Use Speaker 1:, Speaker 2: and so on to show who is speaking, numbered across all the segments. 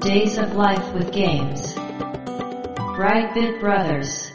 Speaker 1: Days of Life with Games. Brightbit Brothers.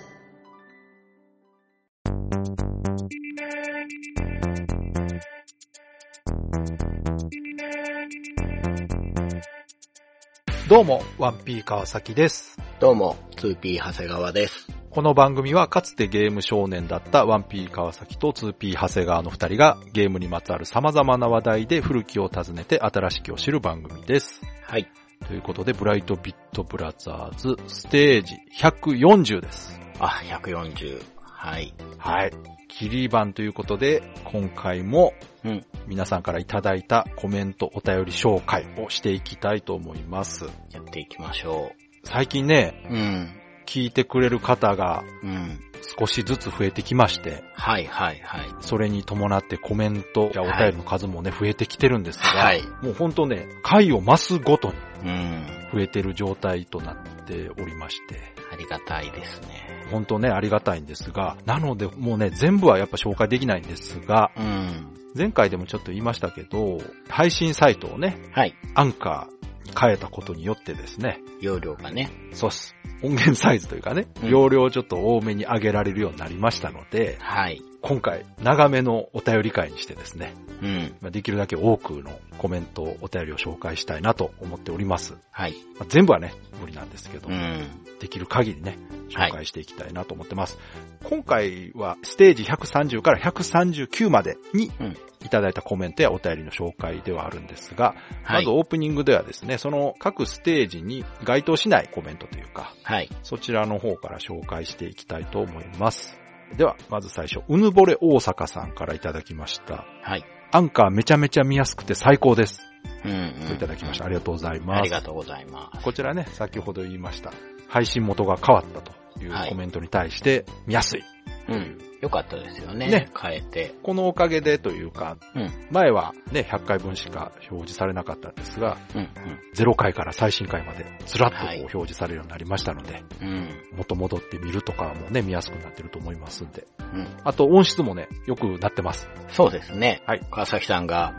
Speaker 2: どうも、ワンピー川崎です。
Speaker 3: どうも、2P 長谷川です。
Speaker 2: この番組はかつてゲーム少年だったワンピー川崎と 2P 長谷川の二人がゲームにまつわる様々な話題で古きを訪ねて新しきを知る番組です。
Speaker 3: はい。
Speaker 2: ということで、ブライトビットブラザーズステージ140です。
Speaker 3: あ、140。はい。
Speaker 2: はい。キリ版ということで、今回も
Speaker 3: うん。
Speaker 2: 皆さんからいただいたコメントお便り紹介をしていきたいと思います。
Speaker 3: やっていきましょ
Speaker 2: 最近ね、
Speaker 3: う。うん。
Speaker 2: 聞いてくれる方が
Speaker 3: うん。
Speaker 2: 少しずつ増えてきまして、
Speaker 3: はいはいはい。
Speaker 2: それに伴ってコメントやお便りの数もね、増えてきてるんですが、
Speaker 3: はい。
Speaker 2: もうほんとね、回を増すごとに
Speaker 3: うん。
Speaker 2: 増えてる状態となっておりまして、
Speaker 3: ありがたいですね。
Speaker 2: ほんとね、ありがたいんですが、なのでもうね、全部はやっぱ紹介できないんですが、
Speaker 3: うん。
Speaker 2: 前回でもちょっと言いましたけど、配信サイトをね、
Speaker 3: はい。
Speaker 2: アンカーに変えたことによってですね、
Speaker 3: 容量がね。
Speaker 2: そうっす。音源サイズというかね、
Speaker 3: うん
Speaker 2: 容量をちょっと多めに上げられるようになりましたので、
Speaker 3: はい。
Speaker 2: 今回、長めのお便り会にしてですね、
Speaker 3: うん。
Speaker 2: まあできるだけ多くのコメント、お便りを紹介したいなと思っております。ま
Speaker 3: はい。
Speaker 2: あ全部はね、無理なんですけど、
Speaker 3: うん。
Speaker 2: できる限りね、
Speaker 3: は
Speaker 2: 紹
Speaker 3: い。
Speaker 2: 介していきたいなと思ってます。今回はステージ130から139までに
Speaker 3: うん
Speaker 2: いただいたコメントやお便りの紹介ではあるんですが、
Speaker 3: は
Speaker 2: まず
Speaker 3: い。
Speaker 2: オープニングではですね、その各ステージに該当しないコメントというか、
Speaker 3: はい。
Speaker 2: そちらの方から紹介していきたいと思います。では、まず最初、うぬぼれ大阪さんからいただきました。
Speaker 3: はい。
Speaker 2: アンカーめちゃめちゃ見やすくて最高です。
Speaker 3: うん、うん。
Speaker 2: いただきました。ありがとうございます。
Speaker 3: ありがとうございます。
Speaker 2: こちらね、先ほど言いました。配信元が変わったとい
Speaker 3: は
Speaker 2: う
Speaker 3: い
Speaker 2: コメントに対して、見やすい。
Speaker 3: うん。よかったですよね。
Speaker 2: ね
Speaker 3: 変えて。
Speaker 2: このおかげでというか、
Speaker 3: うん。
Speaker 2: 前はね、100回分しか表示されなかったんですが、
Speaker 3: うん。
Speaker 2: 0回から最新回までずらっとこう
Speaker 3: はい
Speaker 2: 表示されるようになりましたので、
Speaker 3: うん。うん。
Speaker 2: 元戻ってみるとかもね、見やすくなってると思いますんで。
Speaker 3: うん。
Speaker 2: あと音質もね、良くなってます。
Speaker 3: そうですね。
Speaker 2: はい
Speaker 3: 川崎さ んが、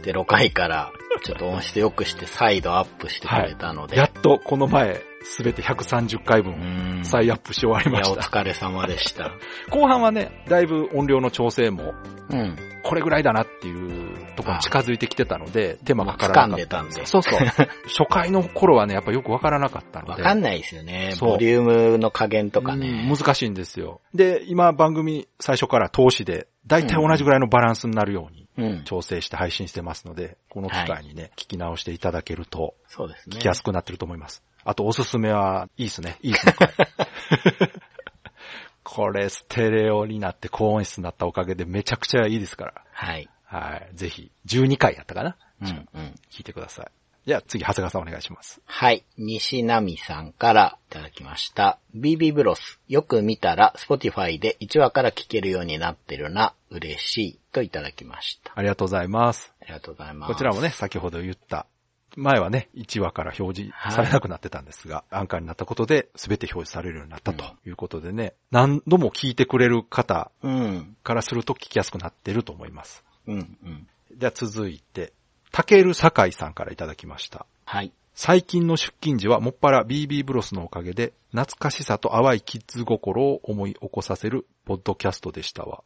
Speaker 3: 0回から、ちょっと音質良くして、再度アップしてくれたので。
Speaker 2: やっとこの前、すべて130回
Speaker 3: う
Speaker 2: 分
Speaker 3: ん。
Speaker 2: 再アップし終わり
Speaker 3: い
Speaker 2: ま
Speaker 3: や、
Speaker 2: し
Speaker 3: お
Speaker 2: た。
Speaker 3: 疲れ様で した。
Speaker 2: 後半はね、だいぶ音量の調整も
Speaker 3: うん。
Speaker 2: これぐらいだなっていうところに近づいてきてたので、手間がかから
Speaker 3: 掴ん
Speaker 2: なか
Speaker 3: で
Speaker 2: った
Speaker 3: んで。
Speaker 2: た。そうそう。 初回の頃はね、やっぱよくわからなかったの
Speaker 3: わ
Speaker 2: で。
Speaker 3: かんないですよね。
Speaker 2: そう
Speaker 3: ボリュームの加減とか
Speaker 2: う
Speaker 3: ね
Speaker 2: ん。難しいんですよ。で、今番組最初から投資で、だいたい同じぐらいのバランスになるように
Speaker 3: うん。
Speaker 2: 調整して配信してますので、この機会にね、聞き直していただけると
Speaker 3: そうですね。
Speaker 2: 聞きやすくなってると思います。あとおすすめは、いいですね。いいですね。これ これ、ステレオになって高音質になったおかげでめちゃくちゃいいですから。
Speaker 3: はい。
Speaker 2: はい。ぜひ、12回やったかな
Speaker 3: うんうん。
Speaker 2: 聞いてください。じゃあ次、長谷川さんお願いします。
Speaker 3: はい。西波さんからいただきました。BB ブロス。よく見たら、Spotify で1話から聞けるようになってるな。嬉しい。といただきました。あ
Speaker 2: ありがとうございます。
Speaker 3: りがとうございます。
Speaker 2: こちらもね、先ほど言った、前はね、1話から表示されなくなってたんですが、アンカーになったことで全て表示されるようになったということでね、何度も聞いてくれる方
Speaker 3: うん。
Speaker 2: からすると聞きやすくなってると思います。
Speaker 3: うんうん。
Speaker 2: では続いて、たけるさかいさんからいただきました。
Speaker 3: はい。
Speaker 2: 最近の出勤時はもっぱら BB ブロスのおかげで懐かしさと淡いキッズ心を思い起こさせるポッドキャストでしたわ。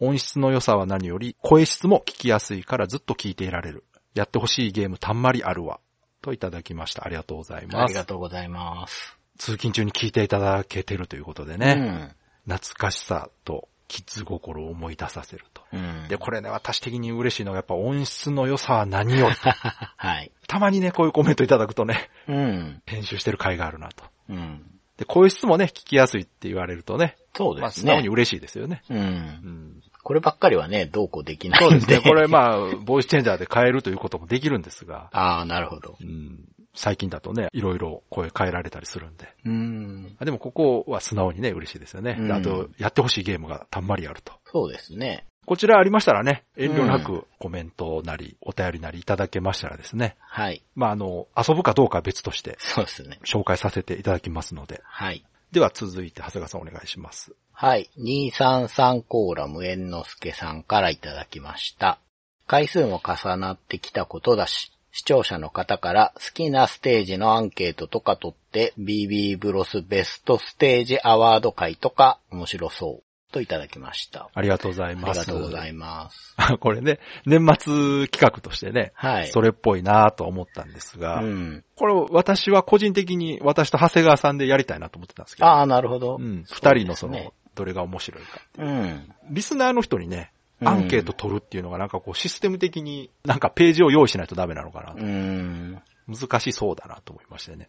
Speaker 2: 音質の良さは何より声質も聞きやすいからずっと聞いていられる。やってほしいゲームたんまりあるわ。といただきました。ありがとうござい
Speaker 3: あ
Speaker 2: ま
Speaker 3: りが
Speaker 2: す。
Speaker 3: とうございます。
Speaker 2: 通勤中に聞いていただけてるということでね、懐かしさとキッズ心を思い出させると。
Speaker 3: うん。うん。
Speaker 2: で、これね、私的に嬉しいのがやっぱ音質の良さは何より。
Speaker 3: はい。
Speaker 2: たまにね、こういうコメントいただくとね、
Speaker 3: うん。
Speaker 2: 編集してる甲斐があるなと。
Speaker 3: うん。
Speaker 2: で、声質もね、聞きやすいって言われるとね、
Speaker 3: そう
Speaker 2: ま
Speaker 3: で
Speaker 2: あ、
Speaker 3: す
Speaker 2: 素
Speaker 3: ね。
Speaker 2: 直に嬉しいですよね。
Speaker 3: うん。
Speaker 2: ん、
Speaker 3: こればっかりはね、どうこうできない
Speaker 2: そ
Speaker 3: ん
Speaker 2: う
Speaker 3: で。
Speaker 2: ですね。これまあ、ボイスチェンジャーで変えるということもできるんですが、
Speaker 3: ああ、なるほど。
Speaker 2: うん、最近だとね、いろいろ声変えられたりするんで。
Speaker 3: うん。
Speaker 2: あでもここは素直にね、嬉しいですよね。
Speaker 3: うん
Speaker 2: であと、やってほしいゲームがたんまりあると。
Speaker 3: そうですね。
Speaker 2: こちらありましたらね、遠慮な
Speaker 3: う
Speaker 2: くコメントなり、お便りなりいただけましたらですね、
Speaker 3: はい。
Speaker 2: まああの、遊ぶかどうかは別として
Speaker 3: そうですね。
Speaker 2: 紹介させていただきますので。
Speaker 3: はい。
Speaker 2: では続いて、長谷川さんお願いします。
Speaker 3: はい。233コーラム猿之助さんからいただきました。回数も重なってきたことだし、視聴者の方から好きなステージのアンケートとか取って BB ブロスベストステージアワード会とか面白そうといただきました。
Speaker 2: ありがとうござい
Speaker 3: あ
Speaker 2: ま
Speaker 3: り
Speaker 2: す。
Speaker 3: がとうござ
Speaker 2: い
Speaker 3: います。
Speaker 2: ます。 これね、年末企画としてね、
Speaker 3: はい。
Speaker 2: それっぽいなぁと思ったんですが、
Speaker 3: うん。
Speaker 2: これを私は個人的に私と長谷川さんでやりたいなと思ってたんですけど、
Speaker 3: ああ、なるほど。
Speaker 2: うん、
Speaker 3: そう
Speaker 2: 二
Speaker 3: ですね
Speaker 2: 人のその、どれが面白いか。
Speaker 3: うん。
Speaker 2: リスナーの人にね、
Speaker 3: うん
Speaker 2: アンケート取るっていうのがなんかこうシステム的になんかページを用意しないとダメなのかな
Speaker 3: う。ん。
Speaker 2: 難しそうだなと思いましてね。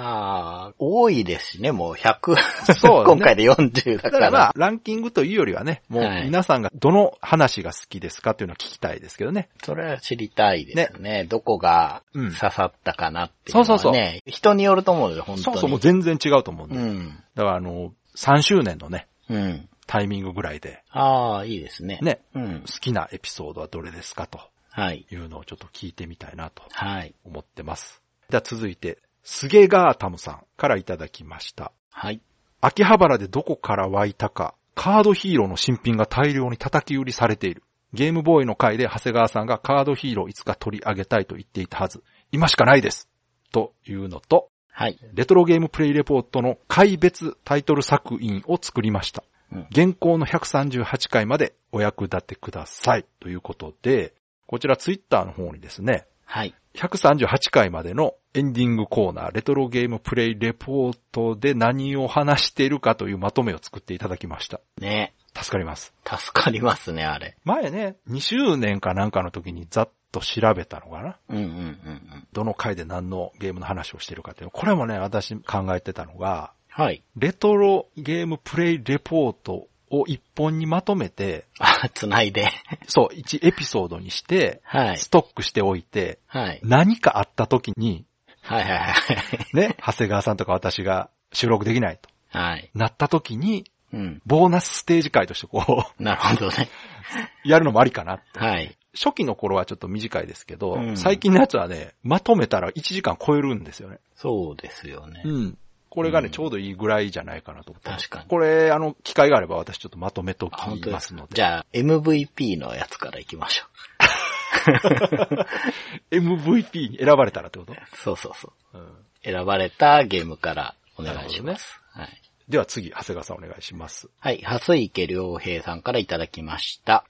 Speaker 3: まあ、多いですしね、もう100。
Speaker 2: そうね
Speaker 3: 今回で40だ
Speaker 2: だ
Speaker 3: か。
Speaker 2: かららまあ、ランキングというよりはね、もう
Speaker 3: はい
Speaker 2: 皆さんがどの話が好きですかっていうのは聞きたいですけどね。
Speaker 3: それは知りたいですね。どこが
Speaker 2: うん
Speaker 3: 刺さったかなっていう
Speaker 2: そ
Speaker 3: のは、ね
Speaker 2: うそうそう
Speaker 3: 人によると思うので、本当に。
Speaker 2: そうそう、もう全然違うと思うんで。
Speaker 3: うん。
Speaker 2: だからあの、3周年のね、
Speaker 3: うん。
Speaker 2: タイミングぐらいで、
Speaker 3: ああ、いいですね。。
Speaker 2: ね、
Speaker 3: うん
Speaker 2: 好。きなエピソードはどれですかと
Speaker 3: はい。
Speaker 2: いうのをちょっと聞いてみたいなと
Speaker 3: はい。
Speaker 2: 思ってます。では続いて、すげガータムさんからいただきました。
Speaker 3: はい。
Speaker 2: 秋葉原でどこから湧いたか、カードヒーローの新品が大量に叩き売りされている。ゲームボーイの回で長谷川さんがカードヒーローいつか取り上げたいと言っていたはず。今しかないです。というのと、
Speaker 3: はい。
Speaker 2: レトロゲームプレイレポートの怪別タイトル作品を作りました
Speaker 3: うん。
Speaker 2: 現行の138回までお役立てください。ということで、こちらツイッターの方にですね、
Speaker 3: はい。
Speaker 2: 138回までのエンディングコーナー、レトロゲームプレイレポートで何を話しているかというまとめを作っていただきました。
Speaker 3: ね。
Speaker 2: 助かります。
Speaker 3: 助かりますね、あれ。
Speaker 2: 前ね、2周年かなんかの時にざっと調べたのかな。
Speaker 3: うんうんうんうん。
Speaker 2: どの回で何のゲームの話をしているかっていうの。これもね、私考えてたのが、
Speaker 3: はい。
Speaker 2: レトロゲームプレイレポートを一本にまとめて、
Speaker 3: あ、繋いで。
Speaker 2: そう、1エピソードにして、
Speaker 3: はい。
Speaker 2: ストックしておいて、
Speaker 3: はい。
Speaker 2: 何かあった時に、
Speaker 3: はいはいはい。
Speaker 2: ね、 長谷川さんとか私が収録できないと。
Speaker 3: はい。
Speaker 2: なった時に、
Speaker 3: うん。
Speaker 2: ボーナスステージ会としてこ
Speaker 3: なるほどね。
Speaker 2: う、 やるのもありかな。
Speaker 3: はい。
Speaker 2: 初期の頃はちょっと短いですけど、
Speaker 3: うん
Speaker 2: 最近のやつはね、まとめたら1時間超えるんですよね。
Speaker 3: そうですよね。
Speaker 2: ん。これがね、
Speaker 3: うん
Speaker 2: ちょうどいいぐらいじゃないかなと思って。
Speaker 3: 確かに
Speaker 2: これ、あの、機会があれば私ちょっとまとめと
Speaker 3: あ本
Speaker 2: き
Speaker 3: 当で
Speaker 2: ますすので。
Speaker 3: じゃあ、MVP のやつから行きましょ
Speaker 2: MVP に選ばれたらってこと、
Speaker 3: う。そうそうそう。
Speaker 2: うん
Speaker 3: 選ばれたゲームからお願いします。はい。
Speaker 2: では次、長谷川さんお願いします。
Speaker 3: はい、蓮池良平さんからいただきました。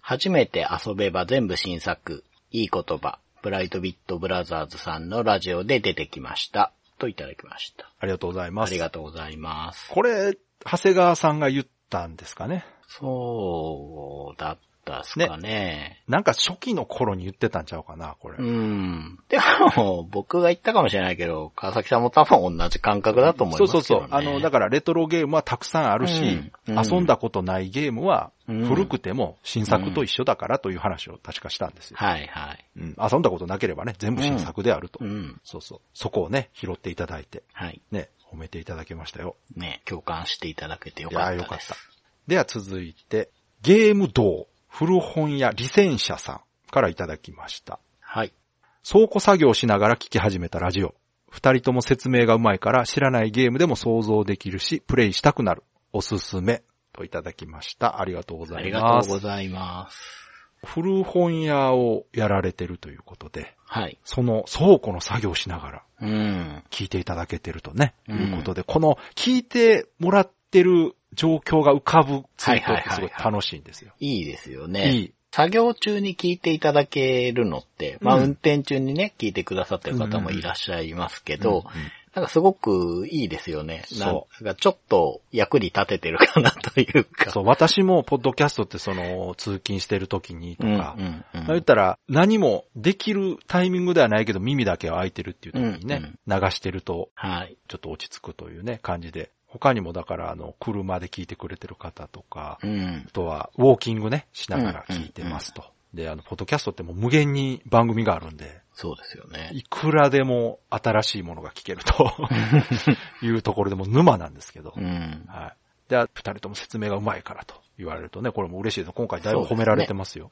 Speaker 3: 初めて遊べば全部新作、いい言葉、ブライトビットブラザーズさんのラジオで出てきました。といただきました。
Speaker 2: ありがとうございま
Speaker 3: あ
Speaker 2: す。
Speaker 3: りがとうございます。
Speaker 2: これ、長谷川さんが言ったんですかね。
Speaker 3: そうだったっすかね。
Speaker 2: なんか初期の頃に言ってたんちゃうかな、これ。
Speaker 3: うん。でも、僕が言ったかもしれないけど、川崎さんも多分同じ感覚だと思い
Speaker 2: そ
Speaker 3: ま
Speaker 2: う
Speaker 3: す
Speaker 2: そ
Speaker 3: けど、
Speaker 2: う
Speaker 3: ね。
Speaker 2: そう。あの、だからレトロゲームはたくさんあるし、
Speaker 3: うんうん
Speaker 2: 遊んだことないゲームは
Speaker 3: うん
Speaker 2: 古くても新作と一緒だからという話を確かしたんですよ。
Speaker 3: はいはい。
Speaker 2: うん遊んだことなければね、全部新作であると。
Speaker 3: うん。
Speaker 2: そうそう。そこをね、拾っていただいて、
Speaker 3: はい。
Speaker 2: ね、褒めていただきましたよ。
Speaker 3: ね、共感していただけてよ
Speaker 2: いや
Speaker 3: か
Speaker 2: ー
Speaker 3: っ
Speaker 2: よ
Speaker 3: た
Speaker 2: か
Speaker 3: で
Speaker 2: っ
Speaker 3: す
Speaker 2: た。。では続いて、ゲーム道古本屋利戦者さんからいただきました。
Speaker 3: はい。
Speaker 2: 倉庫作業しながら聞き始めたラジオ。二人とも説明がうまいから知らないゲームでも想像できるし、プレイしたくなる。おすすめ。といただきました。ありがとうござ
Speaker 3: あ
Speaker 2: い
Speaker 3: りが
Speaker 2: ま
Speaker 3: とうご
Speaker 2: す。
Speaker 3: ざいます。
Speaker 2: 古本屋をやられてるということで、
Speaker 3: はい。
Speaker 2: その倉庫の作業しながら
Speaker 3: うん。
Speaker 2: 聞いていただけてるとね、
Speaker 3: うん
Speaker 2: いうことで、この聞いてもらってる状況が浮かぶツイート
Speaker 3: はいはい
Speaker 2: って
Speaker 3: はい
Speaker 2: す
Speaker 3: は
Speaker 2: ご
Speaker 3: い
Speaker 2: い楽しいんですよ。
Speaker 3: いいですよ
Speaker 2: い
Speaker 3: ね。
Speaker 2: い。
Speaker 3: 作業中に聞いていただけるのって、まあ
Speaker 2: うん
Speaker 3: 運転中にね、聞いてくださってる方もいらっしゃいますけど、
Speaker 2: うんうん
Speaker 3: なんかすごくいいですよね。。
Speaker 2: そう
Speaker 3: なんかちょっと役に立ててるかなというか。
Speaker 2: そう、私もポッドキャストってその通勤してる時にと
Speaker 3: うん。う
Speaker 2: か、
Speaker 3: んうん
Speaker 2: まあ言ったら、何もできるタイミングではないけど、耳だけは開いてるっていう時にね、流してると、
Speaker 3: はい。
Speaker 2: ちょっと落ち着くというね、感じで。他にもだから、あの、車で聞いてくれてる方とか、
Speaker 3: うん
Speaker 2: あ。とは、ウォーキングね、しながら聞いてますと。で、あの、ポッドキャストってもう無限に番組があるんで、
Speaker 3: そうですよね。
Speaker 2: いくらでも新しいものが聞ける というところでもう沼なんですけど
Speaker 3: う、ん。
Speaker 2: はい。で、あ二人とも説明がうまいからと言われるとね、これも嬉しいです。今回だいぶ褒められてますよ。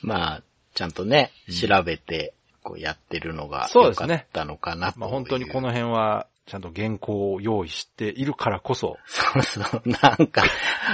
Speaker 3: まあ、ちゃんとね、
Speaker 2: うん
Speaker 3: 調べて、こうやってるのが
Speaker 2: そう
Speaker 3: 良
Speaker 2: です
Speaker 3: か
Speaker 2: ね
Speaker 3: ったのかなという。
Speaker 2: まあ本当にこの辺はちゃんと原稿を用意しているからこそ、
Speaker 3: そうそう。なんか、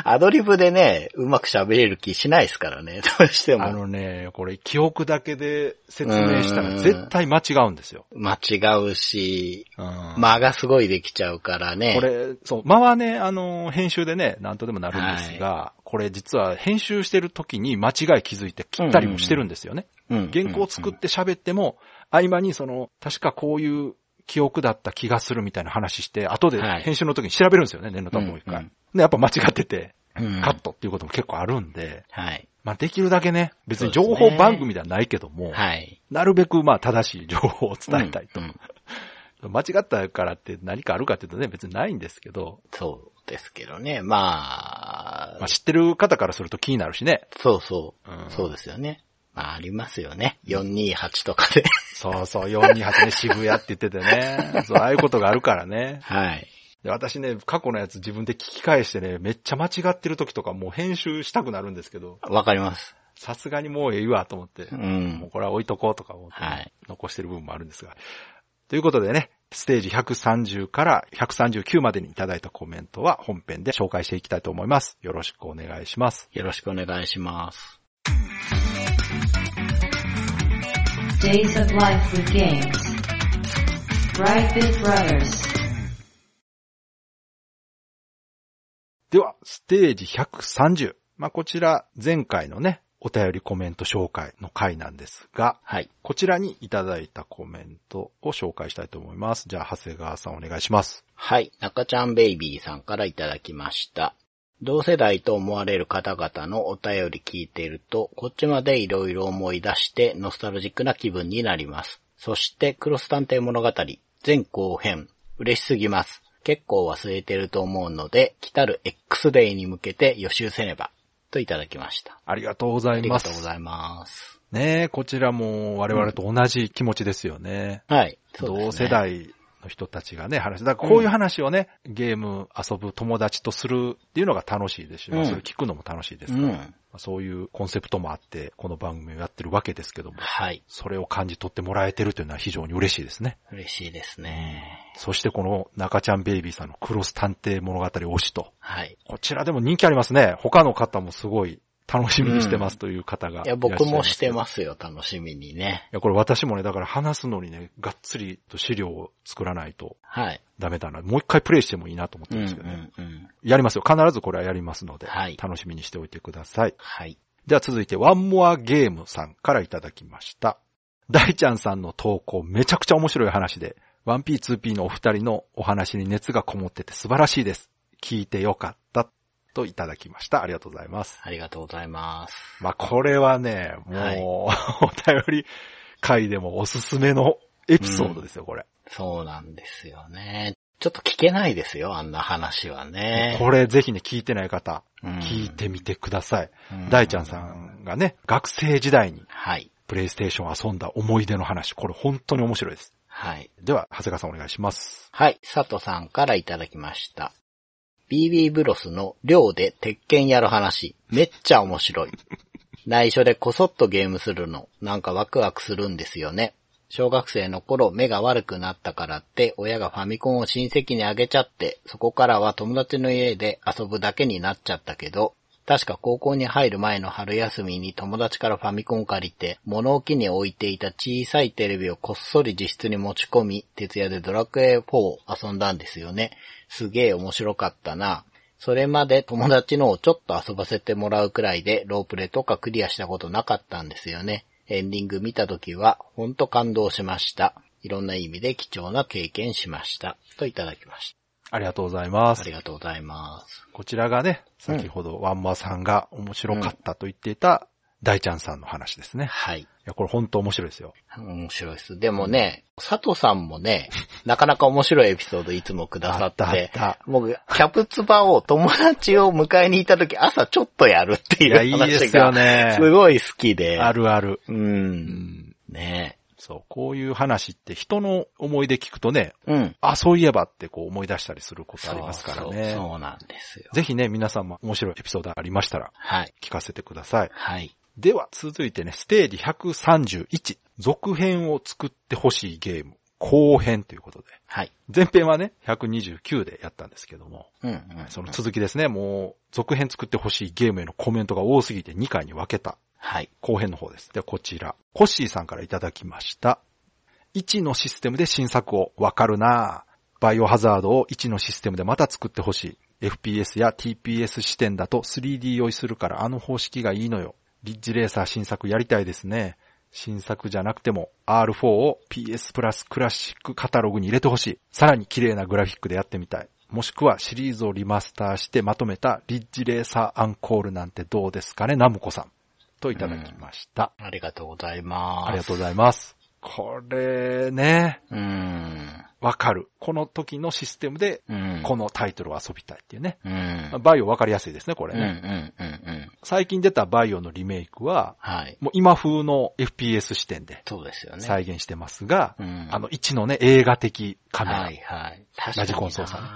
Speaker 3: アドリブでね、うまく喋れる気しないですからね。どうして
Speaker 2: あ
Speaker 3: も。
Speaker 2: のね、これ記憶だけで説明したら絶対間違うんですよ。
Speaker 3: 間違うし、
Speaker 2: うん。
Speaker 3: 間がすごいできちゃうからね。
Speaker 2: これ、そう、間はね、あの、編集でね、なんとでもなるんですが、これ実は編集してる時に間違い気づいて切ったりもしてるんですよね。
Speaker 3: うん、
Speaker 2: 原稿を作って喋っても、合間にその、確かこういう記憶だった気がするみたいな話して、後で
Speaker 3: はい
Speaker 2: 編集の時に調べるんですよね、念のためもう一
Speaker 3: うんう
Speaker 2: 回
Speaker 3: ん。
Speaker 2: で、やっぱ間違ってて、
Speaker 3: うん、うん
Speaker 2: カットっていうことも結構あるんで、
Speaker 3: はい。
Speaker 2: まあできるだけね、別に
Speaker 3: そう
Speaker 2: 情
Speaker 3: ですね
Speaker 2: 報番組ではないけども、
Speaker 3: はい。
Speaker 2: なるべくまあ正しい情報を伝えたいと。
Speaker 3: うんうん
Speaker 2: 間違ったからって何かあるかっていうとね、別にないんですけど、
Speaker 3: そうですけどね。まあ、
Speaker 2: まあ知ってる方からすると気になるしね。
Speaker 3: そうそう、
Speaker 2: うん
Speaker 3: そうですよね。まあ、ありますよね。428とかで。
Speaker 2: そうそう、428ね、渋谷って言っててね。そう、ああいうことがあるからね。
Speaker 3: はい。
Speaker 2: で、私ね、過去のやつ自分で聞き返してね、めっちゃ間違ってる時とかもう編集したくなるんですけど、
Speaker 3: わかります。
Speaker 2: さすがにもうええわと思って
Speaker 3: う、。
Speaker 2: もうんこれは置いとこうとか思って、
Speaker 3: はい。
Speaker 2: 残してる部分もあるんですが。ということでね、ステージ130から139までにいただいたコメントは本編で紹介していきたいと思います。よろしくお願いします。
Speaker 3: よろしくお願いします。
Speaker 1: Days of Life with Games. Brightbit Brothers.
Speaker 2: では、ステージ130。まあ、こちら前回のね、お便りコメント紹介の回なんですが、
Speaker 3: はい。
Speaker 2: こちらにいただいたコメントを紹介したいと思います。じゃあ、長谷川さんお願いします。
Speaker 3: はい。中ちゃんベイビーさんからいただきました。同世代と思われる方々のお便り聞いていると、こっちまで色々思い出してノスタルジックな気分になります。そして、クロス探偵物語、前後編、嬉しすぎます。結構忘れてると思うので、来たる X デイに向けて予習せねば、といただきました。
Speaker 2: ありがとうござ
Speaker 3: あ
Speaker 2: い
Speaker 3: り
Speaker 2: ま
Speaker 3: が
Speaker 2: す。
Speaker 3: とうございます。
Speaker 2: ねえこちらも我々と同じ気持ちですよね。
Speaker 3: はい。そうです
Speaker 2: 同
Speaker 3: ね
Speaker 2: 世。代の人たちがね、話、だからこういう話をね、ゲーム遊ぶ友達とするっていうのが楽しいですし、まあ
Speaker 3: うん
Speaker 2: それ聞くのも楽しいです
Speaker 3: う
Speaker 2: から、ま
Speaker 3: ん。
Speaker 2: あそういうコンセプトもあって、この番組をやってるわけですけども、
Speaker 3: はい。
Speaker 2: それを感じ取ってもらえてるというのは非常に嬉しいですね。
Speaker 3: 嬉しいですね。
Speaker 2: そしてこの中ちゃんベイビーさんのクロス探偵物語推しと、
Speaker 3: はい。
Speaker 2: こちらでも人気ありますね。他の方もすごい楽しみにしてますという方が
Speaker 3: いや、僕もして
Speaker 2: す。
Speaker 3: ますよ、楽しみにね。
Speaker 2: いや、これ私もね、だから話すのにね、がっつりと資料を作らないと
Speaker 3: はい。
Speaker 2: ダメだな。もう一回プレイしてもいいなと思って
Speaker 3: うん
Speaker 2: る
Speaker 3: うんん
Speaker 2: ですけどね。
Speaker 3: うん。
Speaker 2: やりますよ。必ずこれはやりますので、
Speaker 3: はい
Speaker 2: 楽しみにしておいてください。
Speaker 3: はい。
Speaker 2: では続いて、ワンモアゲームさんからいただきました。大ちゃんさんの投稿、めちゃくちゃ面白い話で、1P、2P のお二人のお話に熱がこもってて素晴らしいです。聞いてよかった。といただきました。ありがとうございます。
Speaker 3: ありがとうございます。
Speaker 2: まあ、これはね、もう、
Speaker 3: はい
Speaker 2: お便り会でもおすすめのエピソードですよ、これ。
Speaker 3: そうなんですよね。ちょっと聞けないですよ、あんな話はね。
Speaker 2: これぜひね、聞いてない方、
Speaker 3: うん
Speaker 2: 聞いてみてください。
Speaker 3: うん
Speaker 2: 大ちゃんさんがね、学生時代に
Speaker 3: はい。
Speaker 2: プレイステーションを遊んだ思い出の話、これ本当に面白いです。
Speaker 3: はい。
Speaker 2: では、長谷川さんお願いします。
Speaker 3: はい。佐藤さんからいただきました。BB ブロスの寮で鉄拳やる話、めっちゃ面 白い。内緒でこそっとゲームするの、なんかワクワクするんですよね。小学生の頃目が悪くなったからって親がファミコンを親戚にあげちゃって、そこからは友達の家で遊ぶだけになっちゃったけど、確か高校に入る前の春休みに友達からファミコン借りて、物置に置いていた小さいテレビをこっそり自室に持ち込み、徹夜でドラクエ4を遊んだんですよね。すげえ面白かったな。それまで友達のをちょっと遊ばせてもらうくらいでロープレとかクリアしたことなかったんですよね。エンディング見た時はほんと感動しました。いろんな意味で貴重な経験しました。といただきまし
Speaker 2: ありがとうございま
Speaker 3: た。あ
Speaker 2: す
Speaker 3: り。がとうございます。
Speaker 2: こちらがね、先ほどワンマさんが面白かったと言っていた大ちゃんさんの話ですね。い
Speaker 3: はい。
Speaker 2: や、これ本当面白いですよ。
Speaker 3: 面白いです。でもね、佐藤さんもね、なかなか面白いエピソードいつもくださっ
Speaker 2: あ
Speaker 3: て
Speaker 2: っ、たあった
Speaker 3: 僕、キャプツバを友達を迎えに行った時朝ちょっとやるって
Speaker 2: い
Speaker 3: いう
Speaker 2: や、いいで
Speaker 3: 話
Speaker 2: すよ
Speaker 3: が、
Speaker 2: ね。
Speaker 3: すごい好きで。
Speaker 2: あるある。
Speaker 3: う。
Speaker 2: うんん。
Speaker 3: ね
Speaker 2: そう、こういう話って人の思い出聞くとね、
Speaker 3: うん。
Speaker 2: あ、そういえばってこう思い出したりすることありますからね。
Speaker 3: そうそうそうなんですよ。
Speaker 2: ぜひね、皆さんも面白いエピソードありましたら
Speaker 3: はい。
Speaker 2: 聞かせてください。
Speaker 3: はい。
Speaker 2: では、続いてね、ステージ131、続編を作ってほしいゲーム。後編ということで。
Speaker 3: はい。
Speaker 2: 前編はね、129でやったんですけども、
Speaker 3: うん、うん。
Speaker 2: その続きですね、もう、続編作ってほしいゲームへのコメントが多すぎて2回に分けた
Speaker 3: はい。
Speaker 2: 後編の方です。ではこちら。コッシーさんからいただきました。1のシステムで新作をわかるなぁバイオハザードを1のシステムでまた作ってほしい。FPS や TPS 視点だと 3D 用意するからあの方式がいいのよ。リッジレーサー新作やりたいですね。新作じゃなくても R4 を PS プラスクラシックカタログに入れてほしい。さらに綺麗なグラフィックでやってみたい。もしくはシリーズをリマスターしてまとめたリッジレーサーアンコールなんてどうですかね、ナムコさん。といただきました。
Speaker 3: ありがとうございます。
Speaker 2: ありがとうございます。これね、
Speaker 3: うーん。
Speaker 2: わかる。この時のシステムで、
Speaker 3: うん。
Speaker 2: このタイトルを遊びたいっていうね。
Speaker 3: うん。うん
Speaker 2: バイオわかりやすいですね、これ
Speaker 3: うんうん
Speaker 2: ね。
Speaker 3: うんうん。
Speaker 2: 最近出たバイオのリメイクは、
Speaker 3: はい。
Speaker 2: もう今風の FPS 視点で
Speaker 3: そうですよね。
Speaker 2: 再現してますが、
Speaker 3: うん。
Speaker 2: あの1のね、映画的カメ
Speaker 3: は
Speaker 2: ラ
Speaker 3: いはい。確
Speaker 2: ラジコン操作ね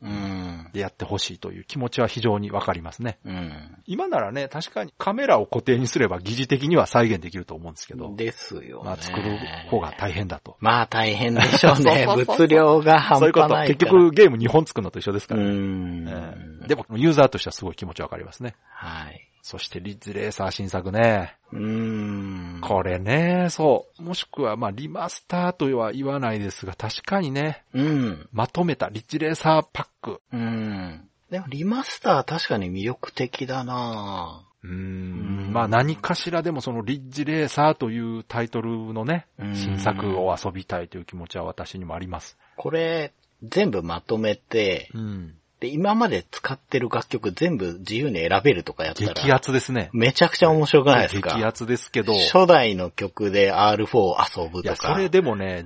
Speaker 3: うん。
Speaker 2: でやってほしいという気持ちは非常にわかりますね。
Speaker 3: うん。
Speaker 2: 今ならね、確かにカメラを固定にすれば疑似的には再現できると思うんですけど、
Speaker 3: ですよね。
Speaker 2: まあ作る方が大変だと。。
Speaker 3: まあ大変でしょう ね
Speaker 2: そうそうそう
Speaker 3: 物量が半
Speaker 2: そういう
Speaker 3: 端
Speaker 2: こ
Speaker 3: ない
Speaker 2: と
Speaker 3: から。。
Speaker 2: 結局ゲーム2本作るのと一緒です
Speaker 3: う
Speaker 2: からね。
Speaker 3: ん。
Speaker 2: えーでも、ユーザーとしてはすごい気持ちわかりますね。
Speaker 3: はい。
Speaker 2: そして、リッズレーサー新作ね。
Speaker 3: うん。
Speaker 2: これね、そう。もしくは、まあ、リマスターとは言わないですが、確かにね、
Speaker 3: うん。
Speaker 2: まとめたリッジレーサーパック。
Speaker 3: うん。でもリマスター確かに魅力的だな
Speaker 2: うー。
Speaker 3: うんん
Speaker 2: まあ、何かしらでもそのリッジレーサーというタイトルのね、
Speaker 3: うん
Speaker 2: 新作を遊びたいという気持ちは私にもあります。
Speaker 3: これ、全部まとめて、
Speaker 2: うん。
Speaker 3: で、今まで使ってる楽曲全部自由に選べるとかやった
Speaker 2: 激
Speaker 3: ら、
Speaker 2: アツですね。
Speaker 3: めちゃくちゃ面白くないですか
Speaker 2: 激アツですけど。
Speaker 3: 初代の曲で R4 を遊ぶ
Speaker 2: い
Speaker 3: と
Speaker 2: や、そ
Speaker 3: か。
Speaker 2: れでもね、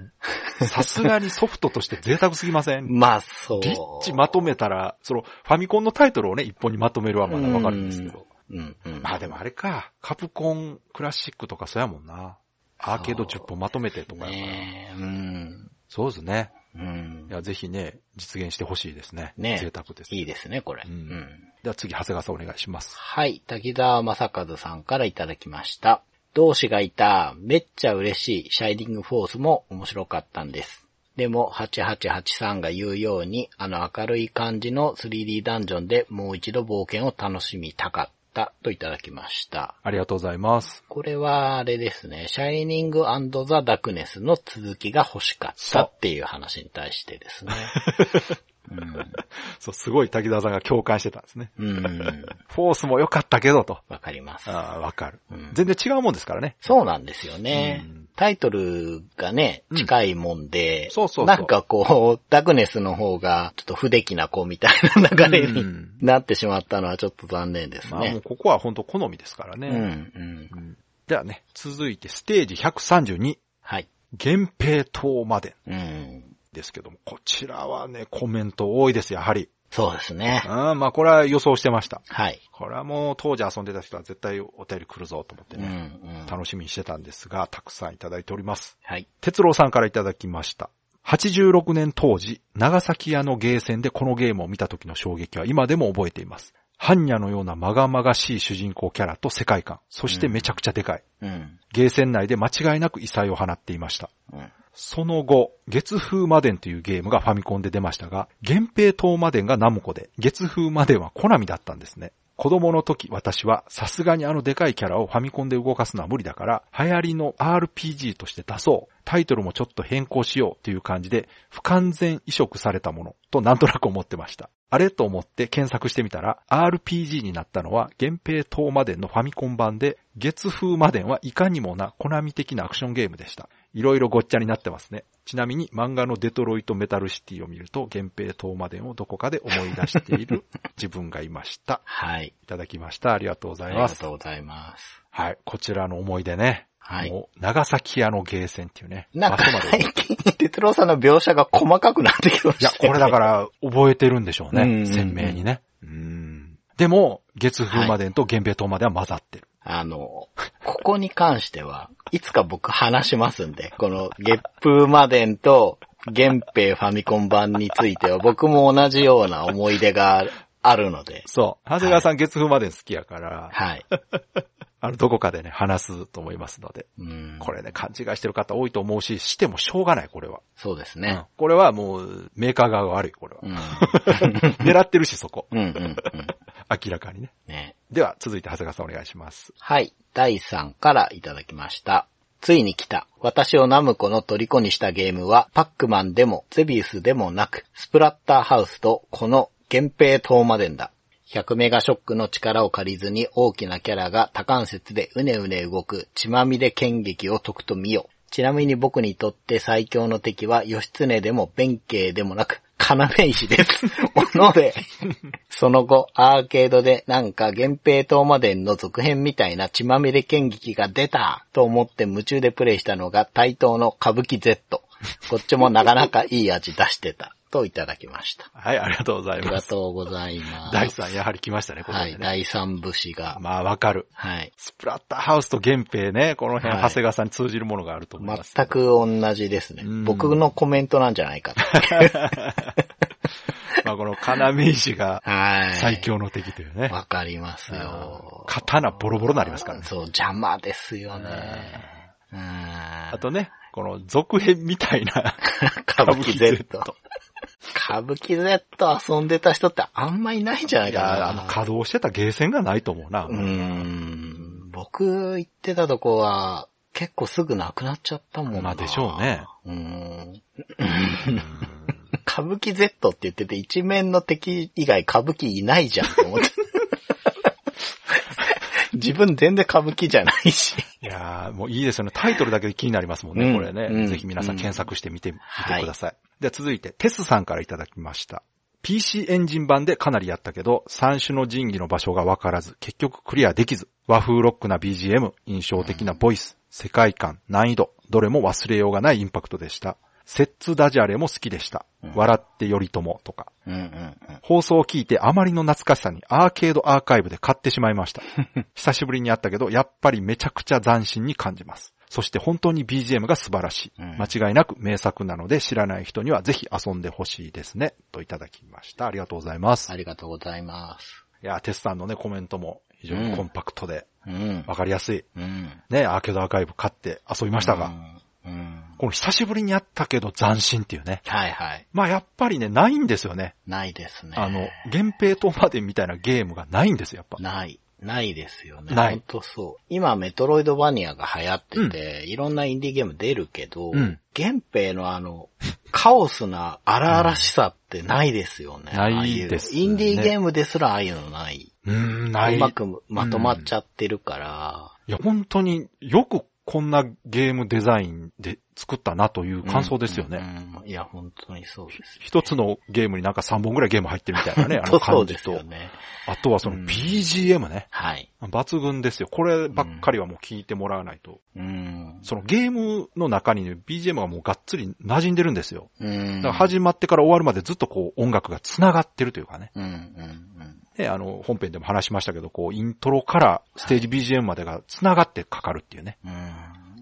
Speaker 2: さすがにソフトとして贅沢すぎません
Speaker 3: まあ、そう。
Speaker 2: リッチまとめたら、その、ファミコンのタイトルをね、一本にまとめるはまだわかるんですけど。
Speaker 3: うんうん。
Speaker 2: まあでもあれか、カプコンクラシックとかそうやもんな。アーケード10本まとめてとかやから。
Speaker 3: ねえ、うん。
Speaker 2: そうですね。
Speaker 3: うん
Speaker 2: い。や、ぜひね、実現してほしいですね。
Speaker 3: ね
Speaker 2: 贅沢です。
Speaker 3: いいですね、これ。
Speaker 2: うん
Speaker 3: うん
Speaker 2: では次、長谷川さんお願いします。
Speaker 3: はい、滝沢正和さんからいただきました。同志がいた、めっちゃ嬉しい、シャイディングフォースも面白かったんです。でも、8883が言うように、あの明るい感じの 3D ダンジョンでもう一度冒険を楽しみたかったといただきました。
Speaker 2: ありがとうございます。
Speaker 3: これは、あれですね、シャイニングザ・ダークネスの続きが欲しかったっていう話に対してですね。
Speaker 2: そう、すごい滝沢さんが共感してたんですね。
Speaker 3: うん。
Speaker 2: フォースも良かったけどと。
Speaker 3: わかります。
Speaker 2: ああ、わかる
Speaker 3: うん。
Speaker 2: 全然違うもんですからね。
Speaker 3: そうなんですよね
Speaker 2: うん。
Speaker 3: タイトルがね、近いもんで、
Speaker 2: そうそうそう
Speaker 3: なんかこう、ダグネスの方が、ちょっと不出来な子みたいな流れ
Speaker 2: う
Speaker 3: に
Speaker 2: ん
Speaker 3: なってしまったのはちょっと残念です
Speaker 2: まあもう
Speaker 3: ね。
Speaker 2: ここは本当好みですからね。
Speaker 3: うん、うん。
Speaker 2: ではね、続いてステージ132、
Speaker 3: はい。
Speaker 2: 源平島まで
Speaker 3: うん。
Speaker 2: ですけども、こちらはね、コメント多いです、やはり。
Speaker 3: そうですね。
Speaker 2: うん、まあこれは予想してました。
Speaker 3: はい。
Speaker 2: これはもう当時遊んでた人は絶対お便り来るぞと思って
Speaker 3: うん、う
Speaker 2: ね、
Speaker 3: ん。
Speaker 2: 楽しみにしてたんですが、たくさんいただいております。
Speaker 3: はい。
Speaker 2: 哲郎さんからいただきました。86年当時、長崎屋のゲーセンでこのゲームを見た時の衝撃は今でも覚えています。般若のようなまがまがしい主人公キャラと世界観、そしてめちゃくちゃでかい。
Speaker 3: うん。
Speaker 2: ゲーセン内で間違いなく異彩を放っていました。
Speaker 3: うん。
Speaker 2: その後、月風魔伝というゲームがファミコンで出ましたが、源平島魔伝がナムコで、月風魔伝はコナミだったんですね。子供の時私はさすがにあのでかいキャラをファミコンで動かすのは無理だから、流行りの RPG として出そう。タイトルもちょっと変更しようという感じで、不完全移植されたものとなんとなく思ってました。あれと思って検索してみたら、RPG になったのは、源平島魔伝のファミコン版で、月風魔伝はいかにもな、コナミ的なアクションゲームでした。いろいろごっちゃになってますね。ちなみに漫画のデトロイトメタルシティを見ると、源平島魔伝をどこかで思い出してい る自分がいました。
Speaker 3: はい。
Speaker 2: いただきました。ありがとうござ
Speaker 3: あ
Speaker 2: い
Speaker 3: り
Speaker 2: ま
Speaker 3: が
Speaker 2: す
Speaker 3: と。うございます。
Speaker 2: はい。こちらの思い出ね。
Speaker 3: はい。
Speaker 2: もう、長崎屋のゲーセンっていうね。
Speaker 3: なんか
Speaker 2: 場所まで
Speaker 3: 最近、哲郎さんの描写が細かくなってきま
Speaker 2: いや、
Speaker 3: し
Speaker 2: こ
Speaker 3: たね。
Speaker 2: れだから覚えてるんでしょう
Speaker 3: うんうんう
Speaker 2: ね。
Speaker 3: ん
Speaker 2: 鮮明にね。うん。でも、月風までと源平島までは混ざってる。
Speaker 3: あの、ここに関しては、いつか僕話しますんで、この月風魔伝と源平ファミコン版については僕も同じような思い出があるので、
Speaker 2: そう。長谷川さん月風まで好きやから、
Speaker 3: はい。
Speaker 2: あの、どこかでね、話すと思いますので。
Speaker 3: うん。
Speaker 2: これね、勘違いしてる方多いと思うし、してもしょうがない、これは。
Speaker 3: そうです
Speaker 2: う
Speaker 3: ね
Speaker 2: ん。これはもう、メーカー側が悪い、これは
Speaker 3: う。ん。
Speaker 2: 狙ってるし、そこ。
Speaker 3: うんうんうん。
Speaker 2: 明らかにね。
Speaker 3: ね。
Speaker 2: では、続いて、長谷川さんお願いします。
Speaker 3: はい。第3からいただきました。ついに来た。私をナムコの虜にしたゲームは、パックマンでも、ゼビウスでもなく、スプラッターハウスと、この、源平東マデンだ。100メガショックの力を借りずに大きなキャラが多関節でうねうね動く血まみれ剣劇を解くと見よ。ちなみに僕にとって最強の敵は義経でも弁慶でもなく、要石です。おので、その後、アーケードでなんか源平東までの続編みたいな血まみれ剣劇が出たと思って夢中でプレイしたのが対等の歌舞伎 Z。こっちもなかなかいい味出してた。といただきました。
Speaker 2: はい、ありがとうござ
Speaker 3: あ
Speaker 2: い
Speaker 3: り
Speaker 2: ま
Speaker 3: が
Speaker 2: す。
Speaker 3: とうございます。
Speaker 2: 第3、やはり来ましたね、こ
Speaker 3: は
Speaker 2: れで
Speaker 3: い、
Speaker 2: ね。
Speaker 3: 第三武士が。
Speaker 2: まあ、わかる。
Speaker 3: はい。
Speaker 2: スプラッターハウスと源平ね、この辺、
Speaker 3: はい
Speaker 2: 長谷川さんに通じるものがあると思います。
Speaker 3: 全く同じですね
Speaker 2: う。ん
Speaker 3: 僕のコメントなんじゃないかって。
Speaker 2: まあ、この要石が
Speaker 3: はい。
Speaker 2: 最。強の敵というね。
Speaker 3: わかります
Speaker 2: うん
Speaker 3: よ。
Speaker 2: 刀ボロボロになりますからね。
Speaker 3: そう、邪魔ですよね。うん。
Speaker 2: あとね、この続編みたい な
Speaker 3: 歌舞伎 Z。
Speaker 2: 歌舞
Speaker 3: 歌舞伎 Z 遊んでた人ってあんまいないんじゃない
Speaker 2: い
Speaker 3: かな。
Speaker 2: や、あの、稼働してたゲーセンがないと思うな。
Speaker 3: うーん。僕行ってたとこは、結構すぐなくなっちゃったもんな。
Speaker 2: まあでしょうね。
Speaker 3: うーん。
Speaker 2: うん
Speaker 3: 歌舞伎 Z って言ってて一面の敵以外歌舞伎いないじゃんと 思って。自分全然歌舞伎じゃないし。
Speaker 2: いやーもういいですよね。タイトルだけで気になりますもんね、
Speaker 3: うん
Speaker 2: これね、
Speaker 3: うん
Speaker 2: ぜひ皆さん検索してみて、みてください。では続いて、テスさんからいただきました。PC エンジン版でかなりやったけど、三種の神器の場所がわからず、結局クリアできず、和風ロックな BGM、印象的なボイス、世界観、難易度、どれも忘れようがないインパクトでした。セッツダジャレも好きでした。
Speaker 3: うん
Speaker 2: 笑ってよりともとか。
Speaker 3: うんうんうん。
Speaker 2: 放送を聞いてあまりの懐かしさにアーケードアーカイブで買ってしまいま した。久しぶりに会ったけど、やっぱりめちゃくちゃ斬新に感じます。そして本当に BGM が素晴らしい。
Speaker 3: うん
Speaker 2: 間違いなく名作なので知らない人にはぜひ遊んでほしいですね。といただきました。ありがとうございます。
Speaker 3: ありがとうございます。
Speaker 2: いや、テスさんのね、コメントも非常にコンパクトで
Speaker 3: うん。
Speaker 2: わかりやすい。
Speaker 3: うん。
Speaker 2: ね、アーケードアーカイブ買って遊びましたが、
Speaker 3: うん。うん。
Speaker 2: この久しぶりに会ったけど斬新っていうね。
Speaker 3: はいはい。
Speaker 2: まあやっぱりね、ないんですよね。
Speaker 3: ないですね。
Speaker 2: あの、源平島までみたいなゲームがないんですよ、やっぱ。
Speaker 3: ない。ないですよね。
Speaker 2: ない
Speaker 3: ほんとそう。今、メトロイドバニアが流行ってて、いろんなインディーゲーム出るけど、
Speaker 2: うん
Speaker 3: 源平のあの、カオスな荒々しさってないですよね。
Speaker 2: うん
Speaker 3: ああう
Speaker 2: ないですね
Speaker 3: インディーゲームですらああいうのない。。
Speaker 2: うーん、ないう
Speaker 3: まくまとまっちゃってるから、
Speaker 2: いや、本当によくこんなゲームデザインで作ったなという感想ですよね。
Speaker 3: うん。うんいや、本当にそうです。
Speaker 2: 一つのゲームになんか3本ぐらいゲーム入ってるみたいなね、あ
Speaker 3: ほ
Speaker 2: の
Speaker 3: んと そ
Speaker 2: 感
Speaker 3: うで
Speaker 2: じ
Speaker 3: す
Speaker 2: と。
Speaker 3: よね。
Speaker 2: あとはその
Speaker 3: うん
Speaker 2: BGM ね。
Speaker 3: はい。
Speaker 2: 抜群ですよ。こればっかりはもう聞いてもらわないと。
Speaker 3: うん。
Speaker 2: そのゲームの中にね BGM がもうがっつり馴染んでるんですよ。
Speaker 3: うん。
Speaker 2: だから始まってから終わるまでずっとこう音楽が繋がってるというかね。
Speaker 3: うん、うん、
Speaker 2: ね、あの、本編でも話しましたけど、こう、イントロからステージ BGM までが繋がってかかるっていうね。
Speaker 3: うん。うん。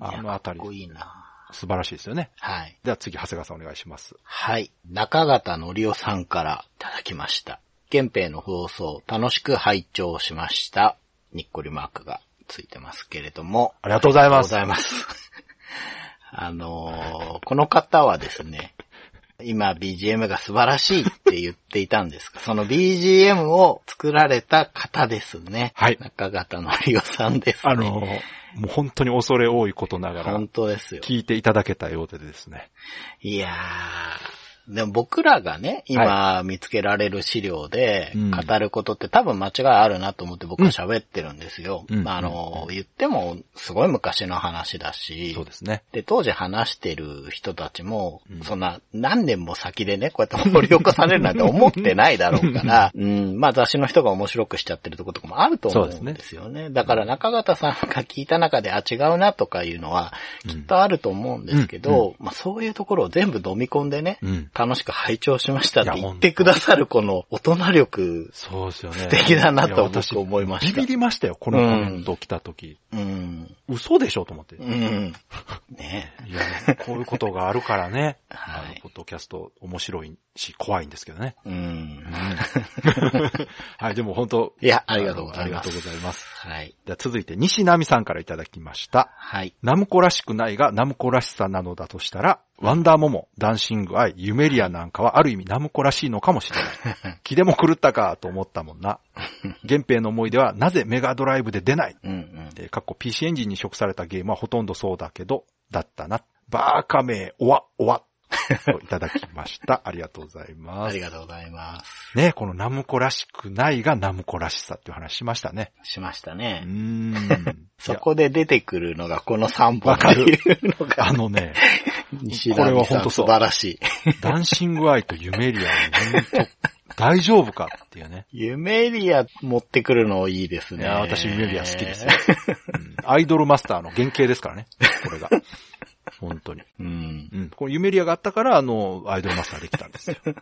Speaker 2: あのあたり
Speaker 3: かっこいいな。
Speaker 2: 素晴らしいですよね。
Speaker 3: はい。
Speaker 2: では次、長谷川さんお願いします。
Speaker 3: はい。中方のりおさんからいただきました。憲兵の放送、楽しく拝聴しました。にっこりマークがついてますけれども。
Speaker 2: ありがとうございます
Speaker 3: ありがとうございます。あのーこの方はですね、今 BGM が素晴らしいって言っていたんですが、その BGM を作られた方ですね。
Speaker 2: はい
Speaker 3: 中方のりおさんです、ね。
Speaker 2: あの、もう本当に恐れ多いことながら
Speaker 3: 本、当ですよ。
Speaker 2: 聞いていただけたようでですね。
Speaker 3: いやー、でも僕らがね、今見つけられる資料で
Speaker 2: うん
Speaker 3: 語ることって多分間違いあるなと思って僕は喋ってるんですよ。
Speaker 2: うん
Speaker 3: まあ、あの、言ってもすごい昔の話だし
Speaker 2: そう、ですね。
Speaker 3: で、当時話してる人たちも、
Speaker 2: うん
Speaker 3: そんな何年も先でね、こうやって掘り起こされるなんて思ってないだろうから、うん、まあ雑誌の人が面白くしちゃってるところとかもあると思うんですよね。だから中方さんが聞いた中で、あ、違うなとかいうのは、きっとあると思うんですけど、まあそういうところを全部飲み込んでね、
Speaker 2: うん。
Speaker 3: 楽しく拝聴しましたって
Speaker 2: いや
Speaker 3: 言ってくださるこの大人力、
Speaker 2: そうですよね。
Speaker 3: 素敵だなと
Speaker 2: いや私
Speaker 3: 僕思いました
Speaker 2: ビビりましたよ、このコメント来た時。
Speaker 3: うん、
Speaker 2: 嘘でしょと思って。
Speaker 3: う
Speaker 2: い
Speaker 3: ん。ねえ
Speaker 2: や、こういうことがあるからね。
Speaker 3: はい
Speaker 2: あのポッドキャスト面白いし、怖いんですけどね。
Speaker 3: うん。
Speaker 2: はい、でも本当。
Speaker 3: いや、ありがとうご
Speaker 2: あ
Speaker 3: ざい
Speaker 2: りが
Speaker 3: ます。
Speaker 2: とうございます。
Speaker 3: はい。
Speaker 2: では続いて、西奈美さんからいただきました。
Speaker 3: はい。
Speaker 2: ナムコらしくないがナムコらしさなのだとしたら、ワンダーモモ、ダンシングアイ、ユメリアなんかはある意味ナムコらしいのかもしれ ない。気でも狂ったかと思ったもんな。原平の思い出はなぜメガドライブで出ない
Speaker 3: うんうん。
Speaker 2: えーかっこ PC エンジンに移植されたゲームはほとんどそうだけど、だったな。バーカ名、おわ、おわ。といただきま した。ありがとうございま
Speaker 3: あ
Speaker 2: す
Speaker 3: り。がとうございます。
Speaker 2: ね、このナムコらしくないがナムコらしさっていう話しましたね。
Speaker 3: しました
Speaker 2: うー
Speaker 3: ね。
Speaker 2: ん。
Speaker 3: そこで出てくるのがこの3本
Speaker 2: わ
Speaker 3: っ
Speaker 2: か
Speaker 3: て
Speaker 2: る
Speaker 3: いうの
Speaker 2: いや。あ
Speaker 3: が、
Speaker 2: のね、
Speaker 3: 西
Speaker 2: これ
Speaker 3: 田
Speaker 2: は
Speaker 3: さ
Speaker 2: 本
Speaker 3: ん
Speaker 2: 当そ
Speaker 3: 素
Speaker 2: う
Speaker 3: 晴らしい。
Speaker 2: ダンシングアイとユメリアは本当、大丈夫かっていうね。
Speaker 3: ユメリア持ってくるのいいです
Speaker 2: い
Speaker 3: ね。
Speaker 2: や、私ユメリア好きですよ、うんアイドルマスターの原型ですからね。これが。本当に。
Speaker 3: うん。
Speaker 2: うん。このユメリアがあったから、あの、アイドルマスターできたんですよ。はいい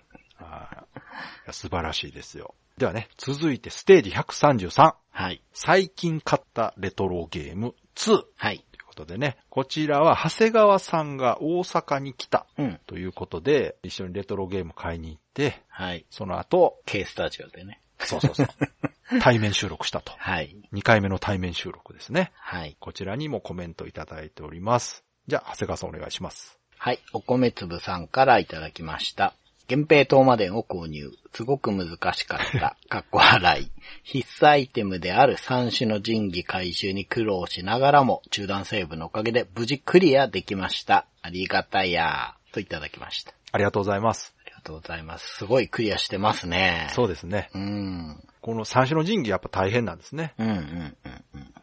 Speaker 2: や素晴らしいですよ。ではね、続いてステージ133。
Speaker 3: はい。
Speaker 2: 最近買ったレトロゲーム2。とい
Speaker 3: はい。
Speaker 2: うことでね、こちらは長谷川さんが大阪に来た
Speaker 3: うん。
Speaker 2: ということで、一緒にレトロゲーム買いに行って、
Speaker 3: はい。
Speaker 2: その後、
Speaker 3: K スタジオでね。
Speaker 2: そうそうそう、対面収録したと。
Speaker 3: はい。
Speaker 2: 2回目の対面収録ですね。
Speaker 3: はい。
Speaker 2: こちらにもコメントいただいております。じゃあ、長谷川さんお願いします。
Speaker 3: はい。お米粒さんからいただきました。源平東馬伝を購入。すごく難しか った。かっこ笑い。必須アイテムである三種の神器回収に苦労しながらも、中断セーブのおかげで無事クリアできました。ありがたいやー。といただきました。
Speaker 2: ありがとうございます。
Speaker 3: ありがとうございます。すごいクリアしてますね。。
Speaker 2: そううですね。
Speaker 3: うん。
Speaker 2: この三種の神器やっぱ大変なんですね。
Speaker 3: うんうんうんうん。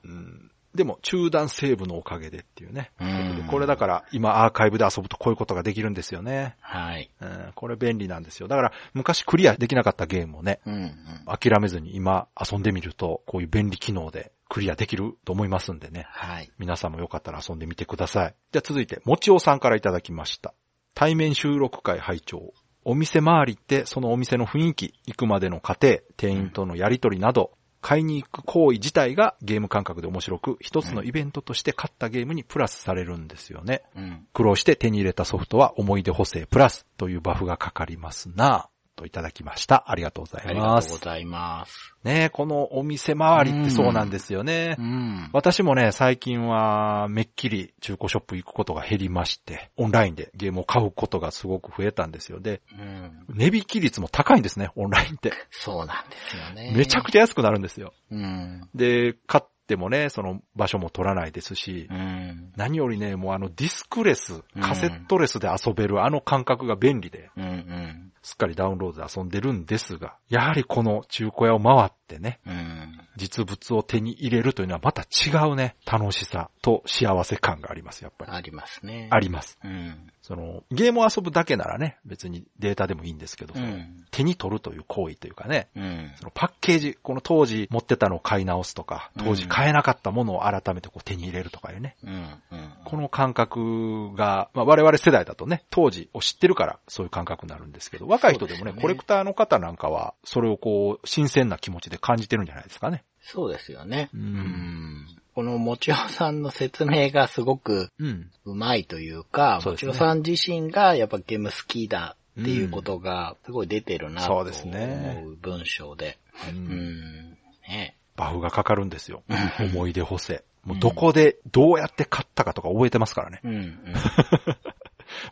Speaker 2: うん。でも、中断セーブのおかげでっていうね。
Speaker 3: うん
Speaker 2: これだから、今アーカイブで遊ぶとこういうことができるんですよね。
Speaker 3: はい。
Speaker 2: うん、これ便利なんですよ。だから、昔クリアできなかったゲームをね、
Speaker 3: うんうん。
Speaker 2: 諦めずに今遊んでみると、こういう便利機能でクリアできると思いますんでね。
Speaker 3: はい。
Speaker 2: 皆さんもよかったら遊んでみてください。じゃあ続いて、もちおさんからいただきました。対面収録会拝聴お店回りって、そのお店の雰囲気、行くまでの過程、店員とのやりとりなど、買いに行く行為自体がゲーム感覚で面白く、一つのイベントとして買ったゲームにプラスされるんですよね。
Speaker 3: うん。
Speaker 2: 苦労して手に入れたソフトは思い出補正プラスというバフがかかりますなぁといただきました。ありがとうござ
Speaker 3: あ
Speaker 2: い
Speaker 3: りが
Speaker 2: ま
Speaker 3: とうご
Speaker 2: す。
Speaker 3: ざいます。
Speaker 2: ねえこのお店周りってそうなんですよね
Speaker 3: う。ん。
Speaker 2: 私もね、最近はめっきり中古ショップ行くことが減りまして、オンラインでゲームを買うことがすごく増えたんですよ。で、
Speaker 3: うん。
Speaker 2: 値引き率も高いんですね、 オンラインって。
Speaker 3: そうなんですよね。
Speaker 2: めちゃくちゃ安くなるんですよ。
Speaker 3: うん。
Speaker 2: で、買ってもね、その場所も取らないですし
Speaker 3: う、ん。
Speaker 2: 何よりね、もうあのディスクレス、カセットレスで遊べるあの感覚が便利で、
Speaker 3: うんうん。
Speaker 2: すっかりダウンロードで遊んでるんですが、やはりこの中古屋を回ってね、
Speaker 3: うん。
Speaker 2: 実物を手に入れるというのはまた違うね、楽しさと幸せ感があります、やっぱり。
Speaker 3: ありますね。
Speaker 2: あります。
Speaker 3: うん。
Speaker 2: その、ゲームを遊ぶだけならね、別にデータでもいいんですけど、
Speaker 3: う
Speaker 2: その
Speaker 3: ん。
Speaker 2: 手に取るという行為というかね、
Speaker 3: うん。
Speaker 2: そのパッケージ、この当時持ってたのを買い直すとか、当時買えなかったものを改めてこう手に入れるとかいうね、
Speaker 3: うん。うん。
Speaker 2: この感覚が、まあ、我々世代だとね、当時を知ってるからそういう感覚になるんですけど、若い人でも
Speaker 3: そう
Speaker 2: ね、
Speaker 3: ですね
Speaker 2: コレクターの方なんかは、それをこう、新鮮な気持ちで感じてるんじゃないですかね。
Speaker 3: そうですよね。
Speaker 2: う
Speaker 3: うんん。このもちおさんの説明がすごく
Speaker 2: うん。
Speaker 3: うまいというか、
Speaker 2: そう
Speaker 3: も
Speaker 2: で
Speaker 3: ち
Speaker 2: すね
Speaker 3: ろさん自身がやっぱゲーム好きだっていうことがすごい出てるなと
Speaker 2: そ
Speaker 3: 思
Speaker 2: うですね
Speaker 3: う文章で。
Speaker 2: うん
Speaker 3: うん。ね
Speaker 2: バフがかかるんですよ。
Speaker 3: うん
Speaker 2: 思い出補正。もうどこでどうやって買ったかとか覚えてますからね。
Speaker 3: うんうん。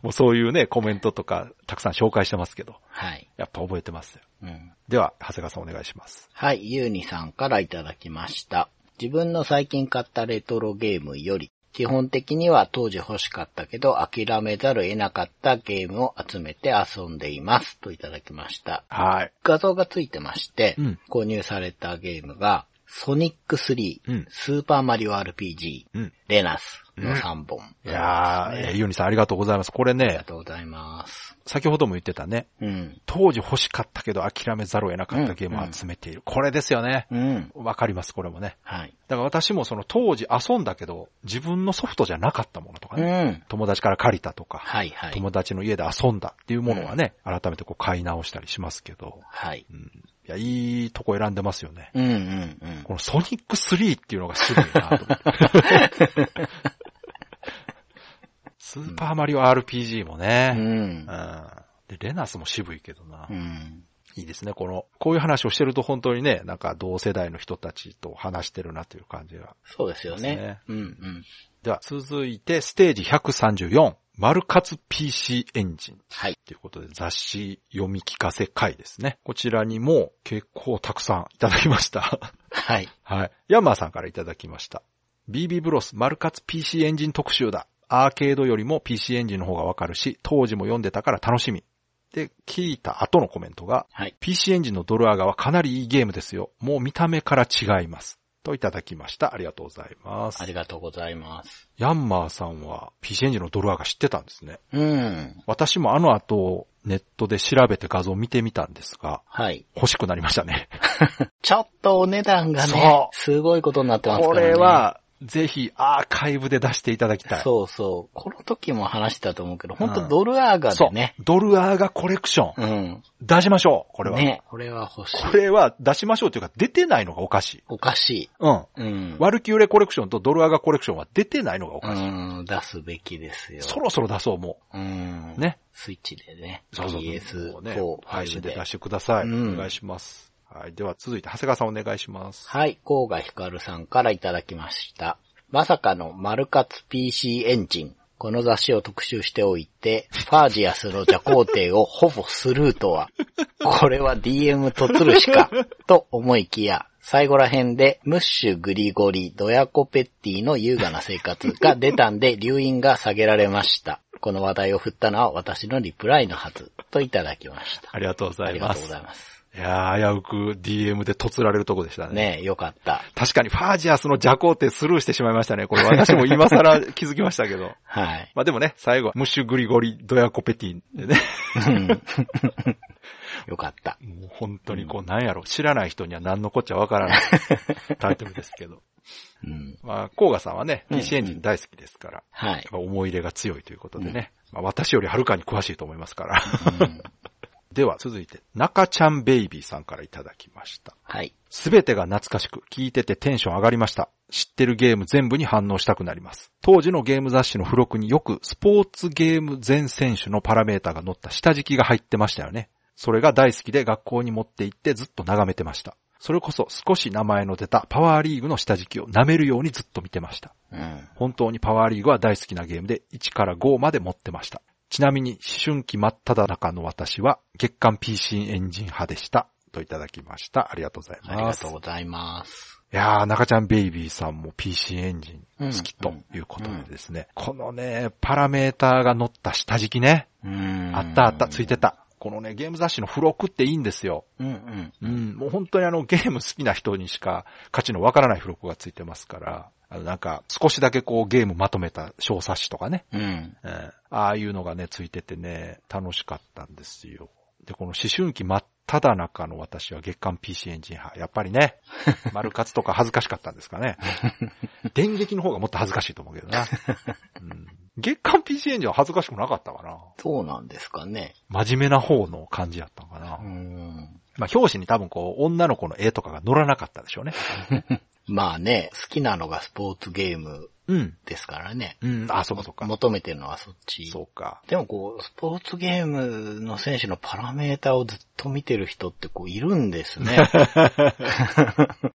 Speaker 2: もうそういうね、コメントとかたくさん紹介してますけど、
Speaker 3: はい。
Speaker 2: やっぱ覚えてますよ。
Speaker 3: うん。
Speaker 2: では、長谷川さんお願いします。
Speaker 3: はい、ゆうにさんからいただきました。自分の最近買ったレトロゲームより、基本的には当時欲しかったけど諦めざるを得なかったゲームを集めて遊んでいます。といただきました。
Speaker 2: はい。
Speaker 3: 画像がついてまして、
Speaker 2: うん
Speaker 3: 購入されたゲームが、ソニック3、
Speaker 2: うん
Speaker 3: スーパーマリオ RPG、
Speaker 2: うん
Speaker 3: レナスの3本、
Speaker 2: いやー、えーユニさんありがとうございます。これ
Speaker 3: ありが
Speaker 2: ね、
Speaker 3: とうございます。
Speaker 2: 先ほども言ってたね、
Speaker 3: うん。
Speaker 2: 当時欲しかったけど諦めざるを得なかったゲームを集めている。これですよね。
Speaker 3: うん。
Speaker 2: わかります、これもね。
Speaker 3: はい。
Speaker 2: だから私もその当時遊んだけど、自分のソフトじゃなかったものとかか
Speaker 3: う
Speaker 2: ね、
Speaker 3: ん。
Speaker 2: 友達から借りたとか、
Speaker 3: はいはい。
Speaker 2: 友達の家で遊んだっていうものはね、改めてこう買い直したりしますけど、
Speaker 3: はい。
Speaker 2: うん、いや、いいとこ選んでますよね。
Speaker 3: うんうんうん。
Speaker 2: このソニック3っていうのが渋いなと思って。 スーパーマリオ RPG も
Speaker 3: う
Speaker 2: ね、
Speaker 3: ん
Speaker 2: う。ん。で、レナスも渋いけどな
Speaker 3: う。ん。
Speaker 2: いいですね。この、こういう話をしてると本当にね、なんか同世代の人たちと話してるなという感じが。
Speaker 3: そうですよ
Speaker 2: です
Speaker 3: ね
Speaker 2: ね。
Speaker 3: うんうん。
Speaker 2: では、続いてステージ134、マルカツ PC エンジン。
Speaker 3: はい。
Speaker 2: ということで、雑誌読み聞かせ会ですね。こちらにも結構たくさんいただきました。
Speaker 3: はい。
Speaker 2: はい。ヤンマーさんからいただきました。BB ブロスマルカツ PC エンジン特集だ。アーケードよりも PC エンジンの方がわかるし、当時も読んでたから楽しみ。で、聞いた後のコメントが、
Speaker 3: はい。
Speaker 2: PC エンジンのドルアガはかなりいいゲームですよ。もう見た目から違います。といただきました。ありがとうございます
Speaker 3: あ。りがとうございます。
Speaker 2: ヤンマーさんは PC エンジンのドルアガ知ってたんですね。
Speaker 3: うん。
Speaker 2: 私もあの後、ネットで調べて画像を見てみたんですが、
Speaker 3: はい。
Speaker 2: 欲しくなりましたね。
Speaker 3: ちょっとお値段がね
Speaker 2: そ、
Speaker 3: すごいことになってますか
Speaker 2: こ
Speaker 3: らね。
Speaker 2: れ、は、ぜひアーカイブで出していただきたい。
Speaker 3: そうそう。この時も話したと思うけど、本
Speaker 2: う
Speaker 3: 当
Speaker 2: ん
Speaker 3: ドルアーガ
Speaker 2: そ
Speaker 3: で
Speaker 2: う
Speaker 3: ね。
Speaker 2: ドルアーガコレクション。
Speaker 3: うん。
Speaker 2: 出しましょう、これは。
Speaker 3: ね。これは欲しい。
Speaker 2: これは出しましょうというか、出てないのがおかしい。
Speaker 3: おかしい。
Speaker 2: うん。
Speaker 3: うん。
Speaker 2: ワルキューレコレクションとドルアーガコレクションは出てないのがお
Speaker 3: う
Speaker 2: かしい。
Speaker 3: ん、出すべきですよ。
Speaker 2: そろそろ出そう、も
Speaker 3: うん。
Speaker 2: う。。ね。
Speaker 3: スイッチでね。
Speaker 2: そうそう。もうね
Speaker 3: PS4、、
Speaker 2: 配信
Speaker 3: 5
Speaker 2: で
Speaker 3: で
Speaker 2: 出。してください。
Speaker 3: うん
Speaker 2: お願いします。はい。では続いて、長谷川さんお願いします。
Speaker 3: はい、甲賀ひかるさんからいただきました。まさかのマルカツ PC エンジン。この雑誌を特集しておいて、ファージアスの蛇行程をほぼスルーとは、これは DM とつるしか、と思いきや、最後ら辺で、ムッシュグリゴリ、ドヤコペッティの優雅な生活が出たんで、留飲が下げられました。この話題を振ったのは私のリプライのはず、といただきました。
Speaker 2: ありがとうござ
Speaker 3: あ
Speaker 2: い
Speaker 3: りが
Speaker 2: ま
Speaker 3: とうご
Speaker 2: す。
Speaker 3: ざいます。
Speaker 2: いやー、危うく DM でとつられるとこでしたね。
Speaker 3: ねえ、よかった。
Speaker 2: 確かにファージアスの邪行ってスルーしてしまいましたね。これ私も今更気づきました けど。
Speaker 3: はい。
Speaker 2: まあでもね、最後はムッシュグリゴリドヤコペティンでね。
Speaker 3: よかった。
Speaker 2: もう本当にこう、なんやろ、知らない人には何のこっちゃわ からないタイトルですけど。
Speaker 3: うん。
Speaker 2: まあ、甲賀さんはね、
Speaker 3: うん
Speaker 2: PC エンジン大好きですから、
Speaker 3: はい。
Speaker 2: やっぱ思い入れが強いということでね。まあ、私よりはるかに詳しいと思いますから。
Speaker 3: うん
Speaker 2: では、続いて、中ちゃんベイビーさんからいただきました。
Speaker 3: はい。
Speaker 2: すべてが懐かしく、聞いててテンション上がりました。知ってるゲーム全部に反応したくなります。当時のゲーム雑誌の付録によく、スポーツゲーム全選手のパラメータが載った下敷きが入ってましたよね。それが大好きで学校に持って行ってずっと眺めてました。それこそ少し名前の出たパワーリーグの下敷きを舐めるようにずっと見てました。
Speaker 3: うん。
Speaker 2: 本当にパワーリーグは大好きなゲームで1から5まで持ってました。ちなみに思春期真っ只中の私は月間 PC エンジン派でした。といただきました。ありがとうござい
Speaker 3: あり
Speaker 2: ま
Speaker 3: が
Speaker 2: す
Speaker 3: とう。ございます。
Speaker 2: いやー、中ちゃんベイビーさんも PC エンジン好きということでですね。このね、パラメーターが乗った下敷きね。
Speaker 3: うん
Speaker 2: あったあった、ついて。た。このね、ゲーム雑誌の付録っていいんですよ。
Speaker 3: うんうん。
Speaker 2: うん、もう本当にあのゲーム好きな人にしか価値のわからない付録がついてますから、あのなんか少しだけこうゲームまとめた小冊子とかね、
Speaker 3: うん。
Speaker 2: うん、ああいうのがね、ついててね、楽しかったんですよ。で、この思春期真っ只中の私は月間 PC エンジン派。やっぱり ね、丸活とか恥ずかしかったんですか ね。電撃の方がもっと恥ずかしいと思うけどな。うん、月間 PC エンジンは恥ずかしくなかったかな。
Speaker 3: そうなんですかね。
Speaker 2: 真面目な方の感じやったんかな
Speaker 3: う。ん。
Speaker 2: まあ、表紙に多分こう、女の子の絵とかが載らなかったでしょうね。
Speaker 3: まあね、好きなのがスポーツゲーム
Speaker 2: うん。
Speaker 3: ですからね。
Speaker 2: うん、あ、そうかそうか。
Speaker 3: 求めてるのはそっち。
Speaker 2: そうか。
Speaker 3: でもこう、スポーツゲームの選手のパラメータをずっと見てる人ってこういるんで すね。
Speaker 2: やっ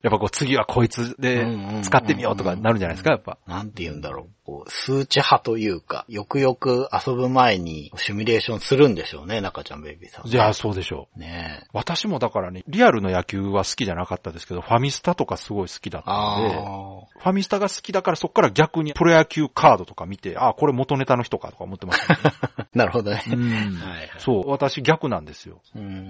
Speaker 2: ぱこう、次はこいつで使ってみようとかなるんじゃないですか、やっぱ。
Speaker 3: なんて言うんだろう。こう、数値派というか、よくよく遊ぶ前にシミュレーションするんでしょうね、中ちゃんベイビーさん。
Speaker 2: いや、そうでしょう。
Speaker 3: ねえ。
Speaker 2: 私もだからね、リアルの野球は好きじゃなかったですけど、ファミスタとかすごい好きだったんで、
Speaker 3: あ
Speaker 2: ファミスタが好きだからそっから逆にプロ野球カードとか見て、あ、これ元ネタの人かとか思ってましたね、
Speaker 3: あ。 なるほどね。
Speaker 2: うん
Speaker 3: はいはい
Speaker 2: そう、私逆なんですよ。
Speaker 3: うん。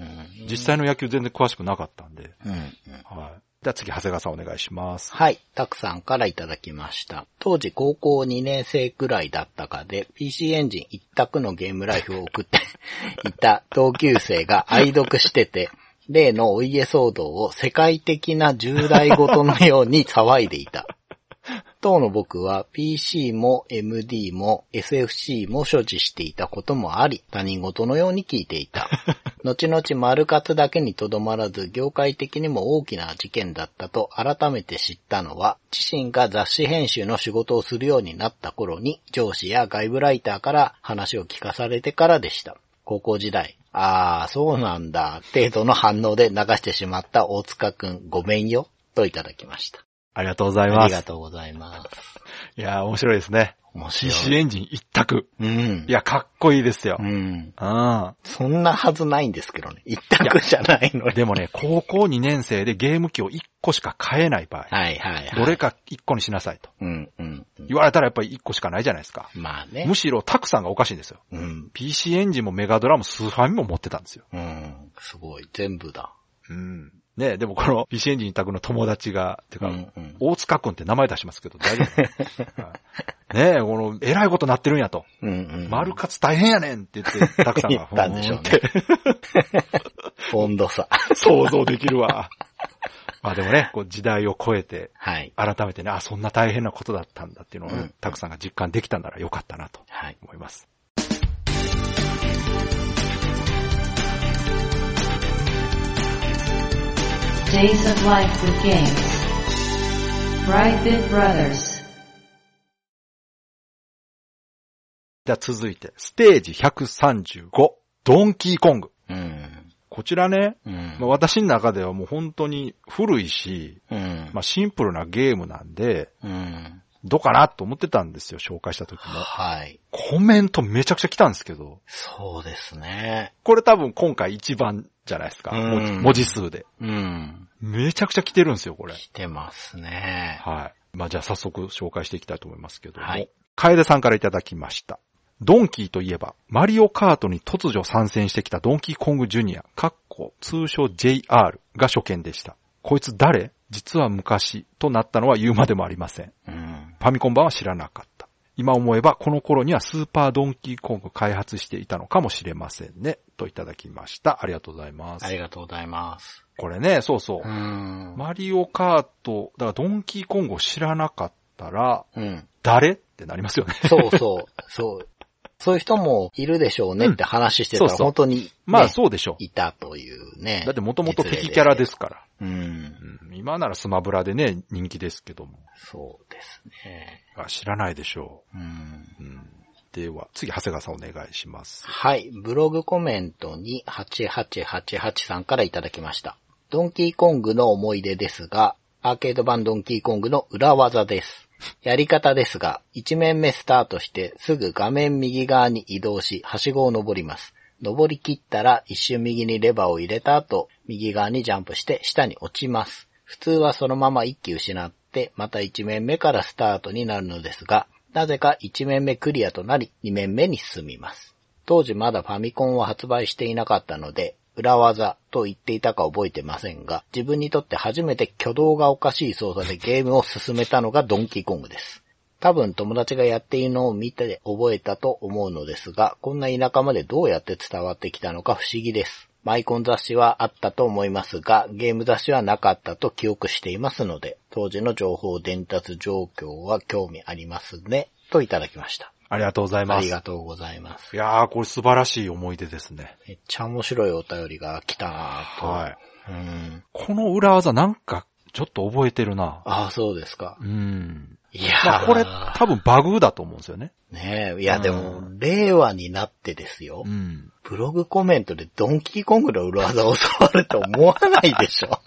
Speaker 2: 実際の野球全然詳しくなかったんで。
Speaker 3: うんうん。
Speaker 2: はい。では次、長谷川さんお願いします。
Speaker 3: はい。たくさんからいただきました。当時高校2年生くらいだったかで、PC エンジン一択のゲームライフを送って いた同級生が愛読してて、例のお家騒動を世界的な重大事のように騒いでいた。当の僕は PC も MD も SFC も所持していたこともあり、他人事のように聞いていた。後々丸活だけにとどまらず、業界的にも大きな事件だったと改めて知ったのは、自身が雑誌編集の仕事をするようになった頃に、上司や外部ライターから話を聞かされてからでした。高校時代、あー、そうなんだ、程度の反応で流してしまった大塚くん、ごめんよ、といただきました。
Speaker 2: ありがとうござい
Speaker 3: あ
Speaker 2: ま
Speaker 3: りが
Speaker 2: す。
Speaker 3: とうございます。
Speaker 2: いやー、面白いですね。
Speaker 3: 面白
Speaker 2: CC
Speaker 3: い。
Speaker 2: エンジン一択。
Speaker 3: うん。
Speaker 2: いや、かっこいいですよ
Speaker 3: う。ん。
Speaker 2: うん。
Speaker 3: そんなはずないんですけどね。一択じゃないので。
Speaker 2: でもね、高校2年生でゲーム機を1個しか買えない場合、
Speaker 3: はいはいはい。
Speaker 2: どれか1個にしなさいと。
Speaker 3: うんうんうん。
Speaker 2: 言われたらやっぱり1個しかないじゃないですか。
Speaker 3: まあね
Speaker 2: む。しろタクさんがおかしいんですよ。
Speaker 3: うん。
Speaker 2: PC エンジンもメガドラもスーファミも持ってたんですよ。
Speaker 3: うん。すごい。全部だ。
Speaker 2: うん。ねでもこの PC エンジン一択の友達が、て
Speaker 3: う
Speaker 2: か、
Speaker 3: んうん。
Speaker 2: 大塚くんって名前出しますけど、大丈 夫はいねえ、この、えらいことなってるんやと。
Speaker 3: うんうん。
Speaker 2: 丸活大変やねんって言って、たくさん
Speaker 3: 言
Speaker 2: が、
Speaker 3: ったんでしょう
Speaker 2: ふーん
Speaker 3: ね
Speaker 2: っ。
Speaker 3: 温度差。
Speaker 2: て想像できるわ。まあでもね、こう時代を超えて、
Speaker 3: はい。
Speaker 2: 改めてね、あ、そんな大変なことだったんだっていうのをね、
Speaker 3: うん
Speaker 2: たくさんが実感できたならよかったなと
Speaker 3: はい。
Speaker 2: 思います。
Speaker 1: Days of Life with Games. Brightbit Brothers.
Speaker 2: じゃあ続いて、ステージ135、ドンキーコング。
Speaker 3: うん。
Speaker 2: こちらね、
Speaker 3: うん。
Speaker 2: まあ、私の中ではもう本当に古いし、
Speaker 3: うん。
Speaker 2: まあ、シンプルなゲームなんで、
Speaker 3: うん。
Speaker 2: どうかなと思ってたんですよ、紹介した時も。
Speaker 3: はい。
Speaker 2: コメントめちゃくちゃ来たんですけど、
Speaker 3: そうですね。
Speaker 2: これ多分今回一番じゃないですか、
Speaker 3: うん
Speaker 2: 文字文字数で。
Speaker 3: うん。
Speaker 2: めちゃくちゃ来てるんですよ、これ。
Speaker 3: 来てますね。
Speaker 2: はい。まあ、じゃあ早速紹介していきたいと思いますけども。
Speaker 3: はい
Speaker 2: 楓さんからいただきました。ドンキーといえば、マリオカートに突如参戦してきたドンキーコングジュニア、かっこ通称 JR が初見でした。こいつ誰実は昔となったのは言うまでもありません。
Speaker 3: うん。
Speaker 2: ファミコン版は知らなかった。今思えばこの頃にはスーパードンキーコング開発していたのかもしれませんね。といただきました。ありがとうございます。
Speaker 3: ありがとうございます。
Speaker 2: これね、そうそう
Speaker 3: う。ん。
Speaker 2: マリオカート、だからドンキーコングを知らなかったら、
Speaker 3: うん。
Speaker 2: 誰ってなりますよね。
Speaker 3: そう そう、そう。そういう人もいるでしょうねって話してた
Speaker 2: うんそ
Speaker 3: ら、
Speaker 2: うそう
Speaker 3: 本当に、ね、
Speaker 2: まあそうでしょう。
Speaker 3: いたというね。
Speaker 2: だってもともと敵キャラですから。
Speaker 3: うん。
Speaker 2: うん今ならスマブラでね、人気ですけども。
Speaker 3: そうですね。
Speaker 2: あ知らないでしょ
Speaker 3: うん。
Speaker 2: う。うんでは、次、長谷川さんお願いします。
Speaker 3: はい。ブログコメントに8888さんからいただきました。ドンキーコングの思い出ですが、アーケード版ドンキーコングの裏技です。やり方ですが、1面目スタートしてすぐ画面右側に移動し、はしごを登ります。登り切ったら一周右にレバーを入れた後、右側にジャンプして下に落ちます。普通はそのまま一気失って、また1面目からスタートになるのですが、なぜか1面目クリアとなり、2面目に進みます。当時まだファミコンを発売していなかったので、裏技と言っていたか覚えてませんが、自分にとって初めて挙動がおかしい操作でゲームを進めたのがドンキーコングです。多分友達がやっているのを見て覚えたと思うのですが、こんな田舎までどうやって伝わってきたのか不思議です。マイコン雑誌はあったと思いますが、ゲーム雑誌はなかったと記憶していますので、当時の情報伝達状況は興味ありますね、といただきました。
Speaker 2: ありがとうござい
Speaker 3: あ
Speaker 2: ます。
Speaker 3: り
Speaker 2: い
Speaker 3: がとうございます。
Speaker 2: やー、これ素晴らしい思い出ですね。
Speaker 3: めっちゃ面白いお便りが来たなぁと。
Speaker 2: はい。
Speaker 3: うん。
Speaker 2: この裏技なんか、ちょっと覚えてるな。
Speaker 3: ああ、そうですか
Speaker 2: う。ん。
Speaker 3: いや
Speaker 2: まあ、
Speaker 3: ー
Speaker 2: これ多分バグだと思うんですよね。
Speaker 3: ねえ、いやでも、
Speaker 2: う
Speaker 3: 令和になってですよ
Speaker 2: う。ん。
Speaker 3: ブログコメントでドンキーコングの裏技を教わると思わないで しょ。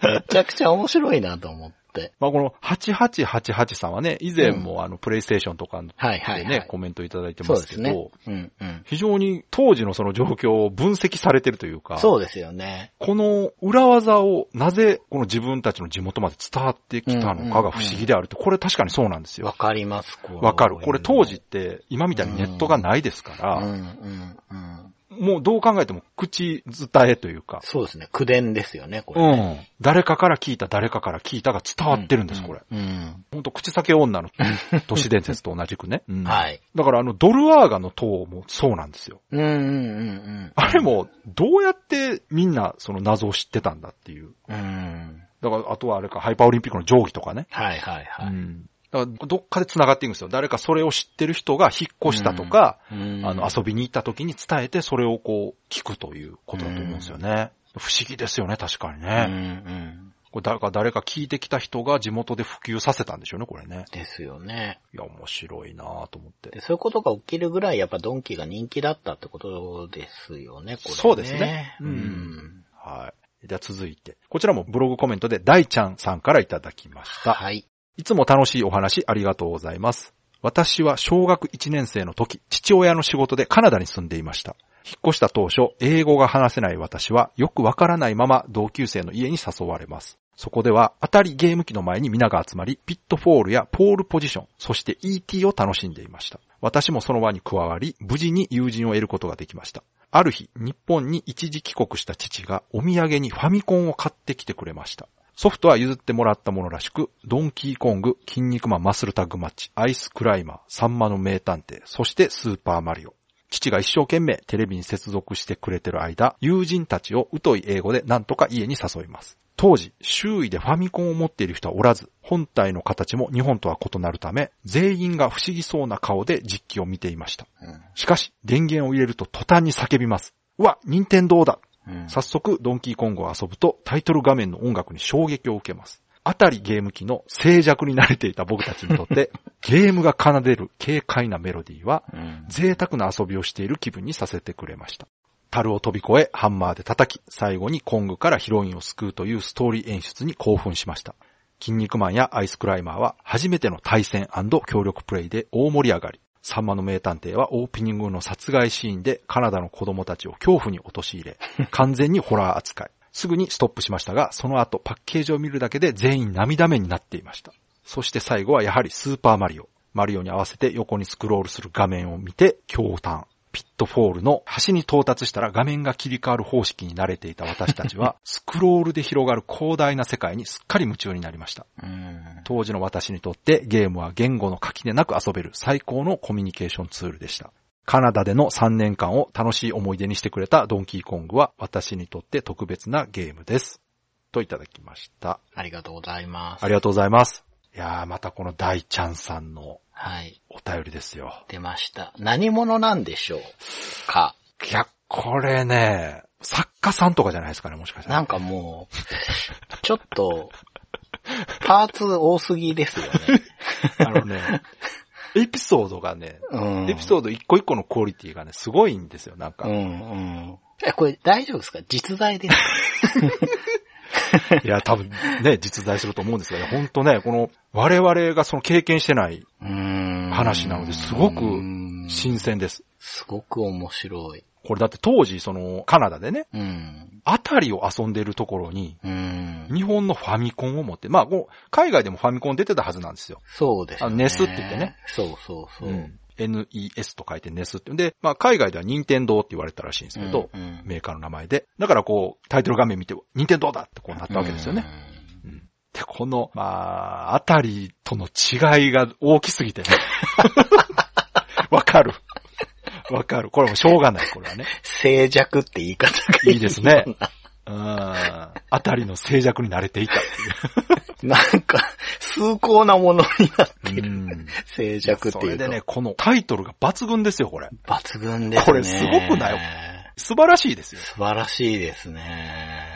Speaker 3: めちゃくちゃ面白いなと思って。
Speaker 2: まあ、この8888さんはね、以前もあの、プレイステーションとかでね、
Speaker 3: はいはいはい。
Speaker 2: コメントいただいて
Speaker 3: そ
Speaker 2: ま
Speaker 3: う
Speaker 2: す
Speaker 3: で
Speaker 2: けど、
Speaker 3: すね。うんうん。
Speaker 2: 非常に当時のその状況を分析されてるというか、
Speaker 3: そうですよね。
Speaker 2: この裏技をなぜこの自分たちの地元まで伝わってきたのかが不思議であるって、これ確かにそうなんです
Speaker 3: わ
Speaker 2: よ。
Speaker 3: かります、これ
Speaker 2: わかる。これ当時っ。て今みたいにネットがないですか
Speaker 3: うんう
Speaker 2: ら、
Speaker 3: んうん。
Speaker 2: もうどう考えても口伝えというか、
Speaker 3: そうですね。口伝ですよね、これ
Speaker 2: う
Speaker 3: ね。
Speaker 2: ん。誰かから聞いた、誰かから聞いたが伝わってるんです、これ。
Speaker 3: うん。
Speaker 2: ほんと、口先女の都市伝説と同じくね。うん
Speaker 3: はい。
Speaker 2: だから、あの、ドルアーガの塔もそうなんですよ。
Speaker 3: うんうんうん
Speaker 2: あれも、どうやってみんなその謎を知ってたんだっていう。
Speaker 3: うん。うん。
Speaker 2: だから、あとはあれか、ハイパーオリンピックの定規とかね。
Speaker 3: はいはいは
Speaker 2: う
Speaker 3: い。
Speaker 2: んだからどっかで繋がっていくんですよ。誰かそれを知ってる人が引っ越したとか、あの、遊びに行った時に伝えてそれをこう、聞くということだと思うんですよね。不思議ですよね、確かに
Speaker 3: うんう
Speaker 2: ね。
Speaker 3: ん。
Speaker 2: これ誰か、誰か聞いてきた人が地元で普及させたんでしょうね、これね。
Speaker 3: ですよね。
Speaker 2: いや、面白いなぁと思って
Speaker 3: で。そういうことが起きるぐらいやっぱドンキが人気だったってことですよね、これ、ね。
Speaker 2: そうですね
Speaker 3: う
Speaker 2: うんん。はい。では続いて、こちらもブログコメントで大ちゃんさんからいただきました。
Speaker 3: はい。
Speaker 2: いつも楽しいお話ありがとうございます。私は小学1年生の時、父親の仕事でカナダに住んでいました。引っ越した当初、英語が話せない私は、よくわからないまま同級生の家に誘われます。そこでは、当たりゲーム機の前に皆が集まり、ピットフォールやポールポジション、そして ET を楽しんでいました。私もその輪に加わり、無事に友人を得ることができました。ある日、日本に一時帰国した父がお土産にファミコンを買ってきてくれました。ソフトは譲ってもらったものらしく、ドンキーコング、筋肉マンマッスルタッグマッチ、アイスクライマー、サンマの名探偵、そしてスーパーマリオ。父が一生懸命テレビに接続してくれてる間、友人たちを疎い英語で何とか家に誘います。当時、周囲でファミコンを持っている人はおらず、本体の形も日本とは異なるため、全員が不思議そうな顔で実機を見ていました。しかし、電源を入れると途端に叫びます。うわ、任天堂だ
Speaker 3: うん
Speaker 2: 早速、ドンキーコングを遊ぶと、タイトル画面の音楽に衝撃を受けます。あたりゲーム機の静寂に慣れていた僕たちにとっ て、ゲームが奏でる軽快なメロディーは、
Speaker 3: うん
Speaker 2: 贅沢な遊びをしている気分にさせてくれました。樽を飛び越え、ハンマーで叩き、最後にコングからヒロインを救うというストーリー演出に興奮しました。筋肉マンやアイスクライマーは初めての対戦協力プレイで大盛り上がり。サンマの名探偵はオープニングの殺害シーンでカナダの子供たちを恐怖に陥れ、完全にホラー扱い。すぐにストップしましたが、その後パッケージを見るだけで全員涙目になっていました。そして最後はやはりスーパーマリオ。マリオに合わせて横にスクロールする画面を見て驚嘆。ピットフォールの端に到達したら画面が切り替わる方式に慣れていた私たちは、スクロールで広がる広大な世界にすっかり夢中になりました。
Speaker 3: うん
Speaker 2: 当時の私にとってゲームは言語の垣根なく遊べる最高のコミュニケーションツールでした。カナダでの3年間を楽しい思い出にしてくれたドンキーコングは私にとって特別なゲームです。といただきました。
Speaker 3: ありがとうございます。
Speaker 2: ありがとうございます。いやー、またこの大ちゃんさんの
Speaker 3: はい。
Speaker 2: お便りですよ。
Speaker 3: 出ました。何者なんでしょうか。
Speaker 2: いや、これね、作家さんとかじゃないですかね、もしかしたら。
Speaker 3: なんかもう、ちょっと、パーツ多すぎですよね。
Speaker 2: あのね、 エピソードがね、
Speaker 3: うん。
Speaker 2: エピソード一個一個のクオリティがね、すごいんですよ、なんか。
Speaker 3: うん、うん。え、これ大丈夫ですか実在ですか
Speaker 2: いや、多分ね、実在すると思うんですけど、本当ね、この、我々がその経験してない
Speaker 3: うん
Speaker 2: 話なのですごく
Speaker 3: うん
Speaker 2: 新鮮です。
Speaker 3: すごく面白い。
Speaker 2: これだって当時、その、カナダでね、
Speaker 3: うん。
Speaker 2: あたりを遊んでるところに、
Speaker 3: うん。
Speaker 2: 日本のファミコンを持って、まあ、こう海外でもファミコン出てたはずなんですよ。
Speaker 3: そうです
Speaker 2: あのネスって言ってね。
Speaker 3: そうそうそう。
Speaker 2: うん NES と書いて NES って。で、まあ、海外では任天堂って言われたらしいんですけど、
Speaker 3: うんうん
Speaker 2: メーカーの名前で。だからこう、タイトル画面見て、任天堂だってこうなったわけですよね。うんで、この、まあ、あたりとの違いが大きすぎて ね。わかる。わかる。これもしょうがない、これはね。
Speaker 3: 静寂って言い方が
Speaker 2: いいですね。うん。あたりの静寂に慣れていた
Speaker 3: なんか、崇高なものになって
Speaker 2: って
Speaker 3: る。
Speaker 2: いう。
Speaker 3: 静寂って
Speaker 2: そ
Speaker 3: い
Speaker 2: れ
Speaker 3: うと。
Speaker 2: でね、このタイトルが抜群ですよ、これ。
Speaker 3: 抜群ですね。
Speaker 2: これすごくない素晴らしいですよ。
Speaker 3: 素晴らしいですね。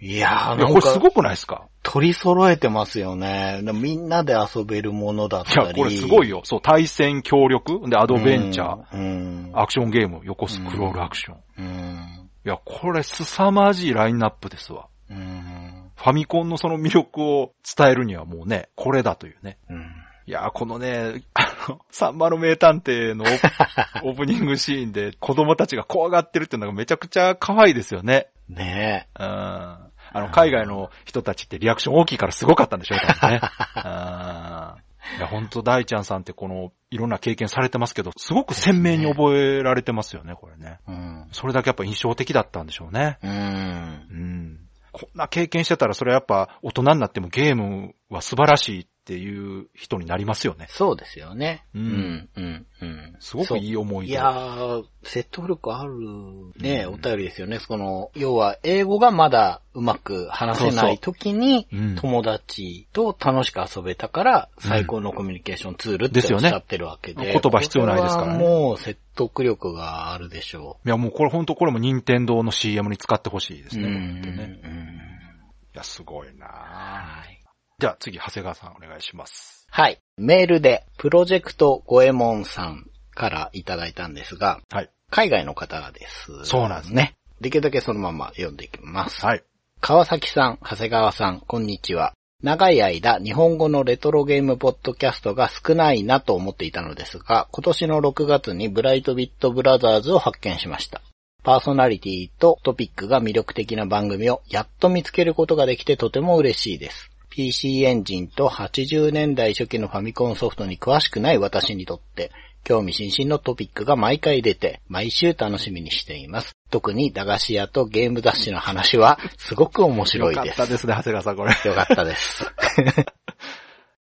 Speaker 3: いやー、
Speaker 2: いや
Speaker 3: な
Speaker 2: こ
Speaker 3: ん
Speaker 2: れす
Speaker 3: か、
Speaker 2: ごくないですか
Speaker 3: 取り揃えてますよね。でもみんなで遊べるものだっ
Speaker 2: い
Speaker 3: た
Speaker 2: や、
Speaker 3: り。
Speaker 2: これすごいよ。そう、対戦協力、で、アド
Speaker 3: うん。
Speaker 2: ベンチャー、
Speaker 3: うん。
Speaker 2: アクションゲーム、横スクロールアクション。い
Speaker 3: うん。
Speaker 2: や、これ凄まじいラインナップですわ。
Speaker 3: うん。
Speaker 2: ファミコンのその魅力を伝えるにはもうね、これだというね。
Speaker 3: うん。
Speaker 2: いやー、このね、あの、サンマの名探偵のオオープニングシーンで子供たちが怖がってるっていうのがめちゃくちゃ可愛いですよね。
Speaker 3: ね
Speaker 2: うん。あの、海外の人たちってリアクション大きいからすごかったんでしょう多 分ね。うん。いや、ほんと大ちゃんさんってこの、いろんな経験されてますけど、すごく鮮明に覚えられてますよね、これね。
Speaker 3: え。うん。
Speaker 2: それだけやっぱ印象的だったんでしょうね。
Speaker 3: うん。
Speaker 2: うん。こんな経験してたら、それはやっぱ大人になってもゲームは素晴らしいっていう人になりますよね。
Speaker 3: そうですよね。
Speaker 2: う
Speaker 3: うんん、うん、うん。
Speaker 2: すごくいい思
Speaker 3: そう
Speaker 2: い
Speaker 3: い
Speaker 2: 出。
Speaker 3: やー、説得力あるね、
Speaker 2: うん
Speaker 3: お便りですよね。その、要は、英語がまだうまく話せない時に、
Speaker 2: うん
Speaker 3: 友達と楽しく遊べたから、最高のコミュニケーションツールっ
Speaker 2: です
Speaker 3: てお
Speaker 2: よ
Speaker 3: っ
Speaker 2: ね
Speaker 3: しゃってるわけで。
Speaker 2: 言葉必要ないですからね
Speaker 3: これはもう説得力があるでしょ
Speaker 2: いや、もうこれ本当これも任天堂の CM に使ってほしいで
Speaker 3: う。
Speaker 2: すね。本当
Speaker 3: うん
Speaker 2: ね
Speaker 3: うん
Speaker 2: いや、すごいな
Speaker 3: はい。
Speaker 2: じゃあ次、長谷川さんお願いします。
Speaker 3: はい。メールで、プロジェクトゴエモンさんからいただいたんですが、
Speaker 2: はい。
Speaker 3: 海外の方です。
Speaker 2: そうなんです
Speaker 3: ね。できるだけそのまま読んでいきます。
Speaker 2: はい。
Speaker 3: 川崎さん、長谷川さん、こんにちは。長い間、日本語のレトロゲームポッドキャストが少ないなと思っていたのですが、今年の6月にブライトビットブラザーズを発見しました。パーソナリティとトピックが魅力的な番組をやっと見つけることができてとても嬉しいです。PC エンジンと80年代初期のファミコンソフトに詳しくない私にとって、興味津々のトピックが毎回出て、毎週楽しみにしています。特に駄菓子屋とゲーム雑誌の話は、すごく面白い
Speaker 2: よ
Speaker 3: で
Speaker 2: かっ
Speaker 3: す
Speaker 2: た。ですね、長谷川さんこれ。
Speaker 3: よかったです。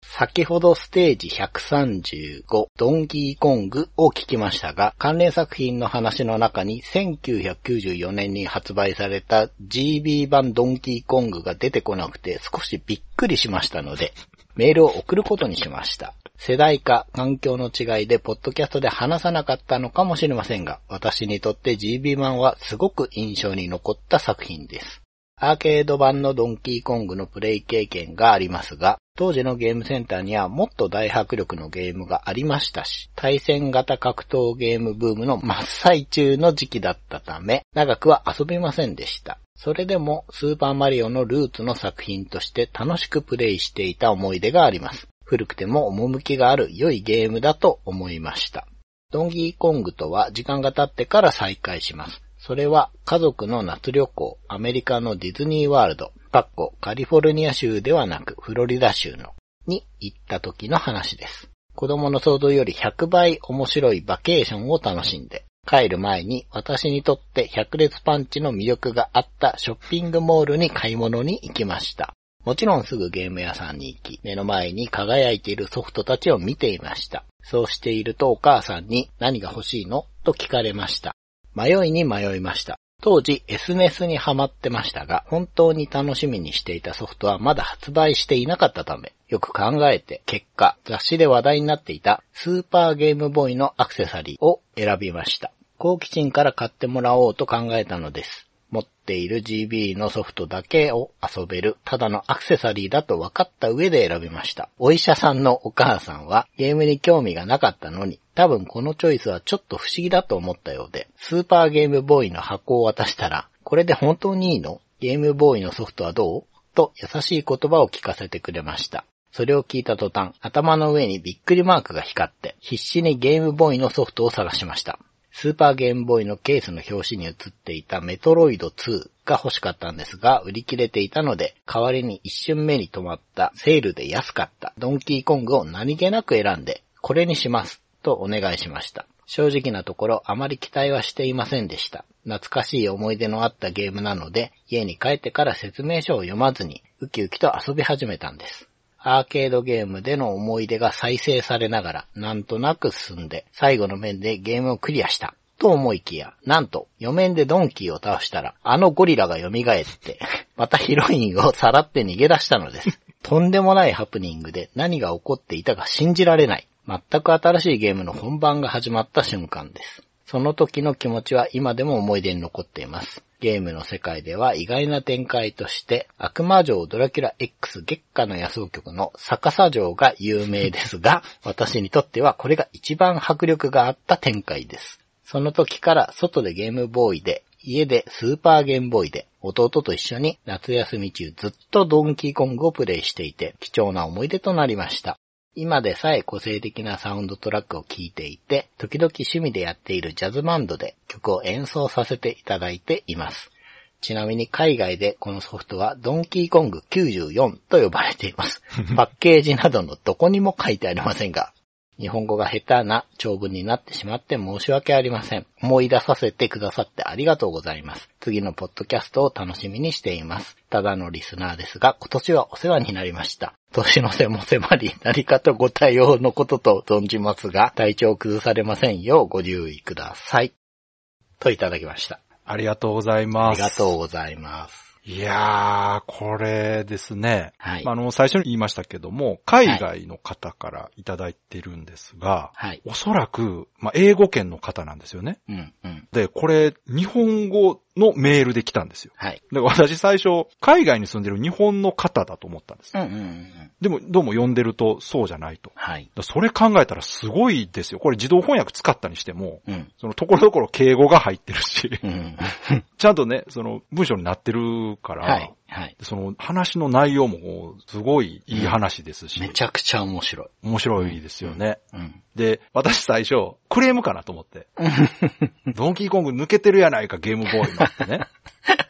Speaker 3: 先ほどステージ135ドンキーコングを聞きましたが、関連作品の話の中に1994年に発売された GB 版ドンキーコングが出てこなくて少しびっくりしましたので、メールを送ることにしました。世代か環境の違いでポッドキャストで話さなかったのかもしれませんが、私にとって GB 版はすごく印象に残った作品です。アーケード版のドンキーコングのプレイ経験がありますが、当時のゲームセンターにはもっと大迫力のゲームがありましたし、対戦型格闘ゲームブームの真っ最中の時期だったため、長くは遊びませんでした。それでも、スーパーマリオのルーツの作品として楽しくプレイしていた思い出があります。古くても趣がある良いゲームだと思いました。ドンキーコングとは時間が経ってから再開します。それは家族の夏旅行、アメリカのディズニーワールド、かっこカリフォルニア州ではなくフロリダ州の、に行った時の話です。子供の想像より100倍面白いバケーションを楽しんで、帰る前に私にとって百列パンチの魅力があったショッピングモールに買い物に行きました。もちろんすぐゲーム屋さんに行き、目の前に輝いているソフトたちを見ていました。そうしているとお母さんに何が欲しいのと聞かれました。迷いに迷いました。当時 SNS にハマってましたが、本当に楽しみにしていたソフトはまだ発売していなかったため、よく考えて、結果、雑誌で話題になっていたスーパーゲームボーイのアクセサリーを選びました。好奇心から買ってもらおうと考えたのです。持っている GB のソフトだけを遊べる、ただのアクセサリーだと分かった上で選びました。お医者さんのお母さんはゲームに興味がなかったのに、多分このチョイスはちょっと不思議だと思ったようで、スーパーゲームボーイの箱を渡したら、これで本当にいいのゲームボーイのソフトはどうと優しい言葉を聞かせてくれました。それを聞いた途端、頭の上にびっくりマークが光って、必死にゲームボーイのソフトを探しました。スーパーゲームボーイのケースの表紙に写っていたメトロイド2が欲しかったんですが、売り切れていたので、代わりに一瞬目に止まったセールで安かったドンキーコングを何気なく選んで、これにしますとお願いしました。正直なところあまり期待はしていませんでした。懐かしい思い出のあったゲームなので、家に帰ってから説明書を読まずに、ウキウキと遊び始めたんです。アーケードゲームでの思い出が再生されながら、なんとなく進んで、最後の面でゲームをクリアした。と思いきや、なんと、余面でドンキーを倒したら、あのゴリラが蘇って、 またヒロインをさらって逃げ出したのです。とんでもないハプニングで何が起こっていたか信じられない。全く新しいゲームの本番が始まった瞬間です。その時の気持ちは今でも思い出に残っています。ゲームの世界では意外な展開として、悪魔城ドラキュラ X 月下の野草局の逆さ城が有名ですが、 私にとってはこれが一番迫力があった展開です。その時から外でゲームボーイで、家でスーパーゲームボーイで、弟と一緒に夏休み中ずっとドンキーコングをプレイしていて、貴重な思い出となりました。今でさえ個性的なサウンドトラックを聴いていて、時々趣味でやっているジャズバンドで曲を演奏させていただいています。ちなみに海外でこのソフトはドンキーコング94と呼ばれています。パッケージなどのどこにも書いてありませんが、日本語が下手な長文になってしまって申し訳ありません。思い出させてくださってありがとうございます。次のポッドキャストを楽しみにしています。ただのリスナーですが、今年はお世話になりました。年の瀬も迫り、何かとご対応のことと存じますが、体調を崩されませんようご留意ください。といただきました。
Speaker 2: ありがとうござい
Speaker 3: あ
Speaker 2: ま
Speaker 3: り
Speaker 2: す。
Speaker 3: がとうございます。
Speaker 2: いやー、これですね。
Speaker 3: はい
Speaker 2: まああの、最初に言いましたけども、海外の方からいただいてるんですが、
Speaker 3: はい。
Speaker 2: おそらく、まあ、英語圏の方なんですよね。
Speaker 3: うん、うん。
Speaker 2: で、これ、日本語のメールで来たんですよ。
Speaker 3: はい。
Speaker 2: で、私最初、海外に住んでる日本の方だと思ったんです
Speaker 3: う。ん、うん、うん。
Speaker 2: でも、どうも呼んでると、そうじゃないと。
Speaker 3: はい。
Speaker 2: だそれ考えたらすごいですよ。これ自動翻訳使ったにしても、
Speaker 3: うん。
Speaker 2: そのところどころ敬語が入ってるし、
Speaker 3: うん。
Speaker 2: ちゃんとね、その文章になってるから、
Speaker 3: はい。はい。
Speaker 2: その話の内容もすごいいい話ですし、
Speaker 3: めちゃくちゃ面白い。
Speaker 2: 面白いですよね。
Speaker 3: うん。
Speaker 2: で、私最初、クレームかなと思 って。ドンキーコング抜けてるやないか、ゲームボーイのってね。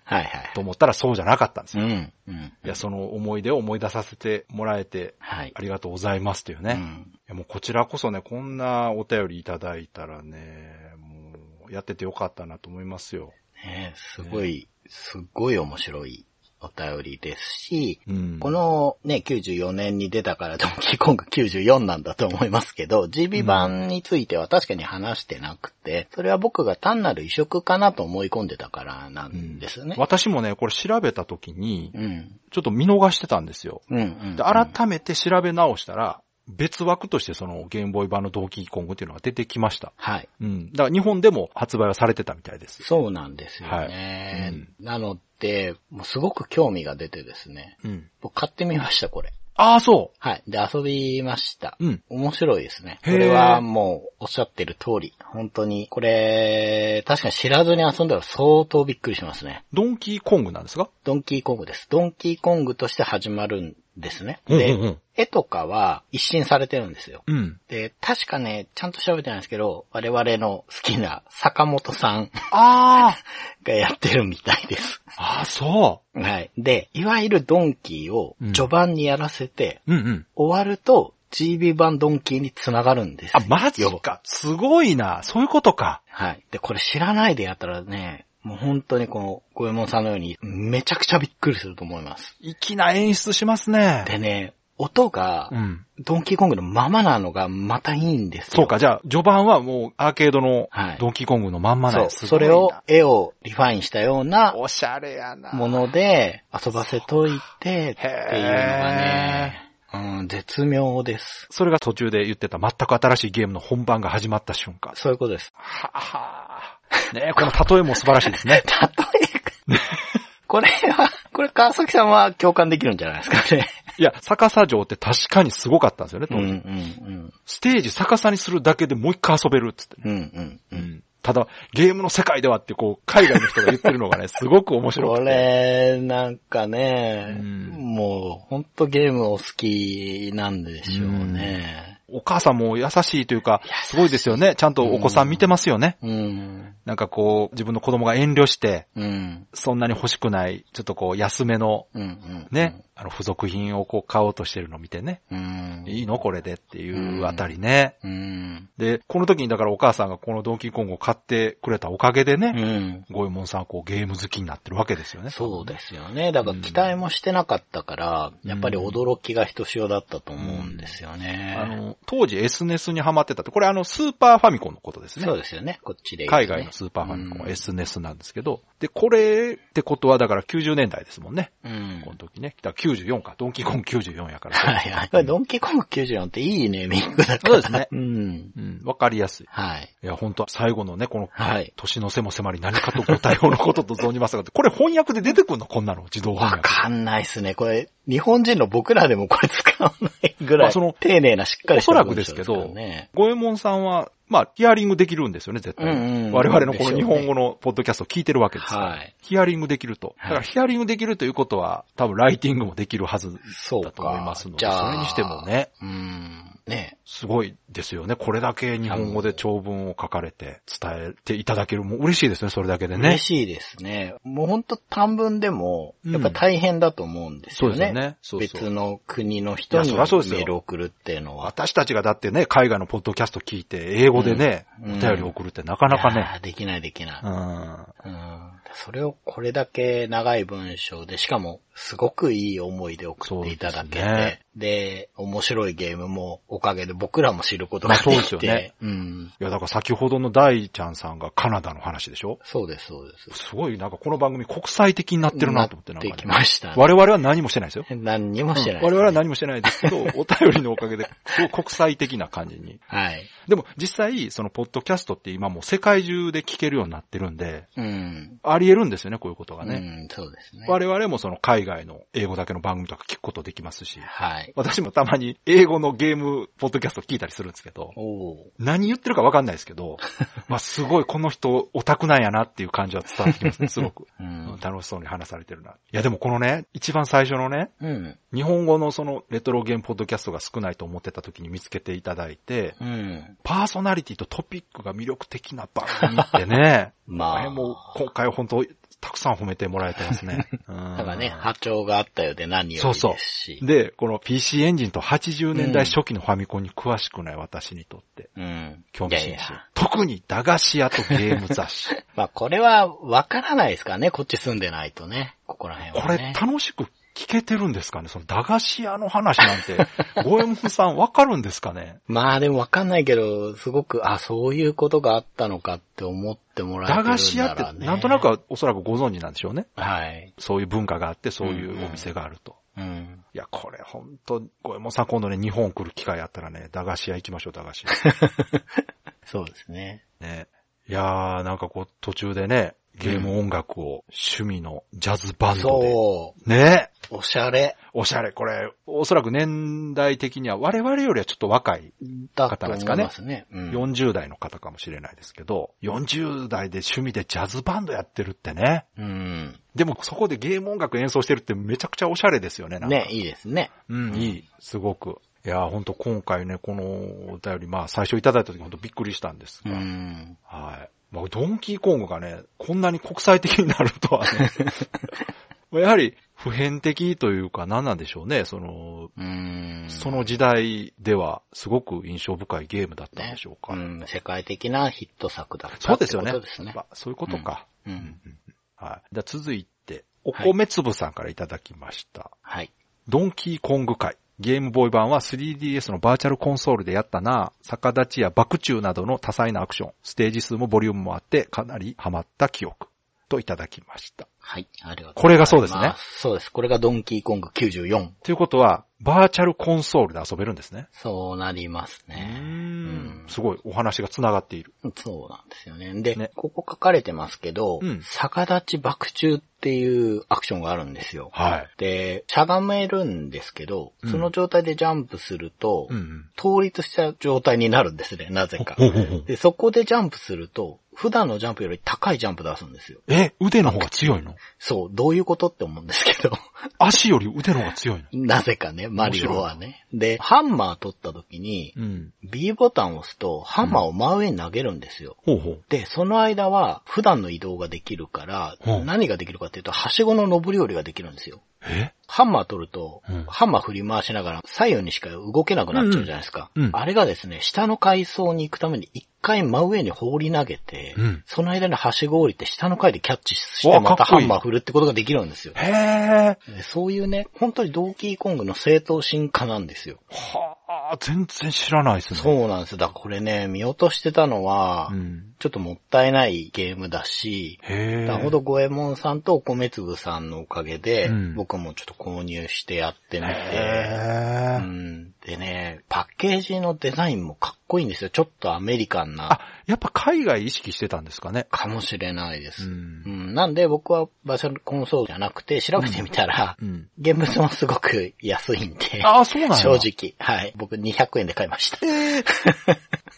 Speaker 3: はいはい。
Speaker 2: と思ったらそうじゃなかったんです
Speaker 3: う
Speaker 2: よ。
Speaker 3: ん。うん。
Speaker 2: いや、その思い出を思い出させてもらえて、
Speaker 3: はい
Speaker 2: あ。りがとうございますというね。
Speaker 3: う
Speaker 2: い
Speaker 3: ん
Speaker 2: やもうこちらこそね、こんなお便りいただいたらね、もうやっててよかったなと思いますよ。
Speaker 3: ねえすごい、すごい面白いお便りですし、
Speaker 2: うん。
Speaker 3: このね、94年に出たからドンキーコング94なんだと思いますけど、GB 版については確かに話してなくて、それは僕が単なる移植かなと思い込んでたからなんですよね。
Speaker 2: 私もね、これ調べた時に
Speaker 3: う、ん。
Speaker 2: ちょっと見逃してたんですよ。
Speaker 3: うん。うん。
Speaker 2: で、改めて調べ直したら、別枠としてそのゲームボーイ版のドンキーコングっていうのが出てきました。
Speaker 3: はい。
Speaker 2: うん。だから日本でも発売はされてたみたいです。
Speaker 3: そうなんですよね。
Speaker 2: はいうん
Speaker 3: なので、もうすごく興味が出てですね。
Speaker 2: うん。
Speaker 3: 僕買ってみました、これ。
Speaker 2: ああ、そ
Speaker 3: はい。で、遊びました。
Speaker 2: う。うん。
Speaker 3: 面白いですね。
Speaker 2: へ
Speaker 3: こ
Speaker 2: ー
Speaker 3: れはもうおっしゃってる通り。本当に、これ、確かに知らずに遊んだら相当びっくりしますね。
Speaker 2: ドンキーコングなんですか
Speaker 3: ドンキーコングです。ドンキーコングとして始まるんですね。
Speaker 2: うん
Speaker 3: で、
Speaker 2: うんうん
Speaker 3: 絵とかは一新されてるんですよ。
Speaker 2: うん。
Speaker 3: で、確かね、ちゃんと調べてないんですけど、我々の好きな坂本さん
Speaker 2: あ
Speaker 3: がやってるみたいです。
Speaker 2: あああ、そ
Speaker 3: はい。で、いわゆるドンキーを序盤にやらせて、
Speaker 2: う。うんうん。
Speaker 3: 終わると GB 版ドンキーに繋がるんです。
Speaker 2: あ、マジ
Speaker 3: よ
Speaker 2: か。すごいな。そういうことか。
Speaker 3: はい。で、これ知らないでやったらね、もう本当にこの、ゴエモンさんのように、めちゃくちゃびっくりすると思います。
Speaker 2: 粋な演出しますね。
Speaker 3: でね、音が
Speaker 2: う、ん。
Speaker 3: ドンキーコングのままなのがまたいいんですよ。
Speaker 2: そうか、じゃあ、序盤はもうアーケードの
Speaker 3: はい
Speaker 2: ドンキーコングのまんまなんで
Speaker 3: そう。
Speaker 2: す。
Speaker 3: それを、絵をリファインしたような
Speaker 2: おしゃれやな。
Speaker 3: もので遊ばせといてっていうのがね、うん、絶妙です。
Speaker 2: それが途中で言ってた全く新しいゲームの本番が始まった瞬間。
Speaker 3: そういうことです。。
Speaker 2: はあはあ。ねえ、この例えも素晴らしいです ね
Speaker 3: 例えが これは、これ川崎さんは共感できるんじゃないですかね。
Speaker 2: いや、逆さ城って確かにすごかったんですよね、
Speaker 3: う
Speaker 2: 当
Speaker 3: んう
Speaker 2: 時
Speaker 3: んうん。
Speaker 2: ステージ逆さにするだけでもう一回遊べるっつってね。
Speaker 3: うんうんうん。
Speaker 2: ただ、ゲームの世界ではってこう、海外の人が言ってるの がね、すごく面白
Speaker 3: こ
Speaker 2: くて。
Speaker 3: れ、なんかね、
Speaker 2: うん
Speaker 3: もう、ほんとゲームお好きなんでしょうね。
Speaker 2: お母さんも優しいというか、すごいですよね。ちゃんとお子さん見てますよね。
Speaker 3: うん。
Speaker 2: なんかこう、自分の子供が遠慮して、
Speaker 3: うん。
Speaker 2: そんなに欲しくない、ちょっとこう、安めの、
Speaker 3: うん。うん。
Speaker 2: ね、あの、付属品をこう、買おうとしてるの見てね、
Speaker 3: うん。
Speaker 2: いいのこれでっていうあたりね。
Speaker 3: うん。
Speaker 2: で、この時にだからお母さんがこのドンキーコングを買ってくれたおかげで
Speaker 3: う
Speaker 2: ね、
Speaker 3: ん。
Speaker 2: ゴエモンさんはこうゲーム好きになってるわけですよね。
Speaker 3: そうですよね。だから期待もしてなかったから、やっぱり驚きがひとしおだったと思うんですよね。
Speaker 2: あの、当時 SNES にハマってたって、これあの、スーパーファミコンのことですね。
Speaker 3: そうですよね、こっちで言うとね、
Speaker 2: 海外のスーパーファミコンは
Speaker 3: うん
Speaker 2: SNES なんですけど、で、これってことはだから90年代ですもんね。
Speaker 3: うん
Speaker 2: この時ね。だから94か。ドンキーコング94やから。
Speaker 3: はいはい。 これドンキーコング94っていいネーミングだから。
Speaker 2: そうですね
Speaker 3: うん。
Speaker 2: うん、わかりやすい。
Speaker 3: はい。
Speaker 2: いや、本当は最後のね、この、
Speaker 3: はい。
Speaker 2: 年の瀬も迫り何かとご対応のことと存じますが、これ翻訳で出てくんのこんなの自動
Speaker 3: わ
Speaker 2: 翻訳。
Speaker 3: かんないっすね。これ、日本人の僕らでもこれ使わないぐ
Speaker 2: ま
Speaker 3: ら
Speaker 2: あ
Speaker 3: い、
Speaker 2: その
Speaker 3: 丁寧なしっかりした
Speaker 2: おそらくですけど
Speaker 3: 文章ね
Speaker 2: ゴエモンさんは、まあ、ヒアリングできるんですよね、絶対。
Speaker 3: うんうん
Speaker 2: 我々のこ
Speaker 3: でしょう
Speaker 2: の
Speaker 3: ね
Speaker 2: 日本語のポッドキャストを聞いてるわけですから。
Speaker 3: はい
Speaker 2: ヒアリングできると。だ
Speaker 3: はい
Speaker 2: からヒアリングできるということは、多分ライティングもできるはず
Speaker 3: そう
Speaker 2: だと思い
Speaker 3: か
Speaker 2: ます。ので、
Speaker 3: じゃあ、
Speaker 2: それにしてもね。
Speaker 3: うーん。ね
Speaker 2: すごいですよね。これだけ日本語で長文を書かれて伝えていただける。もう嬉しいですね、それだけでね
Speaker 3: 嬉。しいですね。もう本当短文でも、
Speaker 2: うん
Speaker 3: やっぱ大変だと思うんですよね。
Speaker 2: そうですよねそうそう
Speaker 3: 別の国の人
Speaker 2: い
Speaker 3: に
Speaker 2: やそ
Speaker 3: メ
Speaker 2: りゃそうですよ
Speaker 3: ールを送るっていうのは。
Speaker 2: 私たちがだってね、海外のポッドキャスト聞いて、英語でね、
Speaker 3: うん
Speaker 2: お便り送るってなかなかね。
Speaker 3: あーできないできな
Speaker 2: う
Speaker 3: い、
Speaker 2: ん。
Speaker 3: うん。それをこれだけ長い文章で、しかもすごくいい思いで送っていただけて、
Speaker 2: そうです
Speaker 3: で
Speaker 2: ね
Speaker 3: 面白いゲームもおかげで僕らも知ることができて、
Speaker 2: まあそうですよね
Speaker 3: うん。
Speaker 2: いや、だから先ほどの大ちゃんさんがカナダの話でしょ
Speaker 3: そうです、そうです。
Speaker 2: すごい、なんかこの番組国際的になってるなと思って、なんか
Speaker 3: な
Speaker 2: ね、
Speaker 3: ってきましたね、
Speaker 2: 我々は何もしてないですよ。
Speaker 3: 何にもしてない、
Speaker 2: 我々は何もしてないですけ ど、お便りのおかげで、すごい国際的な感じに。
Speaker 3: はい。
Speaker 2: でも実際、そのポッドキャストって今もう世界中で聞けるようになってるんで、
Speaker 3: うん。
Speaker 2: あり得るんですよね、こういうことがね。
Speaker 3: うん、そうですね。
Speaker 2: 我々もその海外の英語だけの番組とか聞くことできますし、
Speaker 3: はい。
Speaker 2: 私もたまに英語のゲーム、ポッドキャスト聞いたりするんですけど、
Speaker 3: おお
Speaker 2: 何言ってるかわかんないですけ ど、まあすごいこの人オタクなんやなっていう感じは伝わってきますね、すごく。う
Speaker 3: う
Speaker 2: ん
Speaker 3: ん。
Speaker 2: 楽しそうに話されてるな。いやでもこのね、一番最初のね、
Speaker 3: うん。
Speaker 2: 日本語のそのレトロゲームポッドキャストが少ないと思ってた時に見つけていただいて、
Speaker 3: うん。
Speaker 2: パーソナリティとトピックが魅力的な番組ってね、こ
Speaker 3: ま
Speaker 2: れ
Speaker 3: あ、
Speaker 2: も今回本当たくさん褒めてもらえてます ね。うん
Speaker 3: なんかね、波長があったようで何より
Speaker 2: そう
Speaker 3: で
Speaker 2: そう
Speaker 3: すし。
Speaker 2: で、この PC エンジンと80年代初期のファミコンに詳しくない私にとって、
Speaker 3: うん。
Speaker 2: 興味津
Speaker 3: いやい
Speaker 2: 々
Speaker 3: や。
Speaker 2: 特に駄菓子屋とゲーム雑 誌。
Speaker 3: まあ、これはわからないですからね、こっち住んでないとね。ここら辺
Speaker 2: こ
Speaker 3: は
Speaker 2: れ
Speaker 3: ね。
Speaker 2: 楽しく聞けてるんですかねその駄菓子屋の話なんて、ゴエモンさんわかるんですか ね
Speaker 3: まあでもわかんないけど、すごく、あ、そういうことがあったのかって思ってもらえて
Speaker 2: 駄
Speaker 3: るんだら、
Speaker 2: 菓
Speaker 3: ね。
Speaker 2: 子屋ってなんとなく。はおそらくご存知なんでしょうね。
Speaker 3: はい。
Speaker 2: そういう文化があって、そういうお店があると。
Speaker 3: うん。
Speaker 2: いや、これほんと、ゴエモンさん今度ね、日本来る機会あったらね、駄菓子屋行きましょう、駄菓子
Speaker 3: そうですね。
Speaker 2: 屋。ね。いやー、なんかこう、途中でね、ゲーム音楽を趣味のジャズバンドで。
Speaker 3: そ
Speaker 2: ね
Speaker 3: う。おしゃれ
Speaker 2: おしゃれ、これ、おそらく年代的には我々よりはちょっと若い
Speaker 3: だと思いますね。うん。
Speaker 2: 40代の方かもしれないですけど、40代で趣味でジャズバンドやってるってね。
Speaker 3: うん。
Speaker 2: でもそこでゲーム音楽演奏してるってめちゃくちゃおしゃれですよね、なんか
Speaker 3: ね、いいですね。
Speaker 2: うん、いい。すごく。いやー、ほんと今回ね、このお便り、まあ最初いただいた時ほんとびっくりしたんです
Speaker 3: う
Speaker 2: が、
Speaker 3: ん。
Speaker 2: はい。まあドンキーコングがね、こんなに国際的になるとは ね。やはり普遍的というか何なんでしょうね。その、
Speaker 3: うん。
Speaker 2: その時代ではすごく印象深いゲームだったんでしょうか。
Speaker 3: うん、世界的なヒット作だった
Speaker 2: そう
Speaker 3: って
Speaker 2: ですよ
Speaker 3: こ
Speaker 2: ね。
Speaker 3: とですね。
Speaker 2: まあそういうことか。
Speaker 3: うん。
Speaker 2: はい。じゃあ続いて、お米粒さんからいただきました。
Speaker 3: はい。
Speaker 2: ドンキーコング会。ゲームボーイ版は 3DS のバーチャルコンソールでやったな、逆立ちや爆中などの多彩なアクション、ステージ数もボリュームもあって、かなりハマった記憶。といただきました。
Speaker 3: はい。ありがとうございます。
Speaker 2: これがそうですね
Speaker 3: そうです。これがドンキーコング94。
Speaker 2: ということは、バーチャルコンソールで遊べるんですね。
Speaker 3: そうなります
Speaker 2: う
Speaker 3: ね。
Speaker 2: んすごい、お話が繋がっている。
Speaker 3: そうなんですよね。で、
Speaker 2: ね
Speaker 3: ここ書かれてますけど、
Speaker 2: うん
Speaker 3: 逆立ち爆中っていうアクションがあるんですよ。
Speaker 2: はい。
Speaker 3: で、しゃがめるんですけど、
Speaker 2: うん
Speaker 3: その状態でジャンプすると、
Speaker 2: うんうん。
Speaker 3: 倒立した状態になるんですね、なぜか。
Speaker 2: ほうほうほう
Speaker 3: で、そこでジャンプすると、普段のジャンプより高いジャンプ出すんですよ。
Speaker 2: え、腕の方が強いの
Speaker 3: そう、どういうことって思うんですけど。
Speaker 2: 足より腕の方が強いの
Speaker 3: なぜかね、マリオはね。で、ハンマー取った時に
Speaker 2: う、ん。
Speaker 3: B ボタンを押すと、ハンマーを真上に投げるんですよ。
Speaker 2: ほうほう。
Speaker 3: で、その間は、普段の移動ができるから、
Speaker 2: うん
Speaker 3: 何ができるかっていうと、はしごの上り下りができるんですよ。
Speaker 2: え
Speaker 3: ハンマー取ると、
Speaker 2: うん
Speaker 3: ハンマー振り回しながら、左右にしか動けなくなっちゃうじゃないですか。
Speaker 2: うんうん
Speaker 3: あれがですね、下の階層に行くために、一回真上に放り投げて、
Speaker 2: うん
Speaker 3: その間にはしご降りて、下の階でキャッチして、
Speaker 2: うわか
Speaker 3: また
Speaker 2: っこ
Speaker 3: ハ
Speaker 2: いい
Speaker 3: ンマー振るってことができるんですよ。
Speaker 2: へえ。
Speaker 3: でそういうね、本当にドンキーコングの正当進化なんですよ。
Speaker 2: はあ、全然知らないですね。
Speaker 3: そうなんですよ。だからこれね、見落としてたのは、
Speaker 2: ん。
Speaker 3: ちょっともったいないゲームだし、
Speaker 2: へえ。
Speaker 3: なるほど、五右衛門さんとお米粒さんのおかげで、
Speaker 2: うん
Speaker 3: 僕もちょっと購入してやってみて、う
Speaker 2: へー
Speaker 3: ん、でね、パッケージのデザインもかっこいいんですよ。ちょっとアメリカン
Speaker 2: あ
Speaker 3: な、
Speaker 2: やっぱ海外意識してたんですかね。
Speaker 3: かもしれないです。
Speaker 2: ん
Speaker 3: う。ん、なんで僕はバーチャルコンソールじゃなくて調べてみたら、
Speaker 2: うん。
Speaker 3: 現物もすごく安いんで、
Speaker 2: ああ、そうなんだ。
Speaker 3: 正。直、はい。僕200円で買いました。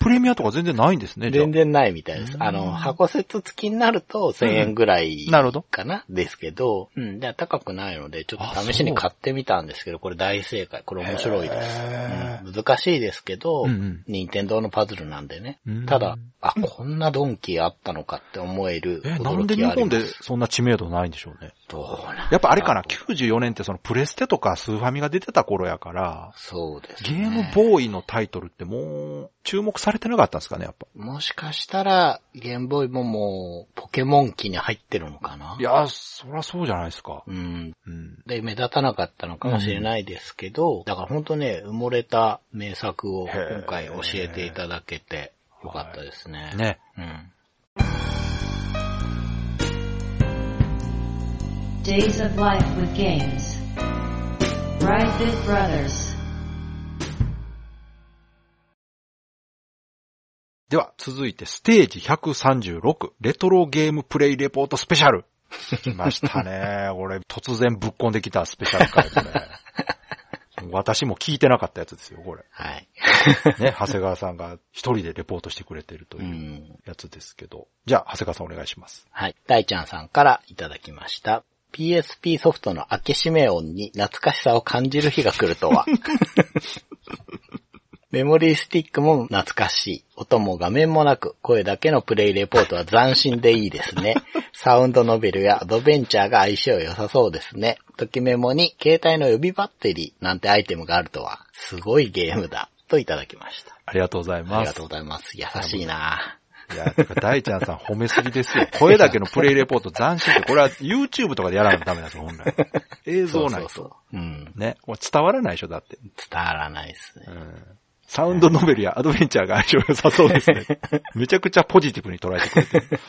Speaker 2: プレミアとか全然ないんですね、じゃあ
Speaker 3: 全然ないみたいです
Speaker 2: う。ん
Speaker 3: あの、箱説付きになると1000円ぐらい
Speaker 2: うんなるほど
Speaker 3: かなですけど、うん、で高くないので、ちょっ
Speaker 2: あ
Speaker 3: と試しに買ってみたんですけど、これ大正解。これ面白いです。
Speaker 2: へ
Speaker 3: うん難しいですけど
Speaker 2: うんうん、
Speaker 3: 任天堂のパズルなんでね
Speaker 2: うん。
Speaker 3: ただ、あ、こんなドンキーあったのかって思える
Speaker 2: ーえ、なん
Speaker 3: 驚
Speaker 2: で
Speaker 3: き
Speaker 2: 日
Speaker 3: があり
Speaker 2: 本
Speaker 3: ま。
Speaker 2: ですそんな知名度ないんでしょうね。
Speaker 3: どうなん
Speaker 2: やっぱあれかな、94年ってそのプレステとかスーファミが出てた頃やから、
Speaker 3: そうです
Speaker 2: ゲ
Speaker 3: ね。
Speaker 2: ームボーイのタイトルってもう注目されてなかったんですかね、やっぱ。、
Speaker 3: もしかしたら、ゲームボーイももう、ポケモン機に入ってるのかない
Speaker 2: やー、そらそうじゃないですか。
Speaker 3: うん。
Speaker 2: うん。
Speaker 3: で、目立たなかったのかもしれないですけど、だから本当ね、埋もれた名作を
Speaker 2: へー
Speaker 3: 今回教えていただけて、よかったですね。。
Speaker 2: ね。
Speaker 3: うん。
Speaker 1: Days of Life with Games. Right Bit Brothers.
Speaker 2: では、続いてステージ136、レトロゲームプレイレポートスペシャル。来ました ね。俺、突然ぶっこんできたスペシャル回、これ。私も聞いてなかったやつですよ、これ。
Speaker 3: はい。
Speaker 2: ね、 長谷川さんが一人でレポートしてくれてると
Speaker 3: う。
Speaker 2: いうんやつですけど。じゃあ、長谷川さんお願いします。
Speaker 3: はい。大ちゃんさんからいただきました。PSP ソフトの開け閉め音に懐かしさを感じる日が来るとは。メモリースティックも懐かしい。音も画面もなく、声だけのプレイレポートは斬新でいいですね。サウンドノベルやアドベンチャーが相性良さそうですね。ときメモに携帯の予備バッテリーなんてアイテムがあるとは、すごいゲームだ。といただきました。
Speaker 2: ありがとうござい
Speaker 3: あ
Speaker 2: ま
Speaker 3: りが
Speaker 2: す
Speaker 3: とう。ございます。優しいない
Speaker 2: や、てか大ちゃんさん褒めすぎですよ。声だけのプレイレポート斬新って、これは YouTube とかでやらないとダメなんですよ、 本来。映像ないと。
Speaker 3: そうそうそう。うん。
Speaker 2: ね。これ伝わらないでしょ、だって。
Speaker 3: 伝わらないですね
Speaker 2: う。ん。サウンドノベルやアドベンチャーが相性良さそうです ね。めちゃくちゃポジティブに捉えてくれてる。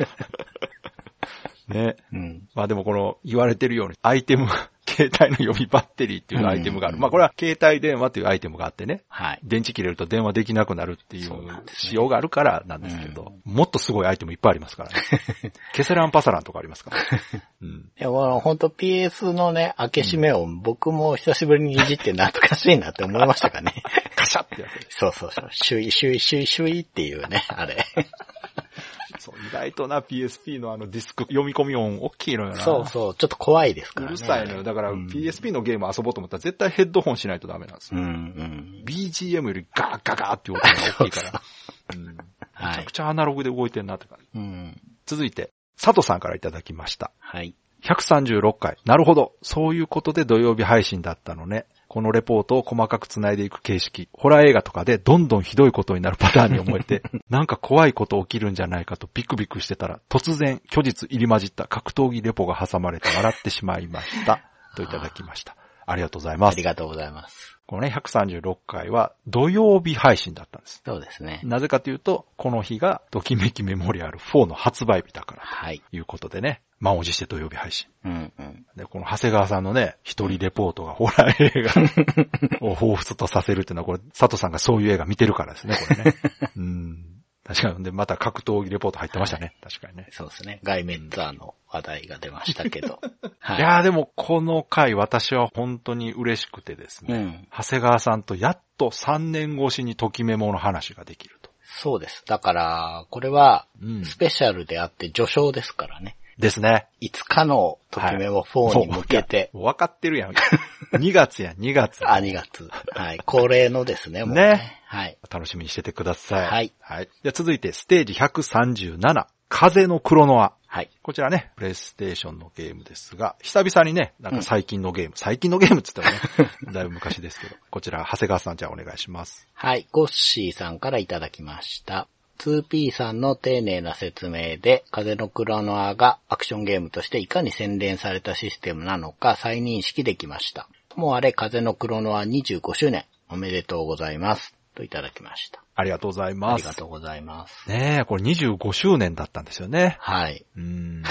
Speaker 2: ね。
Speaker 3: うん。
Speaker 2: まあでもこの言われてるようにアイテム、携帯の予備バッテリーっていうアイテムがある。まあこれは携帯電話というアイテムがあってね。
Speaker 3: はい。
Speaker 2: 電池切れると電話できなくなるっていう
Speaker 3: そうなんですね
Speaker 2: 仕様があるからなんですけど、もっとすごいアイテムいっぱいありますからね。 ケセランパサランとかありますから、ね。うん。
Speaker 3: いや、この本当 PS のね、開け閉め音、僕も久しぶりにいじって懐かしいなって思いました かね。
Speaker 2: カシャってやつ。
Speaker 3: そうそうそう。シュイシュイシュイシュイっていうね、あれ。
Speaker 2: そう、意外とな PSP のあのディスク読み込み音大きいのよな。
Speaker 3: そうそう。ちょっと怖いです
Speaker 2: う
Speaker 3: からね。
Speaker 2: るさいのよ。だから PSP のゲーム遊ぼうと思ったら絶対ヘッドホンしないとダメなんです
Speaker 3: うん
Speaker 2: よ。
Speaker 3: うん。
Speaker 2: BGM よりガーガガーっていう音が大きいから。うん。めち
Speaker 3: は
Speaker 2: ゃ
Speaker 3: い
Speaker 2: く。ちゃアナログで動いてるなって感じ。
Speaker 3: うん。
Speaker 2: 続いて、佐藤さんからいただきました。
Speaker 3: はい。
Speaker 2: 136回。なるほど。そういうことで土曜日配信だったのね。このレポートを細かく繋いでいく形式。ホラー映画とかでどんどんひどいことになるパターンに思えて、なんか怖いこと起きるんじゃないかとビクビクしてたら、突然、虚実入り混じった格闘技レポが挟まれて笑ってしまいました。といただきました。ありがとうございま
Speaker 3: あ
Speaker 2: す
Speaker 3: り。がとうございます。
Speaker 2: このね、136回は土曜日配信だったんです。
Speaker 3: そうですね。
Speaker 2: なぜかというと、この日がドキメキメモリアル4の発売日だから
Speaker 3: はい。
Speaker 2: ということでね、満を持して土曜日配信。
Speaker 3: うんうん。
Speaker 2: で、この長谷川さんのね、一人レポートがホラー映画を彷彿とさせるっていうのは、これ、佐藤さんがそういう映画見てるからですね、こ れね。うん。確かに、で、また格闘技レポート入ってましたね、確かにね。
Speaker 3: そうですね。ガイメンザーの話題が出ましたけ ど。はい
Speaker 2: い、やーでも、この回、私は本当に嬉しくてです
Speaker 3: う
Speaker 2: ね、
Speaker 3: ん。
Speaker 2: 長谷川さんとやっと3年越しにときメモの話ができると。
Speaker 3: そうです。だから、これは、
Speaker 2: うん
Speaker 3: スペシャルであって序章ですからね。
Speaker 2: ですね。
Speaker 3: いつかのときめも4に向けて、
Speaker 2: もう分かってるやん。2月やん、2月。
Speaker 3: あ、2月。はい。恒例のですね、もう
Speaker 2: ね
Speaker 3: はい。
Speaker 2: 楽しみにしててください。
Speaker 3: はい。
Speaker 2: はい。じゃあ続いて、ステージ137、風のクロノア。
Speaker 3: はい。
Speaker 2: こちらね、プレイステーションのゲームですが、久々にね、なんか最近のゲーム、最近のゲームって言ったらね、だい ぶ昔ですけど、こちら、長谷川さんじゃあお願いします。
Speaker 3: はい。ゴッシーさんからいただきました。2P さんの丁寧な説明で、風のクロノアがアクションゲームとしていかに洗練されたシステムなのか再認識できました。ともあれ、風のクロノア25周年、おめでとうございます。といただきました。
Speaker 2: ありがとうござい
Speaker 3: あ
Speaker 2: ま
Speaker 3: り
Speaker 2: す。
Speaker 3: がとうございます。
Speaker 2: ねえ、これ25周年だったんですよね。
Speaker 3: はい。
Speaker 2: うーん、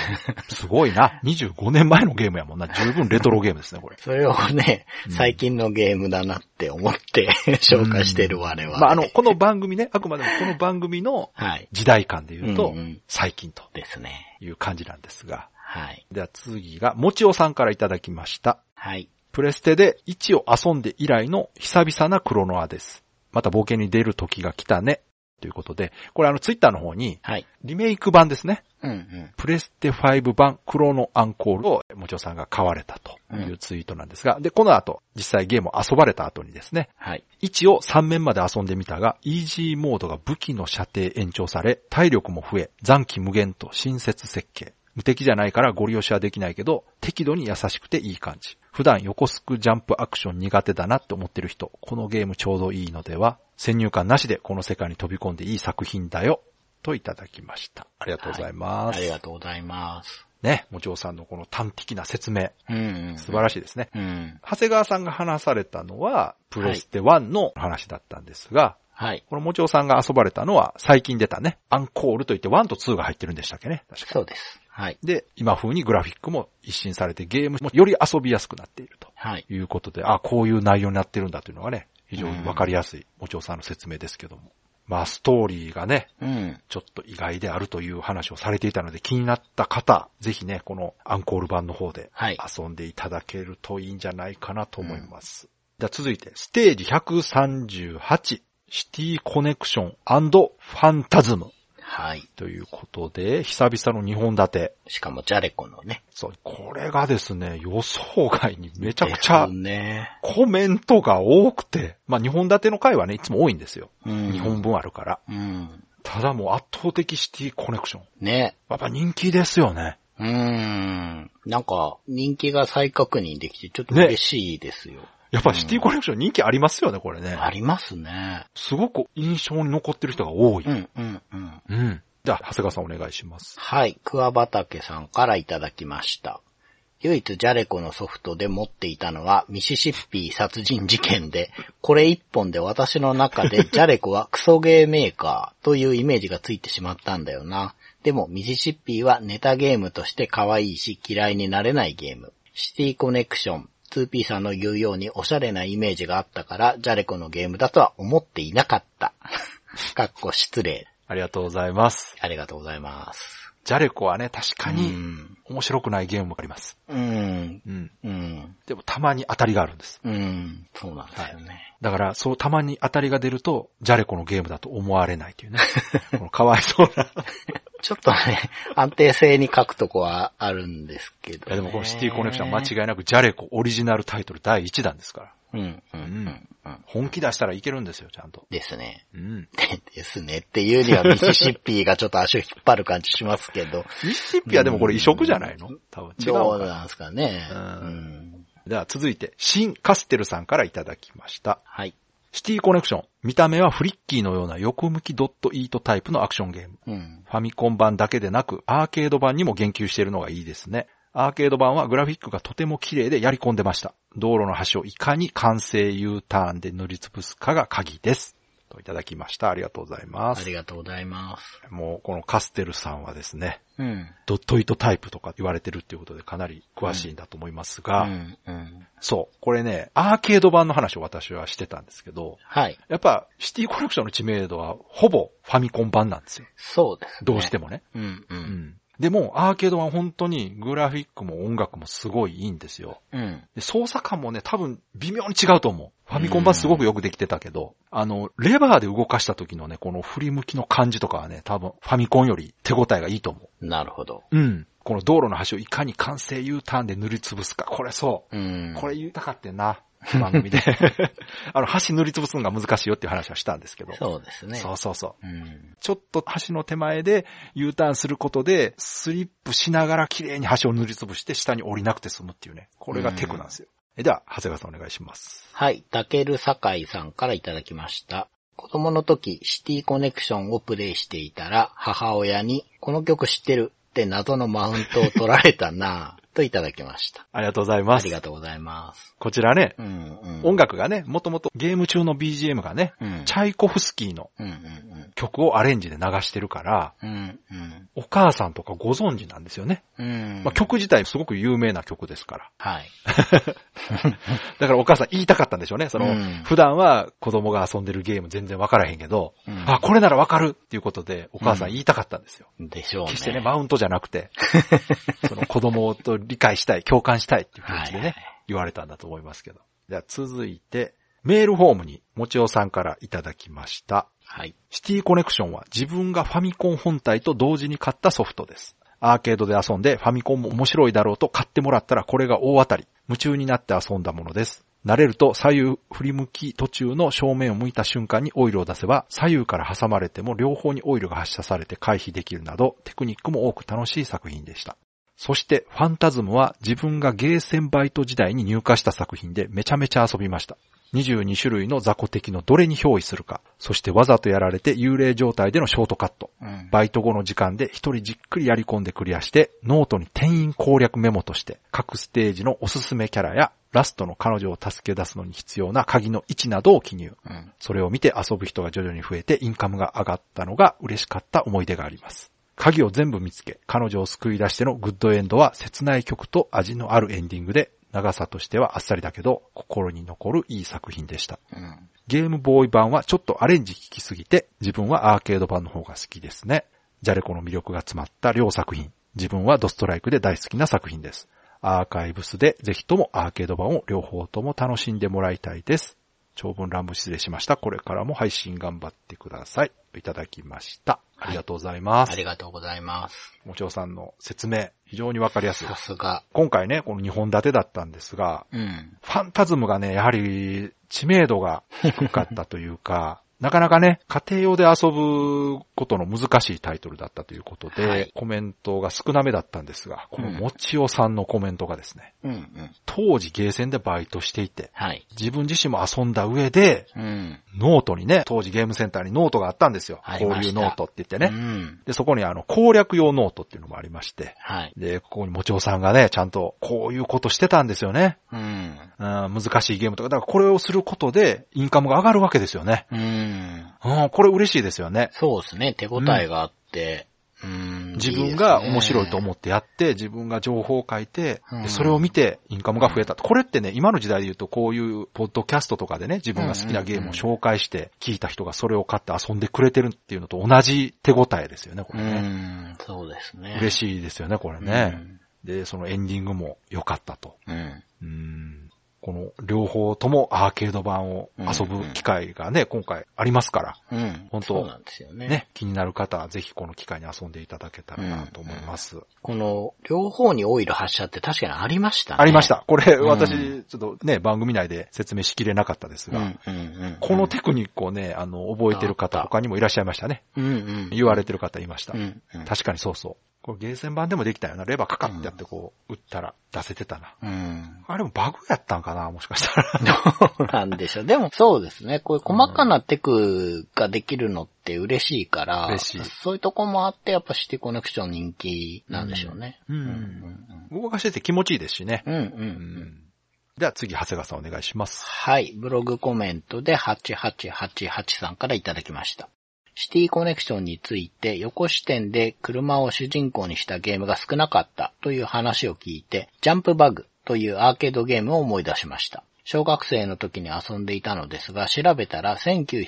Speaker 2: すごいな。25年前のゲームやもんな。十分レトロゲームですね、こ れ。
Speaker 3: それをね、最近のゲームだなって思って紹介してる我々。
Speaker 2: まあ、あの、この番組ね、あくまでもこの番組の
Speaker 3: はい。
Speaker 2: 時代感で言うと、
Speaker 3: うんうん
Speaker 2: 最近と
Speaker 3: ですね。
Speaker 2: いう感じなんですが。
Speaker 3: はい。
Speaker 2: では次が、もちおさんからいただきました。
Speaker 3: はい。
Speaker 2: プレステで1を遊んで以来の久々なクロノアです。また冒険に出る時が来たね。ということで、これあのツイッターの方に、
Speaker 3: はい。
Speaker 2: リメイク版ですね。
Speaker 3: うんうん。
Speaker 2: プレステ5版クロノアンコールをもちおさんが買われたというツイートなんですが、で、この後、実際ゲームを遊ばれた後にですね、
Speaker 3: はい。
Speaker 2: 1を3面まで遊んでみたが、イージーモードが武器の射程延長され、体力も増え、残機無限と親切設計。無敵じゃないからご利用しはできないけど、適度に優しくていい感じ。普段横スクジャンプアクション苦手だなって思ってる人、このゲームちょうどいいのでは、先入観なしでこの世界に飛び込んでいい作品だよ、といただきました。ありがとうございま
Speaker 3: あ
Speaker 2: す。
Speaker 3: りがとうございます。
Speaker 2: ね、もちおさんのこの端的な説明、
Speaker 3: うん、うん。
Speaker 2: 素晴らしいですね。
Speaker 3: うん。
Speaker 2: 長谷川さんが話されたのは、プレステ1の話だったんですが、
Speaker 3: はい。
Speaker 2: このもちおさんが遊ばれたのは最近出たね、アンコールといって1と2が入ってるんでしたっけね。確か
Speaker 3: そうです。はい。
Speaker 2: で、今風にグラフィックも一新されてゲームもより遊びやすくなっていると
Speaker 3: はい。
Speaker 2: いうことで、あ、こういう内容になってるんだというのがね、非常にわかりやすいもちおさんの説明ですけども。まあ、ストーリーがね、
Speaker 3: うん。
Speaker 2: ちょっと意外であるという話をされていたので気になった方、ぜひね、このアンコール版の方で
Speaker 3: はい
Speaker 2: 遊んでいただけるといいんじゃないかなと思います。じゃあ続いて、ステージ138、シティコネクションファンタズム
Speaker 3: はい。
Speaker 2: ということで、久々の2本立て。
Speaker 3: しかも、ジャレコのね。
Speaker 2: そう、これがですね、予想外にめちゃくちゃ
Speaker 3: ですね。
Speaker 2: コメントが多くて、まあ2本立ての回はね、いつも多いんですよ。
Speaker 3: うん。
Speaker 2: 2本。分あるから。
Speaker 3: うん。
Speaker 2: ただもう圧倒的シティコネクション。
Speaker 3: ね。
Speaker 2: やっぱ人気ですよね。
Speaker 3: うーん。なんか、人気が再確認できて、ちょっと嬉しいですよ。
Speaker 2: やっぱシティコレクション人気ありますよね、これね。
Speaker 3: ありますね。
Speaker 2: すごく印象に残ってる人が多い。
Speaker 3: うん、うん、うん。
Speaker 2: うん。じゃあ、長谷川さんお願いします。
Speaker 3: はい、桑畑さんからいただきました。唯一ジャレコのソフトで持っていたのはミシシッピ殺人事件で、これ一本で私の中で ジャレコはクソゲーメーカーというイメージがついてしまったんだよな。でもミシシッピはネタゲームとして可愛いし嫌いになれないゲーム。シティコネクション、2P さんの言うようにおしゃれなイメージがあったから、ジャレコのゲームだとは思っていなか った。かっこ失礼。
Speaker 2: ありがとうございます。
Speaker 3: ありがとうございます。
Speaker 2: ジャレコはね、確か
Speaker 3: う
Speaker 2: に
Speaker 3: ん
Speaker 2: 面白くないゲームもあります。
Speaker 3: うん。
Speaker 2: うん。
Speaker 3: うん。
Speaker 2: でも、たまに当たりがあるんです。
Speaker 3: うん。そうなんですよね。
Speaker 2: だから、そう、たまに当たりが出ると、ジャレコのゲームだと思われないという ね。このかわいそうな。い
Speaker 3: ちょっとね、安定性に書くとこはあるんですけど、ね。
Speaker 2: や、でもこのシティコネクションは間違いなくジャレコオリジナルタイトル第1弾ですから。
Speaker 3: うん、うん、うん、うん。
Speaker 2: 本気出したらいけるんですよ、ちゃんと。
Speaker 3: ですね。
Speaker 2: うん。
Speaker 3: でですね。っていうにはミシシッピーがちょっと足を引っ張る感じしますけど。
Speaker 2: ミシシッピはでもこれ移植じゃないの多分違うの
Speaker 3: ど
Speaker 2: か
Speaker 3: う
Speaker 2: な
Speaker 3: なんですかね。
Speaker 2: う
Speaker 3: うんん。
Speaker 2: では続いて、シン・カステルさんからいただきました。
Speaker 3: はい。
Speaker 2: シティコネクション。見た目はフリッキーのような横向きドットイートタイプのアクションゲーム。
Speaker 3: うん。
Speaker 2: ファミコン版だけでなく、アーケード版にも言及しているのがいいですね。アーケード版はグラフィックがとても綺麗でやり込んでました。道路の端をいかに完成 U ターンで塗りつぶすかが鍵です。といただきました。ありがとうございま
Speaker 3: あ
Speaker 2: す
Speaker 3: り。がとうございます。
Speaker 2: もうこのカステルさんはですね、
Speaker 3: うん。
Speaker 2: ドットイートタイプとか言われてるっていうことでかなり詳しいんだと思います
Speaker 3: う
Speaker 2: が、
Speaker 3: ん、うん。
Speaker 2: そう。これね、アーケード版の話を私はしてたんですけど、
Speaker 3: はい。
Speaker 2: やっぱシティコレクションの知名度はほぼファミコン版なんですよ。
Speaker 3: そうです、ね。
Speaker 2: どうして。もね。
Speaker 3: うん、う。
Speaker 2: うんん。でも、アーケードは本当にグラフィックも音楽もすごいいいんですよ。
Speaker 3: うん。
Speaker 2: で操作感もね、多分微妙に違うと思う。ファミコン版すごくよくできてたけど、あの、レバーで動かした時のね、この振り向きの感じとかはね、多分ファミコンより手応えがいいと思
Speaker 3: なるほど。
Speaker 2: う。うん。この道路の端をいかに完成 U ターンで塗りつぶすか。これそう。
Speaker 3: うん。
Speaker 2: これ言いたかってんな、番組 で。あの、橋塗りつぶすのが難しいよっていう話はしたんですけど。
Speaker 3: そうですね。
Speaker 2: そうそうそう。
Speaker 3: うん。
Speaker 2: ちょっと橋の手前で U ターンすることで、スリップしながら綺麗に橋を塗りつぶして下に降りなくて済むっていうね。これがテクなんですよ。えでは、長谷川さんお願いします。
Speaker 3: はい、ダケル酒井さんからいただきました。子供の時、シティコネクションをプレイしていたら、母親に、この曲知ってるって謎のマウントを取られ たなぁ、といただきました。
Speaker 2: ありがとうござい
Speaker 3: あ
Speaker 2: ま
Speaker 3: りが
Speaker 2: す。
Speaker 3: とうございます。
Speaker 2: こちらね
Speaker 3: う、ん、うん。
Speaker 2: 音楽がね、もともとゲーム中の BGM がね、
Speaker 3: うん
Speaker 2: チャイコフスキーの
Speaker 3: うん、うん、
Speaker 2: 曲をアレンジで流してるから、
Speaker 3: うん。うん、うん。
Speaker 2: お母さんとかご存知なんですよね。
Speaker 3: うん。
Speaker 2: まあ、曲自体すごく有名な曲ですから。
Speaker 3: はい。
Speaker 2: だからお母さん言いたかったんでしょうね。その、
Speaker 3: うん
Speaker 2: 普段は子供が遊んでるゲーム全然わからへんけど、
Speaker 3: うん
Speaker 2: あ、これならわかるっていうことでお母さん言いたかったんですよ。
Speaker 3: でしょうね。
Speaker 2: 決してね、マウントじゃなく て、その子供と理解したい、共感したいっていう気持ちでね、
Speaker 3: はいはい
Speaker 2: 言われたんだと思いますけど。じゃあ続いて、メールフォームにもちおさんからいただきました。
Speaker 3: はい。
Speaker 2: シティコネクションは自分がファミコン本体と同時に買ったソフトです。アーケードで遊んでファミコンも面白いだろうと買ってもらったらこれが大当たり。夢中になって遊んだものです。慣れると左右振り向き途中の正面を向いた瞬間にオイルを出せば左右から挟まれても両方にオイルが発射されて回避できるなどテクニックも多く楽しい作品でした。そしてファンタズムは自分がゲーセンバイト時代に入荷した作品でめちゃめちゃ遊びました。22種類の雑魚敵のどれに憑依するか、そしてわざとやられて幽霊状態でのショートカット。
Speaker 3: うん。
Speaker 2: バイト後の時間で一人じっくりやり込んでクリアして、ノートに店員攻略メモとして、各ステージのおすすめキャラや、ラストの彼女を助け出すのに必要な鍵の位置などを記入。
Speaker 3: うん。
Speaker 2: それを見て遊ぶ人が徐々に増えてインカムが上がったのが嬉しかった思い出があります。鍵を全部見つけ、彼女を救い出してのグッドエンドは切ない曲と味のあるエンディングで、長さとしてはあっさりだけど、心に残るいい作品でした。
Speaker 3: うん。
Speaker 2: ゲームボーイ版はちょっとアレンジ効きすぎて、自分はアーケード版の方が好きですね。ジャレコの魅力が詰まった両作品。自分はドストライクで大好きな作品です。アーカイブスでぜひともアーケード版を両方とも楽しんでもらいたいです。長文乱文失礼しました。これからも配信頑張ってください。いただきました。ありがとうございます。
Speaker 3: ありがとうございます。
Speaker 2: もちおさんの説明、非常にわかりやすい
Speaker 3: さ。すが。
Speaker 2: 今回ね、この2本立てだったんですが、
Speaker 3: うん。
Speaker 2: ファンタズムがね、やはり知名度が低かったというか、 なかなかね、家庭用で遊ぶことの難しいタイトルだったということで、
Speaker 3: はい
Speaker 2: コメントが少なめだったんですが、この
Speaker 3: うん
Speaker 2: もちおさんのコメントがですね、
Speaker 3: うんうん。
Speaker 2: 当時ゲーセンでバイトしていて、
Speaker 3: はい。
Speaker 2: 自分自身も遊んだ上で、
Speaker 3: うん。
Speaker 2: ノートにね、当時ゲームセンターにノートがあったんですよ。
Speaker 3: あり
Speaker 2: こう
Speaker 3: ま
Speaker 2: い
Speaker 3: し
Speaker 2: う
Speaker 3: た
Speaker 2: ノートって言って
Speaker 3: う
Speaker 2: ね。
Speaker 3: ん。
Speaker 2: で、そこにあの、攻略用ノートっていうのもありまして、
Speaker 3: はい。
Speaker 2: で、ここにもちおさんがね、ちゃんとこういうことしてたんですよね。
Speaker 3: うん。
Speaker 2: うん難しいゲームとか、だからこれをすることでインカムが上がるわけですよね。
Speaker 3: うん。
Speaker 2: うん、これ嬉しいですよね。
Speaker 3: そうですね。手応えがあって。うん。
Speaker 2: 自分が面白いと
Speaker 3: う。
Speaker 2: 思ってやって、自分が情報を書いて、
Speaker 3: うん
Speaker 2: でそれを見てインカムが増えた。これってね、今の時代で言うとこういうポッドキャストとかでね、自分が好きなゲームを紹介して、聞いた人がそれを買って遊んでくれてるっていうのと同じ手応えですよね、こ
Speaker 3: う
Speaker 2: れね。
Speaker 3: ん。そうですね。
Speaker 2: 嬉
Speaker 3: し
Speaker 2: しいですよね、これね。。で、そのエンディングも良かったと。
Speaker 3: うん。
Speaker 2: うんこの両方ともアーケード版を遊ぶ機会がね、今回ありますから、
Speaker 3: うん。
Speaker 2: 本当
Speaker 3: そうなんですよね。
Speaker 2: ね、気になる方はぜひこの機会に遊んでいただけたらなと思います。
Speaker 3: この、両方にオイル発射って確かにありましたね。
Speaker 2: ありまし。た。これ、
Speaker 3: ん
Speaker 2: 私、ちょっとね、番組内で説明しきれなかったです
Speaker 3: うん、う
Speaker 2: が、
Speaker 3: ん、うん。
Speaker 2: このテクニックをね、あの、覚えてる方他にもいらっしゃいましたね。
Speaker 3: うん、うん。
Speaker 2: 言われてる方いました
Speaker 3: う。ん、うん。
Speaker 2: 確かにそうそう。これゲーセン版でもできたよな。レバーかかってやってこう、打ったら出せてたな。
Speaker 3: うん。
Speaker 2: あれもバグやったんかなもしかしたら。
Speaker 3: どうなんでしょう。でもそうですね。こういう細かなテクができるのって嬉しいから、
Speaker 2: 嬉しい
Speaker 3: そういうとこもあって、やっぱシティコネクション人気なんでしょうね。
Speaker 2: うん
Speaker 3: うん
Speaker 2: 動かしてて気持ちいいですしね。
Speaker 3: うん、うん、うんう。
Speaker 2: うんんでは次、長谷川さんお願いします。
Speaker 3: はい。ブログコメントで8888さんからいただきました。シティコネクションについて横視点で車を主人公にしたゲームが少なかったという話を聞いて、ジャンプバグというアーケードゲームを思い出しました。小学生の時に遊んでいたのですが、調べたら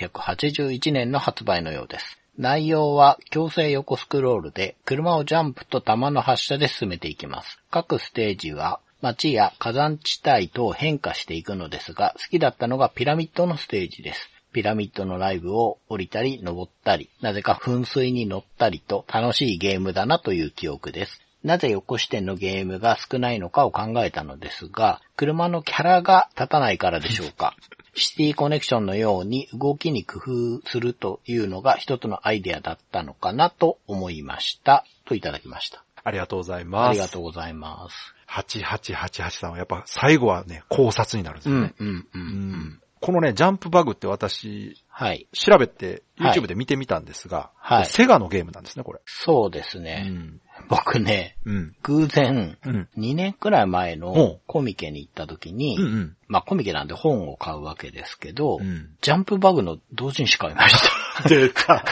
Speaker 3: 1981年の発売のようです。内容は強制横スクロールで車をジャンプと弾の発射で進めていきます。各ステージは街や火山地帯等変化していくのですが、好きだったのがピラミッドのステージです。ピラミッドのライブを降りたり登ったり、なぜか噴水に乗ったりと楽しいゲームだなという記憶です。なぜ横視点のゲームが少ないのかを考えたのですが、車のキャラが立たないからでしょう か。シティコネクションのように動きに工夫するというのが一つのアイデアだったのかなと思いました。といただきました。
Speaker 2: ありがとうございます。
Speaker 3: ありがとうございます。
Speaker 2: 8888さんはやっぱ最後はね、考察になるんです
Speaker 3: う
Speaker 2: よ
Speaker 3: ん
Speaker 2: ね、。
Speaker 3: うん、う。
Speaker 2: うんこのね、ジャンプバグって私、
Speaker 3: はい。
Speaker 2: 調べて、
Speaker 3: はい
Speaker 2: YouTube で見てみたんですが、
Speaker 3: はい
Speaker 2: セガのゲームなんですね、これ。
Speaker 3: そうです
Speaker 2: う
Speaker 3: ね。
Speaker 2: ん。
Speaker 3: 僕ね、
Speaker 2: うん。
Speaker 3: 偶然、
Speaker 2: うん。
Speaker 3: 2年くらい前
Speaker 2: ほ
Speaker 3: の
Speaker 2: う
Speaker 3: コミケに行った時に、
Speaker 2: うんうん。
Speaker 3: まあコミケなんで本を買うわけですけど、
Speaker 2: うん
Speaker 3: ジャンプバグの同人誌買い ました。
Speaker 2: 出た。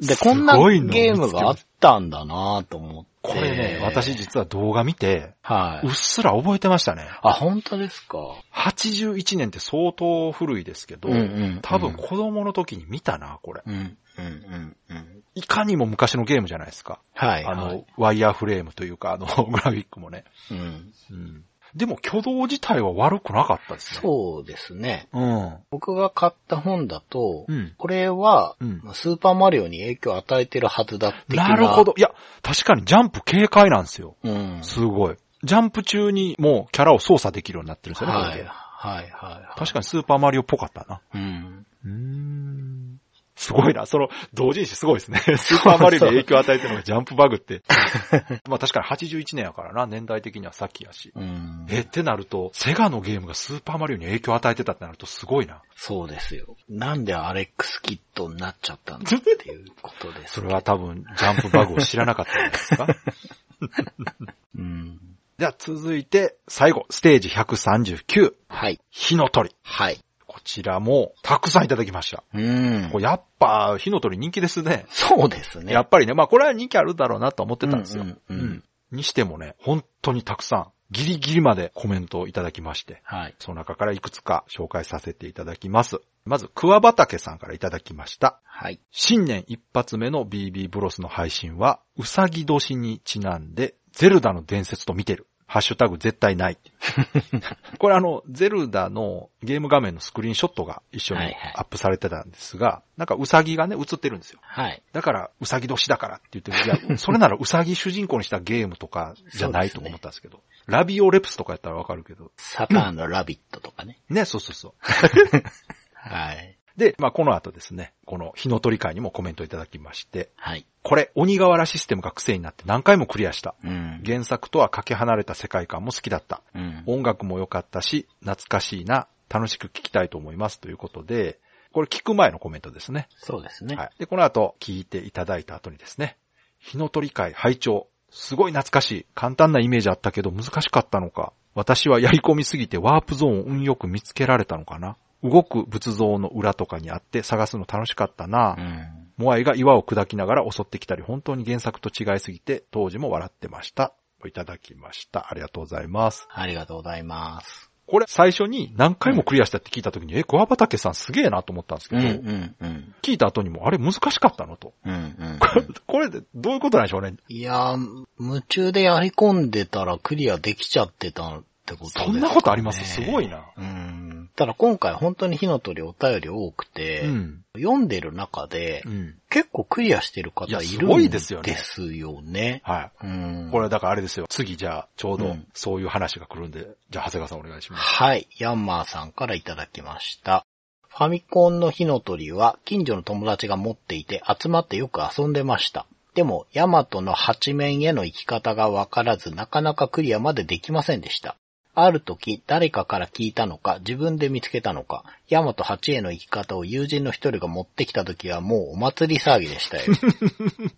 Speaker 3: で、こんな
Speaker 2: すごいの
Speaker 3: ゲームがあったんだなと思って。
Speaker 2: これね、私。実は動画見て、
Speaker 3: はい。
Speaker 2: うっすら覚えてましたね。
Speaker 3: あ、本当ですか。
Speaker 2: 81年って相当古いですけど、
Speaker 3: ん
Speaker 2: 多分子供の時に見たな、これ。
Speaker 3: うん、うん、うん、うん。
Speaker 2: いかにも昔のゲームじゃないですか。
Speaker 3: はい。
Speaker 2: あ
Speaker 3: は
Speaker 2: の
Speaker 3: い、
Speaker 2: ワイヤーフレームというか、あの、グラフィックもね。
Speaker 3: うん。
Speaker 2: うん。でも挙動自体は悪くなかったですね。
Speaker 3: そうですね。
Speaker 2: う。うん。
Speaker 3: 僕が買った本だと、
Speaker 2: うん
Speaker 3: これは
Speaker 2: うん、
Speaker 3: スーパーマリオに影響を与えてるはずだって
Speaker 2: なるほ。ど。いや、確かにジャンプ警戒なんですよ。
Speaker 3: うん。
Speaker 2: すごい。ジャンプ中にもうキャラを操作できるようになってるんですよね、こ
Speaker 3: はい。はい
Speaker 2: れで
Speaker 3: はいはい。
Speaker 2: 確かにスーパーマリオっぽかったな。
Speaker 3: うん。
Speaker 2: うん。すごいな。その、同人誌すごいです ね。スーパーマリオに影響を与えてるのがジャンプバグって。 まあ確かに81年やからな、年代的には先やし。
Speaker 3: うん。
Speaker 2: え、ってなると、セガのゲームがスーパーマリオに影響を与えてたってなるとすごい な。
Speaker 3: そうですよ。なんでアレックスキッドになっちゃったん だっていうことで
Speaker 2: そ
Speaker 3: す。
Speaker 2: れは多分、ジャンプバグを知らなかったんじゃないです か
Speaker 3: うん。
Speaker 2: じゃあ続いて、最後、ステージ139、
Speaker 3: はい。
Speaker 2: 火の鳥。
Speaker 3: はい。
Speaker 2: こちらも、たくさんいただきました。
Speaker 3: うん
Speaker 2: こ。れやっぱ、火の鳥人気ですね。
Speaker 3: そうですね。
Speaker 2: やっぱりね、まあこれは人気あるだろうなと思ってたんですよ。
Speaker 3: うんうんうん
Speaker 2: にしてもね、本当にたくさん、ギリギリまでコメントをいただきまして、
Speaker 3: はい。
Speaker 2: その中からいくつか紹介させていただきます。まず、桑畑さんからいただきました。
Speaker 3: はい。
Speaker 2: 新年一発目の BB ブロスの配信は、うさぎ年にちなんで、ゼルダの伝説と見てる。ハッシュタグ絶対 ない。これあの、ゼルダのゲーム画面のスクリーンショットが一緒に
Speaker 3: はいはい
Speaker 2: アップされてたんですが、なんかうさぎがね、映ってるんですよ。
Speaker 3: はい。
Speaker 2: だから、うさぎ年だからって言って、い や、それならうさぎ主人公にしたゲームとかじゃないと
Speaker 3: そうですね
Speaker 2: 思ったんですけど、ラビオレプスとかやったらわかるけど、
Speaker 3: サターンのラビットとかね。
Speaker 2: ね、そうそうそう。
Speaker 3: はい。
Speaker 2: で、まあこの後ですね、この日の鳥会にもコメントいただきまして、
Speaker 3: はい。
Speaker 2: これ、鬼瓦システムが癖になって何回もクリアした。
Speaker 3: うん。
Speaker 2: 原作とはかけ離れた世界観も好きだった。
Speaker 3: うん。
Speaker 2: 音楽も良かったし、懐かしいな、楽しく聞きたいと思いますということで、これ聞く前のコメントですね。
Speaker 3: そうですね。
Speaker 2: はい。で、この後聞いていただいた後にですね、日の鳥会拝聴すごい懐かしい。簡単なイメージあったけど難しかったのか。私はやり込みすぎてワープゾーンを運よく見つけられたのかな。動く仏像の裏とかにあって探すの楽しかったな。
Speaker 3: うん。
Speaker 2: モアイが岩を砕きながら襲ってきたり、本当に原作と違いすぎて、当時も笑ってました。いただきました。ありがとうございます。
Speaker 3: ありがとうございます。
Speaker 2: これ、最初に何回もクリアしたって聞いた時に、え、桑畑さんすげえなと思ったんですけ
Speaker 3: う
Speaker 2: ど、
Speaker 3: んうんうん。
Speaker 2: 聞いた後にも、あれ難しかったのと。
Speaker 3: うんうん。
Speaker 2: これ、どういうことなんでしょうね。
Speaker 3: いやー、夢中でやり込んでたらクリアできちゃってたってことですかね。
Speaker 2: そんなことありますすごいな。
Speaker 3: うん。ただ今回本当に火の鳥お便り多くて、
Speaker 2: うん。
Speaker 3: 読んでる中で、
Speaker 2: うん。
Speaker 3: 結構クリアしてる方い
Speaker 2: いや
Speaker 3: る
Speaker 2: すごい
Speaker 3: ん
Speaker 2: で
Speaker 3: ですす
Speaker 2: よ
Speaker 3: よ
Speaker 2: ね
Speaker 3: ね。
Speaker 2: は
Speaker 3: うん
Speaker 2: い。。これ、だからあれですよ。次、じゃあ、ちょう
Speaker 3: う
Speaker 2: ど
Speaker 3: ん、
Speaker 2: そういう話が来るんで、じゃあ、長谷川さんお願いします。
Speaker 3: はい。ヤンマーさんからいただきました。ファミコンの火の鳥は近所の友達が持っていて集まってよく遊んでました。でも、ヤマトの八面への行き方がわからずなかなかクリアまでできませんでした。ある時、誰かから聞いたのか、自分で見つけたのか、ヤマト8への行き方を友人の一人が持ってきた時はもうお祭り騒ぎでしたよ。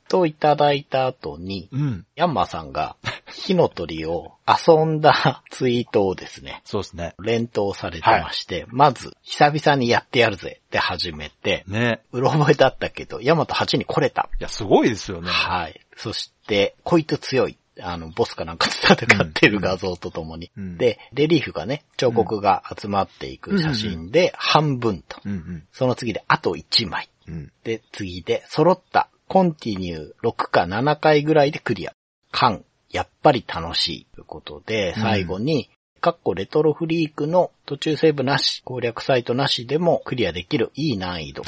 Speaker 3: といただいた後に、
Speaker 2: うん。
Speaker 3: ヤンマーさんが火の鳥を遊んだツイートをですね、
Speaker 2: そうですね。
Speaker 3: 連投されてまして、まず、久々にやってやるぜって始めて、
Speaker 2: ね。
Speaker 3: うろ覚えだったけど、ヤマト8に来れた。
Speaker 2: いや、すごいですよね。
Speaker 3: はい。そして、こいつ強い。あの、ボスかなんかと戦ってる画像とともに。
Speaker 2: うん
Speaker 3: で、レリーフがね、彫刻が集まっていく写真で半分と。
Speaker 2: うん
Speaker 3: その次であと1枚。
Speaker 2: うん。うん。
Speaker 3: で、次で、揃った、コンティニュー6か7回ぐらいでクリア。感、やっぱり楽しい。ということで、
Speaker 2: うん
Speaker 3: 最後に、かっこレトロフリークの途中セーブなし、攻略サイトなしでもクリアできるいい 難易度。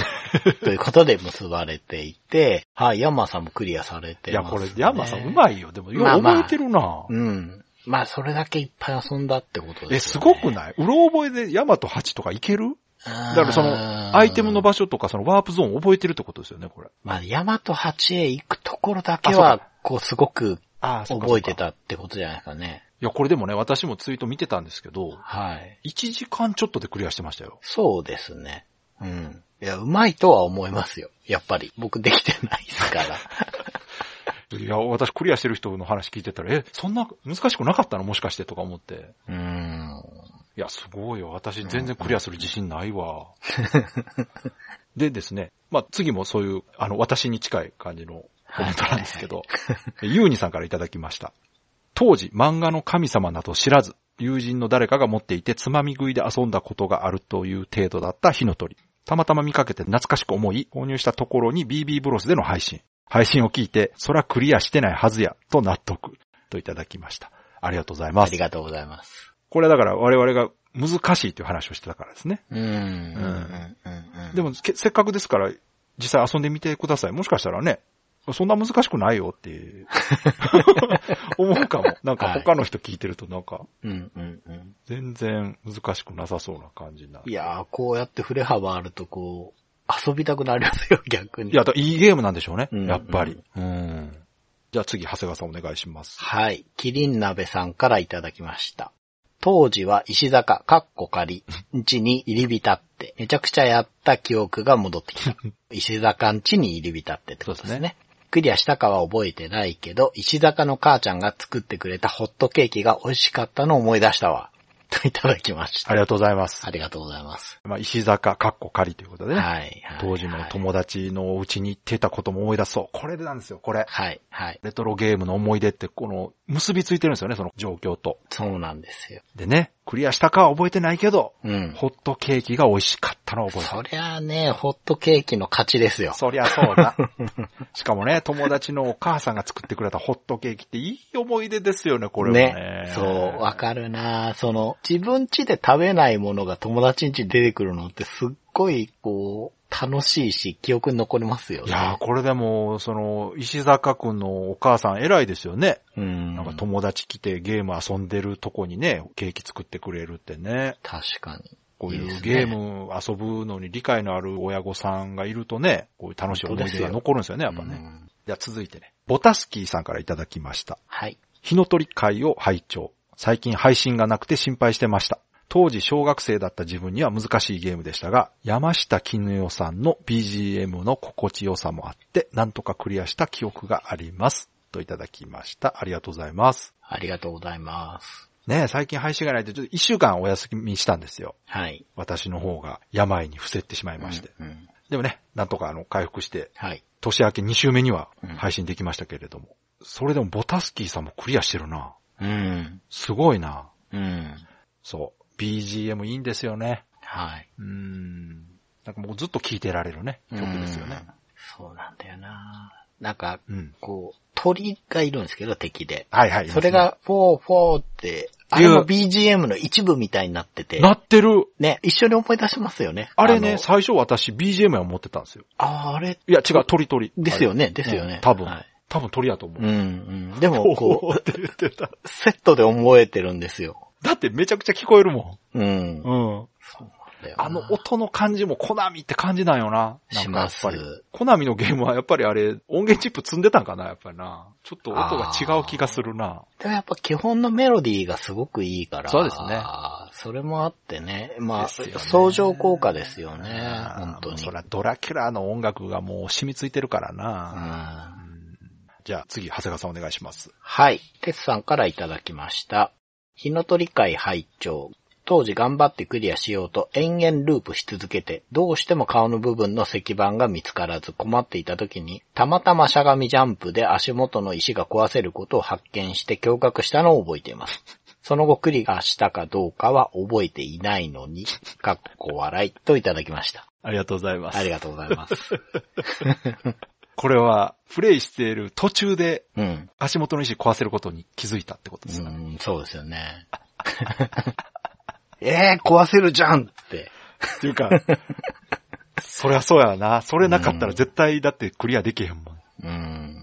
Speaker 3: ということで結ばれていて、はい、ヤンマーさんもクリアされて
Speaker 2: いや、
Speaker 3: ます、ね。
Speaker 2: これ、ヤンマさんう
Speaker 3: い。
Speaker 2: まいよ。でも、よう
Speaker 3: まあまあ
Speaker 2: 覚えてるな。
Speaker 3: うん。まあ、それだけいっぱい遊んだってこと
Speaker 2: え、
Speaker 3: です
Speaker 2: す
Speaker 3: よね。
Speaker 2: ごくないうろ覚えでヤマト8とかいける
Speaker 3: だ
Speaker 2: だからその、アイテムの場所とかそのワープゾーン覚えてるってことですよね、これ。
Speaker 3: まあ、ヤマト8へ行くところだけ
Speaker 2: あそう
Speaker 3: は、こう、すごく
Speaker 2: あ
Speaker 3: 覚えて。たってことじゃないですかね。
Speaker 2: いや、これでもね、私もツイート見てたんですけど、
Speaker 3: はい。
Speaker 2: 1時間ちょっとでクリアしてましたよ。
Speaker 3: そうですね。うん。いや、うまいとは思いますよ。やっぱり。僕できてないですから。
Speaker 2: いや、私クリアしてる人の話聞いてたら、え、そんな難しくなかったのもしかしてとか思って。
Speaker 3: うーん。
Speaker 2: いや、すごいよ。私全然クリアする自信ないわ。でですね、まあ、次もそういう、あの、私に近い感じのコメントなんですけど、ユーニさんからいただきました。当時、漫画の神様など知らず、友人の誰かが持っていてつまみ食いで遊んだことがあるという程度だった火の鳥。たまたま見かけて懐かしく思い、購入したところに BB ブロスでの配信。配信を聞いて、そらクリアしてないはずや、と納得、といただきました。ありがとうございま
Speaker 3: あ
Speaker 2: す
Speaker 3: り。がとうございます。
Speaker 2: これはだから我々が難しいという話をしてたからですね。
Speaker 3: うん。うん。うん。
Speaker 2: でも、けせっかくですから、実際遊んでみてください。もしかしたらね、そんな難しくないよって いう思うかも。なんか他の人聞いてるとなんか、
Speaker 3: うん。うん。うん。
Speaker 2: 全然難しくなさそうな感じになる。
Speaker 3: いやー、こうやって振れ幅あるとこう、遊びたくなりますよ、逆に。
Speaker 2: いや、だからいいゲームなんでしょうね。
Speaker 3: うん
Speaker 2: やっぱり。うん。じゃあ次、長谷川さんお願いします。
Speaker 3: はい。キリン鍋さんからいただきました。当時は石坂、かっこ仮、家に入り浸って、めちゃくちゃやった記憶が戻って きた。石坂ん家に入り浸ってってことですね。
Speaker 2: そうです
Speaker 3: クリアしたかは覚えてないけど、石坂の母ちゃんが作ってくれたホットケーキが美味しかったのを思い出したわ。といただきました。
Speaker 2: ありがとうございます。
Speaker 3: ありがとうございます。
Speaker 2: まあ、石坂、かっこ仮ということでね。
Speaker 3: はい。はい
Speaker 2: 当時の友達のお家に行ってたことも思い出そう。これでなんですよ、これ。
Speaker 3: はい。はい。
Speaker 2: レトロゲームの思い出って、この、結びついてるんですよね、その状況と。
Speaker 3: そうなんですよ。
Speaker 2: でね、クリアしたかは覚えてないけど、
Speaker 3: うん。
Speaker 2: ホットケーキが美味しかったのを覚えて
Speaker 3: そ
Speaker 2: る。
Speaker 3: りゃあね、ホットケーキの勝ちです よ。
Speaker 2: そりゃそうだ。しかもね、友達のお母さんが作ってくれたホットケーキっていい思い出ですよね、これはね。
Speaker 3: そう、わかるなその、自分家で食べないものが友達ん家に出てくるのってすっごい、こう、楽しいし、記憶に残りますよね。
Speaker 2: いやー、これでも、その、石坂くんのお母さん偉いですよね。
Speaker 3: うん。
Speaker 2: なんか友達来てゲーム遊んでるとこにね、ケーキ作ってくれるってね。
Speaker 3: 確かに。
Speaker 2: こう
Speaker 3: いい
Speaker 2: い
Speaker 3: で
Speaker 2: う
Speaker 3: す
Speaker 2: ゲ
Speaker 3: ね
Speaker 2: ーム遊ぶのに理解のある親御さんがいるとね、こういう楽しい思い出が残るんですよね、やっぱ
Speaker 3: う
Speaker 2: ね。
Speaker 3: ん
Speaker 2: じゃあ続いてね、ボタスキーさんからいただきました。
Speaker 3: はい。
Speaker 2: 日の鳥会を拝聴。最近配信がなくて心配してました。当時小学生だった自分には難しいゲームでしたが、山下絹代さんの BGM の心地よさもあって、なんとかクリアした記憶があります。といただきました。ありがとうございます。
Speaker 3: ありがとうございます。
Speaker 2: ねえ、最近配信がないとちょっと一週間お休みしたんですよ。
Speaker 3: はい。
Speaker 2: 私の方が病に伏せってしまいまして。
Speaker 3: うんうん
Speaker 2: でもね、なんとかあの、回復して、
Speaker 3: はい。
Speaker 2: 年明け2週目には配信できましたけれども。それでもボタスキーさんもクリアしてるな。
Speaker 3: うん。
Speaker 2: すごいな。
Speaker 3: うん。
Speaker 2: そう。BGM いいんですよね。
Speaker 3: はい。
Speaker 2: うん。なんかもうずっと聴いてられるね、曲ですよね
Speaker 3: うん。。そうなんだよななんか、
Speaker 2: うん。
Speaker 3: こう、鳥がいるんですけど、敵で。
Speaker 2: はいはい。
Speaker 3: それが、フォーフォーって、あれも BGM の一部みたいになってて。
Speaker 2: なってる。
Speaker 3: ね、一緒に思い出しますよね。
Speaker 2: あれね、
Speaker 3: の
Speaker 2: 最初私 BGM は持ってたんですよ。
Speaker 3: ああれ、
Speaker 2: いや違う、鳥鳥。
Speaker 3: ですよ
Speaker 2: ね。
Speaker 3: ね、ですよ
Speaker 2: う
Speaker 3: ね
Speaker 2: ん。多分
Speaker 3: はい。
Speaker 2: 多分鳥やと思
Speaker 3: うん、
Speaker 2: う。
Speaker 3: うん。でも、こ
Speaker 2: う。って言ってた。
Speaker 3: う、セットで思えてるんですよ。
Speaker 2: だってめちゃくちゃ聞こえるも
Speaker 3: うん。
Speaker 2: ん。うん。
Speaker 3: そうなんだよな
Speaker 2: あの音の感じもコナミって感じなんよな。なん
Speaker 3: し
Speaker 2: かや
Speaker 3: ま
Speaker 2: っ
Speaker 3: す
Speaker 2: ぱり。コナミのゲームはやっぱりあれ、音源チップ積んでたんかな、やっぱりな。ちょっと音が違う気がするな。
Speaker 3: でもやっぱ基本のメロディーがすごくいいから。
Speaker 2: そうですね。
Speaker 3: それもあってね。まあ、
Speaker 2: ですよね
Speaker 3: 相乗効果ですよね。
Speaker 2: あー
Speaker 3: 本当
Speaker 2: もう
Speaker 3: に。
Speaker 2: そら、ドラキュラの音楽がもう染みついてるから
Speaker 3: う
Speaker 2: な。
Speaker 3: ん。
Speaker 2: じゃあ次、長谷川さんお願いします。
Speaker 3: はい。テツさんからいただきました。日の鳥会拝聴当時頑張ってクリアしようと延々ループし続けて、どうしても顔の部分の石板が見つからず困っていた時に、たまたましゃがみジャンプで足元の石が壊せることを発見して驚愕したのを覚えています。その後クリアしたかどうかは覚えていないのに、かっこ笑いといただきました。
Speaker 2: ありがとうございま
Speaker 3: ありがとうございます。
Speaker 2: これは、プレイしている途中で
Speaker 3: うん。
Speaker 2: 足元の石壊せることに気づいたってことです
Speaker 3: う
Speaker 2: かね。
Speaker 3: ん、そうですよね。えー、壊せるじゃんって。
Speaker 2: っていう か、そりゃそうやな。それなかったら絶対だってクリアできへんもん。い
Speaker 3: うん。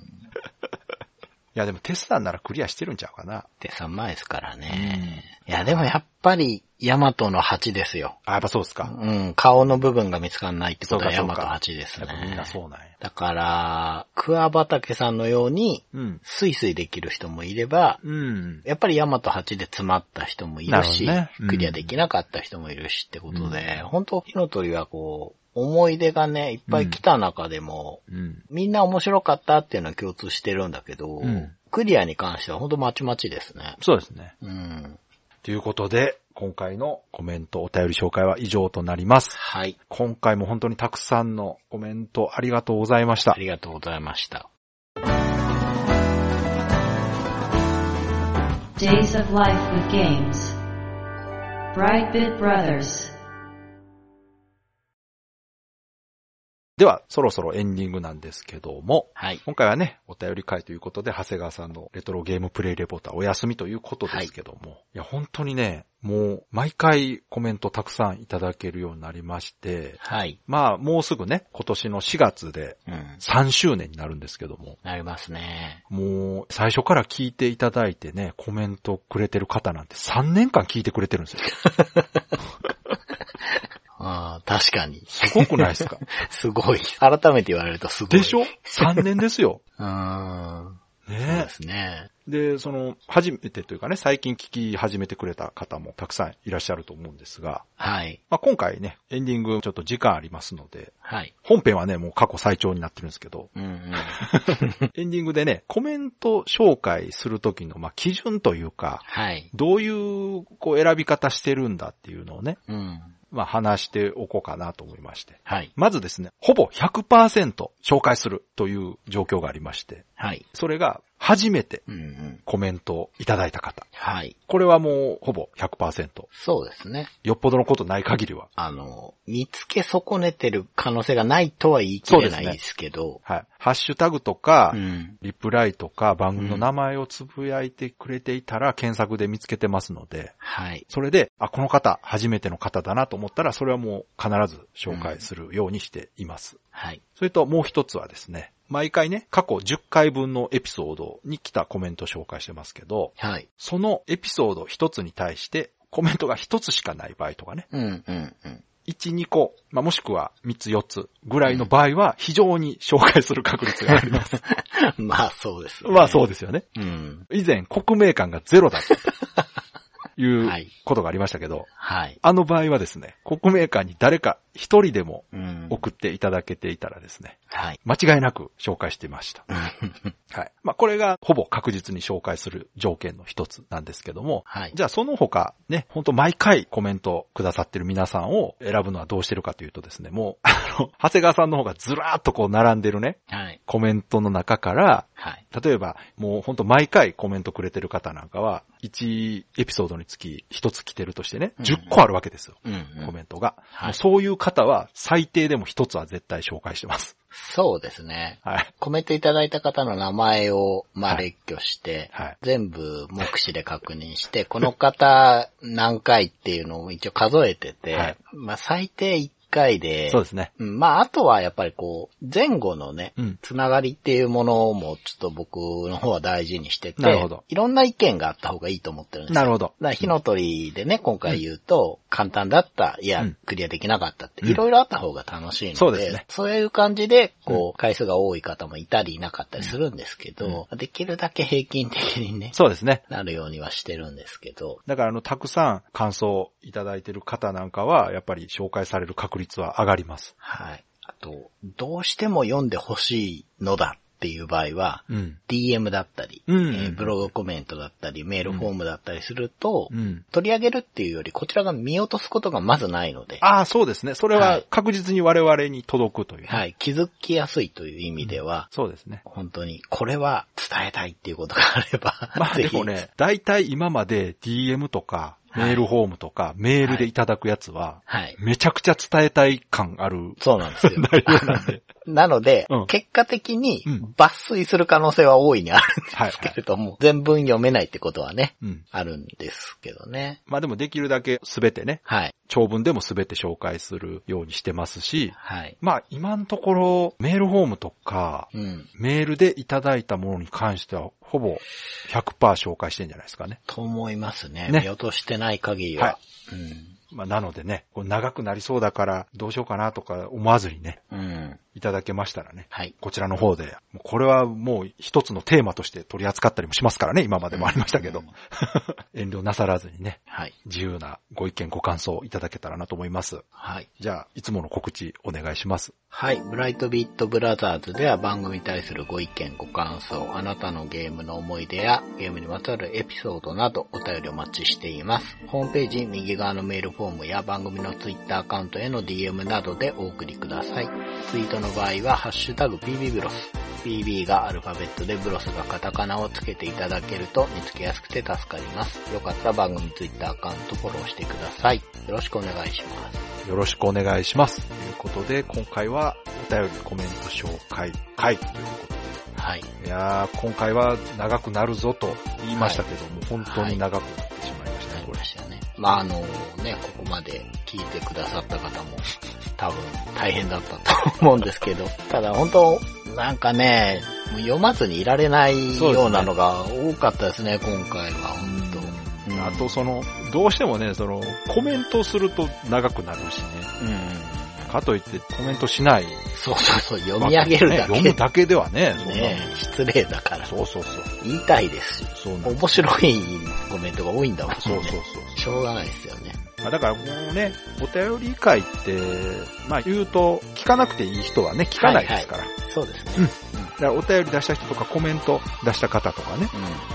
Speaker 2: やでもテスさんならクリアしてるんちゃうかな。
Speaker 3: で、3枚ですからね。いや、でもやっぱり、ヤマトの8ですよ。
Speaker 2: あ、やっぱそうですか。
Speaker 3: うん、顔の部分が見つかんないってことは
Speaker 2: そ
Speaker 3: ヤ
Speaker 2: うか
Speaker 3: マ
Speaker 2: そ
Speaker 3: ト
Speaker 2: うか
Speaker 3: 8です
Speaker 2: や
Speaker 3: ね
Speaker 2: っぱ。みんなそうなんや。
Speaker 3: だから、桑畑さんのように、
Speaker 2: うん。
Speaker 3: スイスイできる人もいれば、
Speaker 2: うん。
Speaker 3: やっぱりヤマト8で詰まった人もいるし、
Speaker 2: なるほどねうん
Speaker 3: クリアできなかった人もいるしってことで、本当火の鳥はこう、思い出がね、いっぱい来た中でも、
Speaker 2: うん。
Speaker 3: みんな面白かったっていうのは共通してるんだけど、
Speaker 2: うん
Speaker 3: クリアに関しては本当まちまちですね。
Speaker 2: そうですね。
Speaker 3: うん。
Speaker 2: ということで、今回のコメント、お便り紹介は以上となります。
Speaker 3: はい。
Speaker 2: 今回も本当にたくさんのコメントありがとうございました
Speaker 3: あ。りがとうございました。
Speaker 1: Days of Life with Games. Brightbit Brothers.
Speaker 2: では、そろそろエンディングなんですけども、
Speaker 3: はい。
Speaker 2: 今回はね、お便り会ということで、長谷川さんのレトロゲームプレイレポーターお休みということですけども、い、や、本当にね、もう、毎回コメントたくさんいただけるようになりまして、
Speaker 3: はい。
Speaker 2: まあ、もうすぐね、今年の4月で
Speaker 3: うん。
Speaker 2: 3周年になるんですけども、
Speaker 3: なりますね。
Speaker 2: もう、最初から聞いていただいてね、コメントくれてる方なんて3年間聞いてくれてるんですよ。
Speaker 3: ああ、確かに。
Speaker 2: すごくないですか
Speaker 3: すごい。改めて言われるとすごい。
Speaker 2: でしょ ?3 年です よ。
Speaker 3: うーん。そう
Speaker 2: ね
Speaker 3: ですね。
Speaker 2: で、その、初めてというかね、最近聞き始めてくれた方もたくさんいらっしゃると思うんですが、
Speaker 3: はい。
Speaker 2: まあ、今回ね、エンディングちょっと時間ありますので、
Speaker 3: はい。
Speaker 2: 本編はね、もう過去最長になってるんですけど、
Speaker 3: うんうん。
Speaker 2: エンディングでね、コメント紹介するときの、まあ、基準というか、
Speaker 3: はい。
Speaker 2: どういう、こう、選び方してるんだっていうのをね、
Speaker 3: うん。
Speaker 2: まあ、話しておこうかなと思いまして。
Speaker 3: はい。
Speaker 2: まずですね、ほぼ100%紹介するという状況がありまして、
Speaker 3: はい。
Speaker 2: それが初めて
Speaker 3: うんうん。
Speaker 2: コメントをいただいた方。
Speaker 3: はい。
Speaker 2: これはもうほぼ100%。
Speaker 3: そうですね。
Speaker 2: よっぽどのことない限りは。
Speaker 3: あの、見つけ損ねてる可能性がないとは言い切れないですけど。
Speaker 2: はい。ハッシュタグとか、
Speaker 3: うん。
Speaker 2: リプライとか番組の名前をつぶやいてくれていたら検索で見つけてますので、
Speaker 3: はい。
Speaker 2: それで、あ、この方、初めての方だなと思ったら、それはもう必ず紹介するようにしています。
Speaker 3: はい。
Speaker 2: それともう一つはですね、毎回ね、過去10回分のエピソードに来たコメント紹介してますけど、
Speaker 3: はい。
Speaker 2: そのエピソード一つに対して、コメントが一つしかない場合とかね、
Speaker 3: うんうんうん。
Speaker 2: 1、2個、まあ、もしくは3つ、4つぐらいの場合は非常に紹介する確率があります。
Speaker 3: まあ そうです、
Speaker 2: まあそうで
Speaker 3: で
Speaker 2: すよね。
Speaker 3: す。うん。
Speaker 2: 以前、国名感がゼロだったと いう
Speaker 3: はい
Speaker 2: ことがありましたけど、
Speaker 3: はい。
Speaker 2: あの場合はですね、国名感に誰か一人でも
Speaker 3: うん。
Speaker 2: 送っていただけていたらですね、
Speaker 3: はい。
Speaker 2: 間違いなく紹介していました。はい。まあこれがほぼ確実に紹介する条件の一つなんですけども、
Speaker 3: はい。
Speaker 2: じゃあその他ね、本当毎回コメントくださってる皆さんを選ぶのはどうしてるかというとですね、もう、あの、長谷川さんの方がずらーっとこう並んでるね、
Speaker 3: はい。
Speaker 2: コメントの中から、
Speaker 3: はい。
Speaker 2: 例えばもう本当毎回コメントくれてる方なんかは、1エピソードにつき1つ来てるとしてね、
Speaker 3: うん
Speaker 2: 10個あるわけですよ。
Speaker 3: うん、
Speaker 2: コメントが。
Speaker 3: はい
Speaker 2: もうそういう方は最低でも1つは絶対紹介してます。
Speaker 3: そうですね。
Speaker 2: はい。
Speaker 3: コメントいただいた方の名前を、まあ、
Speaker 2: はい
Speaker 3: 列挙して、
Speaker 2: はい。
Speaker 3: 全部目視で確認して、 この方何回っていうのを一応数えてて、
Speaker 2: はい
Speaker 3: まあ、最低1回で、
Speaker 2: そうですね。
Speaker 3: うんまあ、あとはやっぱりこう、前後のね、
Speaker 2: うん。
Speaker 3: つながりっていうものもちょっと僕の方は大事にしてて、
Speaker 2: なるほど
Speaker 3: いろんな意見があった方がいいと思ってるんですよ
Speaker 2: なるほど。
Speaker 3: だから火の鳥でね、今回言うと、簡単だった、いや、
Speaker 2: うん
Speaker 3: クリアできなかったって、
Speaker 2: うん
Speaker 3: いろいろあった方が楽しいので、
Speaker 2: そうですね
Speaker 3: そういう感じで、こう、回数が多い方もいたりいなかったりするんですけど、できるだけ平均的にね、
Speaker 2: そうですね。
Speaker 3: なるようにはしてるんですけど、
Speaker 2: だからあの、たくさん感想いただいてる方なんかは、やっぱり紹介される確率は上がります。
Speaker 3: はい。あと、どうしても読んでほしいのだっていう場合は、
Speaker 2: うん。
Speaker 3: DM だったり、
Speaker 2: うん
Speaker 3: えーブログコメントだったり、メールフォームだったりすると、
Speaker 2: うん。
Speaker 3: 取り上げるっていうより、こちらが見落とすことがまずないので、
Speaker 2: ああ、そうですね。それ
Speaker 3: は
Speaker 2: はい確実に我々に届くという。
Speaker 3: はい、気づきやすいという意味では、
Speaker 2: そうです ね。
Speaker 3: 本当に、これは伝えたいっていうことがあれば、
Speaker 2: まあ
Speaker 3: ぜ
Speaker 2: で
Speaker 3: ひ
Speaker 2: もね、大体今まで DM とか、
Speaker 3: はい
Speaker 2: メールフォームとか、メールでいただくやつは、
Speaker 3: はい。
Speaker 2: めちゃくちゃ伝えたい感あ る
Speaker 3: そうなんで すよ。
Speaker 2: 内容なんで。
Speaker 3: なので、
Speaker 2: うん
Speaker 3: 結果的に
Speaker 2: うん
Speaker 3: 抜粋する可能性は大いにあるんで
Speaker 2: はい、
Speaker 3: す
Speaker 2: は
Speaker 3: け
Speaker 2: い。
Speaker 3: れども、全文読めないってことはね、
Speaker 2: うん。
Speaker 3: あるんですけどね。
Speaker 2: まあでもできるだけすべてね、
Speaker 3: はい。
Speaker 2: 長文でもすべて紹介するようにしてますし、
Speaker 3: はい。
Speaker 2: まあ今のところ、メールフォームとか、
Speaker 3: うん。
Speaker 2: メールでいただいたものに関しては、ほぼ100%紹介してんじゃないですかね。
Speaker 3: と思いますね。
Speaker 2: ね
Speaker 3: 見落としてない限りは。
Speaker 2: はまあ、なのでね、これ長くなりそうだから、どうしようかなとか思わずにね、
Speaker 3: うん。うん。
Speaker 2: いただけましたらね、
Speaker 3: はい。
Speaker 2: こちらの方で、もうこれはもう一つのテーマとして取り扱ったりもしますからね、今までもありましたけど、
Speaker 3: うん
Speaker 2: 遠慮なさらずにね、
Speaker 3: はい。
Speaker 2: 自由なご意見ご感想をいただけたらなと思います。
Speaker 3: はい。
Speaker 2: じゃあ、いつもの告知お願いします。
Speaker 3: はい。ブライトビットブラザーズでは番組に対するご意見、ご感想、あなたのゲームの思い出やゲームにまつわるエピソードなどお便りお待ちしています。ホームページ右側のメールフォームや番組のツイッターアカウントへの DM などでお送りください。ツイートの場合は、ハッシュタグ BB ブロス。BB がアルファベットでブロスがカタカナをつけていただけると見つけやすくて助かります。よかったら番組ツイッターアカウントフォローしてください。よろしくお願いします。
Speaker 2: よろしくお願いします。ということで、今回はお便りコメント紹介会ということ
Speaker 3: はい。
Speaker 2: で。いやー、今回は長くなるぞと言いましたけども、本当に長くなってしまいましたね、
Speaker 3: なり
Speaker 2: こ
Speaker 3: ま
Speaker 2: れ。
Speaker 3: したね。まああのね、ここまで聞いてくださった方も多分大変だったと思うんですけど、 ただ本当なんかね、もう読まずにいられない
Speaker 2: そうですね
Speaker 3: ようなのが多かったですね、今回は本当、うん
Speaker 2: あと、その、どうしてもね、その、コメントすると長くなるしね。
Speaker 3: うん。
Speaker 2: かといってコメントしない。
Speaker 3: そうそうそう、読み上げるだ
Speaker 2: まあね
Speaker 3: け
Speaker 2: 読むだけではね、
Speaker 3: ね、失礼だから。
Speaker 2: そんなそうそうそう。
Speaker 3: 言いたいですし、
Speaker 2: そうなんです
Speaker 3: 面白いコメントが多いんだもんね。
Speaker 2: そうそうそうそう。
Speaker 3: しょうがないですよね。
Speaker 2: まあだからもうね、お便り会って、まあ言うと、聞かなくていい人はね、聞かないですから。
Speaker 3: そうですね。
Speaker 2: だからお便り出した人とかコメント出した方とかね、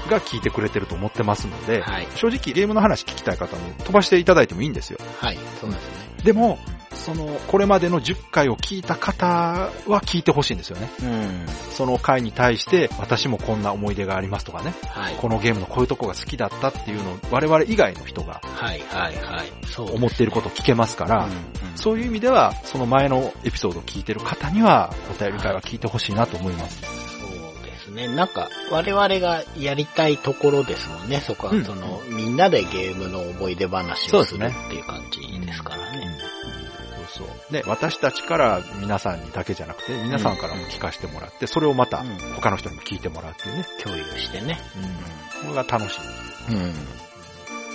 Speaker 3: うん。
Speaker 2: が聞いてくれてると思ってますので、
Speaker 3: はい。
Speaker 2: 正直ゲームの話聞きたい方も飛ばしていただいてもいいんですよ。
Speaker 3: はい。そうですね。
Speaker 2: でも、その、これまでの10回を聞いた方は聞いてほしいんですよね。
Speaker 3: うん。
Speaker 2: その回に対して、私もこんな思い出がありますとかね、
Speaker 3: はい。
Speaker 2: このゲームのこういうとこが好きだったっていうのを我々以外の人が
Speaker 3: はいはいはい。そう
Speaker 2: 思っていることを聞けますから、
Speaker 3: うんうん
Speaker 2: そういう意味では、その前のエピソードを聞いてる方には、お便り会は聞いてほしいなと思います。
Speaker 3: そうですね。なんか、我々がやりたいところですもんね。そこ
Speaker 2: う
Speaker 3: は、
Speaker 2: ん
Speaker 3: その、みんなでゲームの思い出話をするっていう感じですからね。
Speaker 2: そうそう。で、私たちから皆さんにだけじゃなくて、皆さんからも聞かせてもらって、それをまた
Speaker 3: うん
Speaker 2: 他の人にも聞いてもらうっていうね。
Speaker 3: 共有してね。
Speaker 2: これが楽しい。
Speaker 3: うん。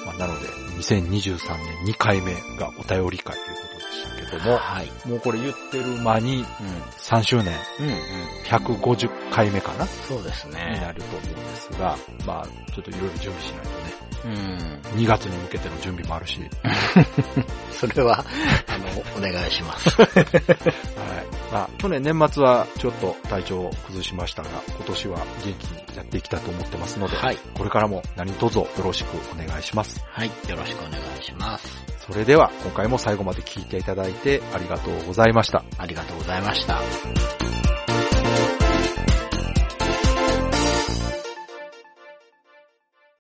Speaker 2: まあ、なので、2023年2回目がお便り会ということでしたけども、
Speaker 3: はい。
Speaker 2: もうこれ言ってる間に
Speaker 3: う
Speaker 2: 3周年、
Speaker 3: ん。うんうん。
Speaker 2: 150回目かな、
Speaker 3: そうです
Speaker 2: にな
Speaker 3: ね。
Speaker 2: ると思うんですが、まあちょっといろいろ準備しないとね、
Speaker 3: うん。
Speaker 2: 2月に向けての準備もあるし、
Speaker 3: それは、あの、お願いします。
Speaker 2: はい。まあ、去年年末はちょっと体調を崩しましたが、今年は元気にやっていきたいと思ってますので、
Speaker 3: はい。
Speaker 2: これからも何卒よろしくお願いします。
Speaker 3: はい。よろしくお願いします。
Speaker 2: それでは、今回も最後まで聞いていただいてありがとうございました。
Speaker 3: ありがとうございました。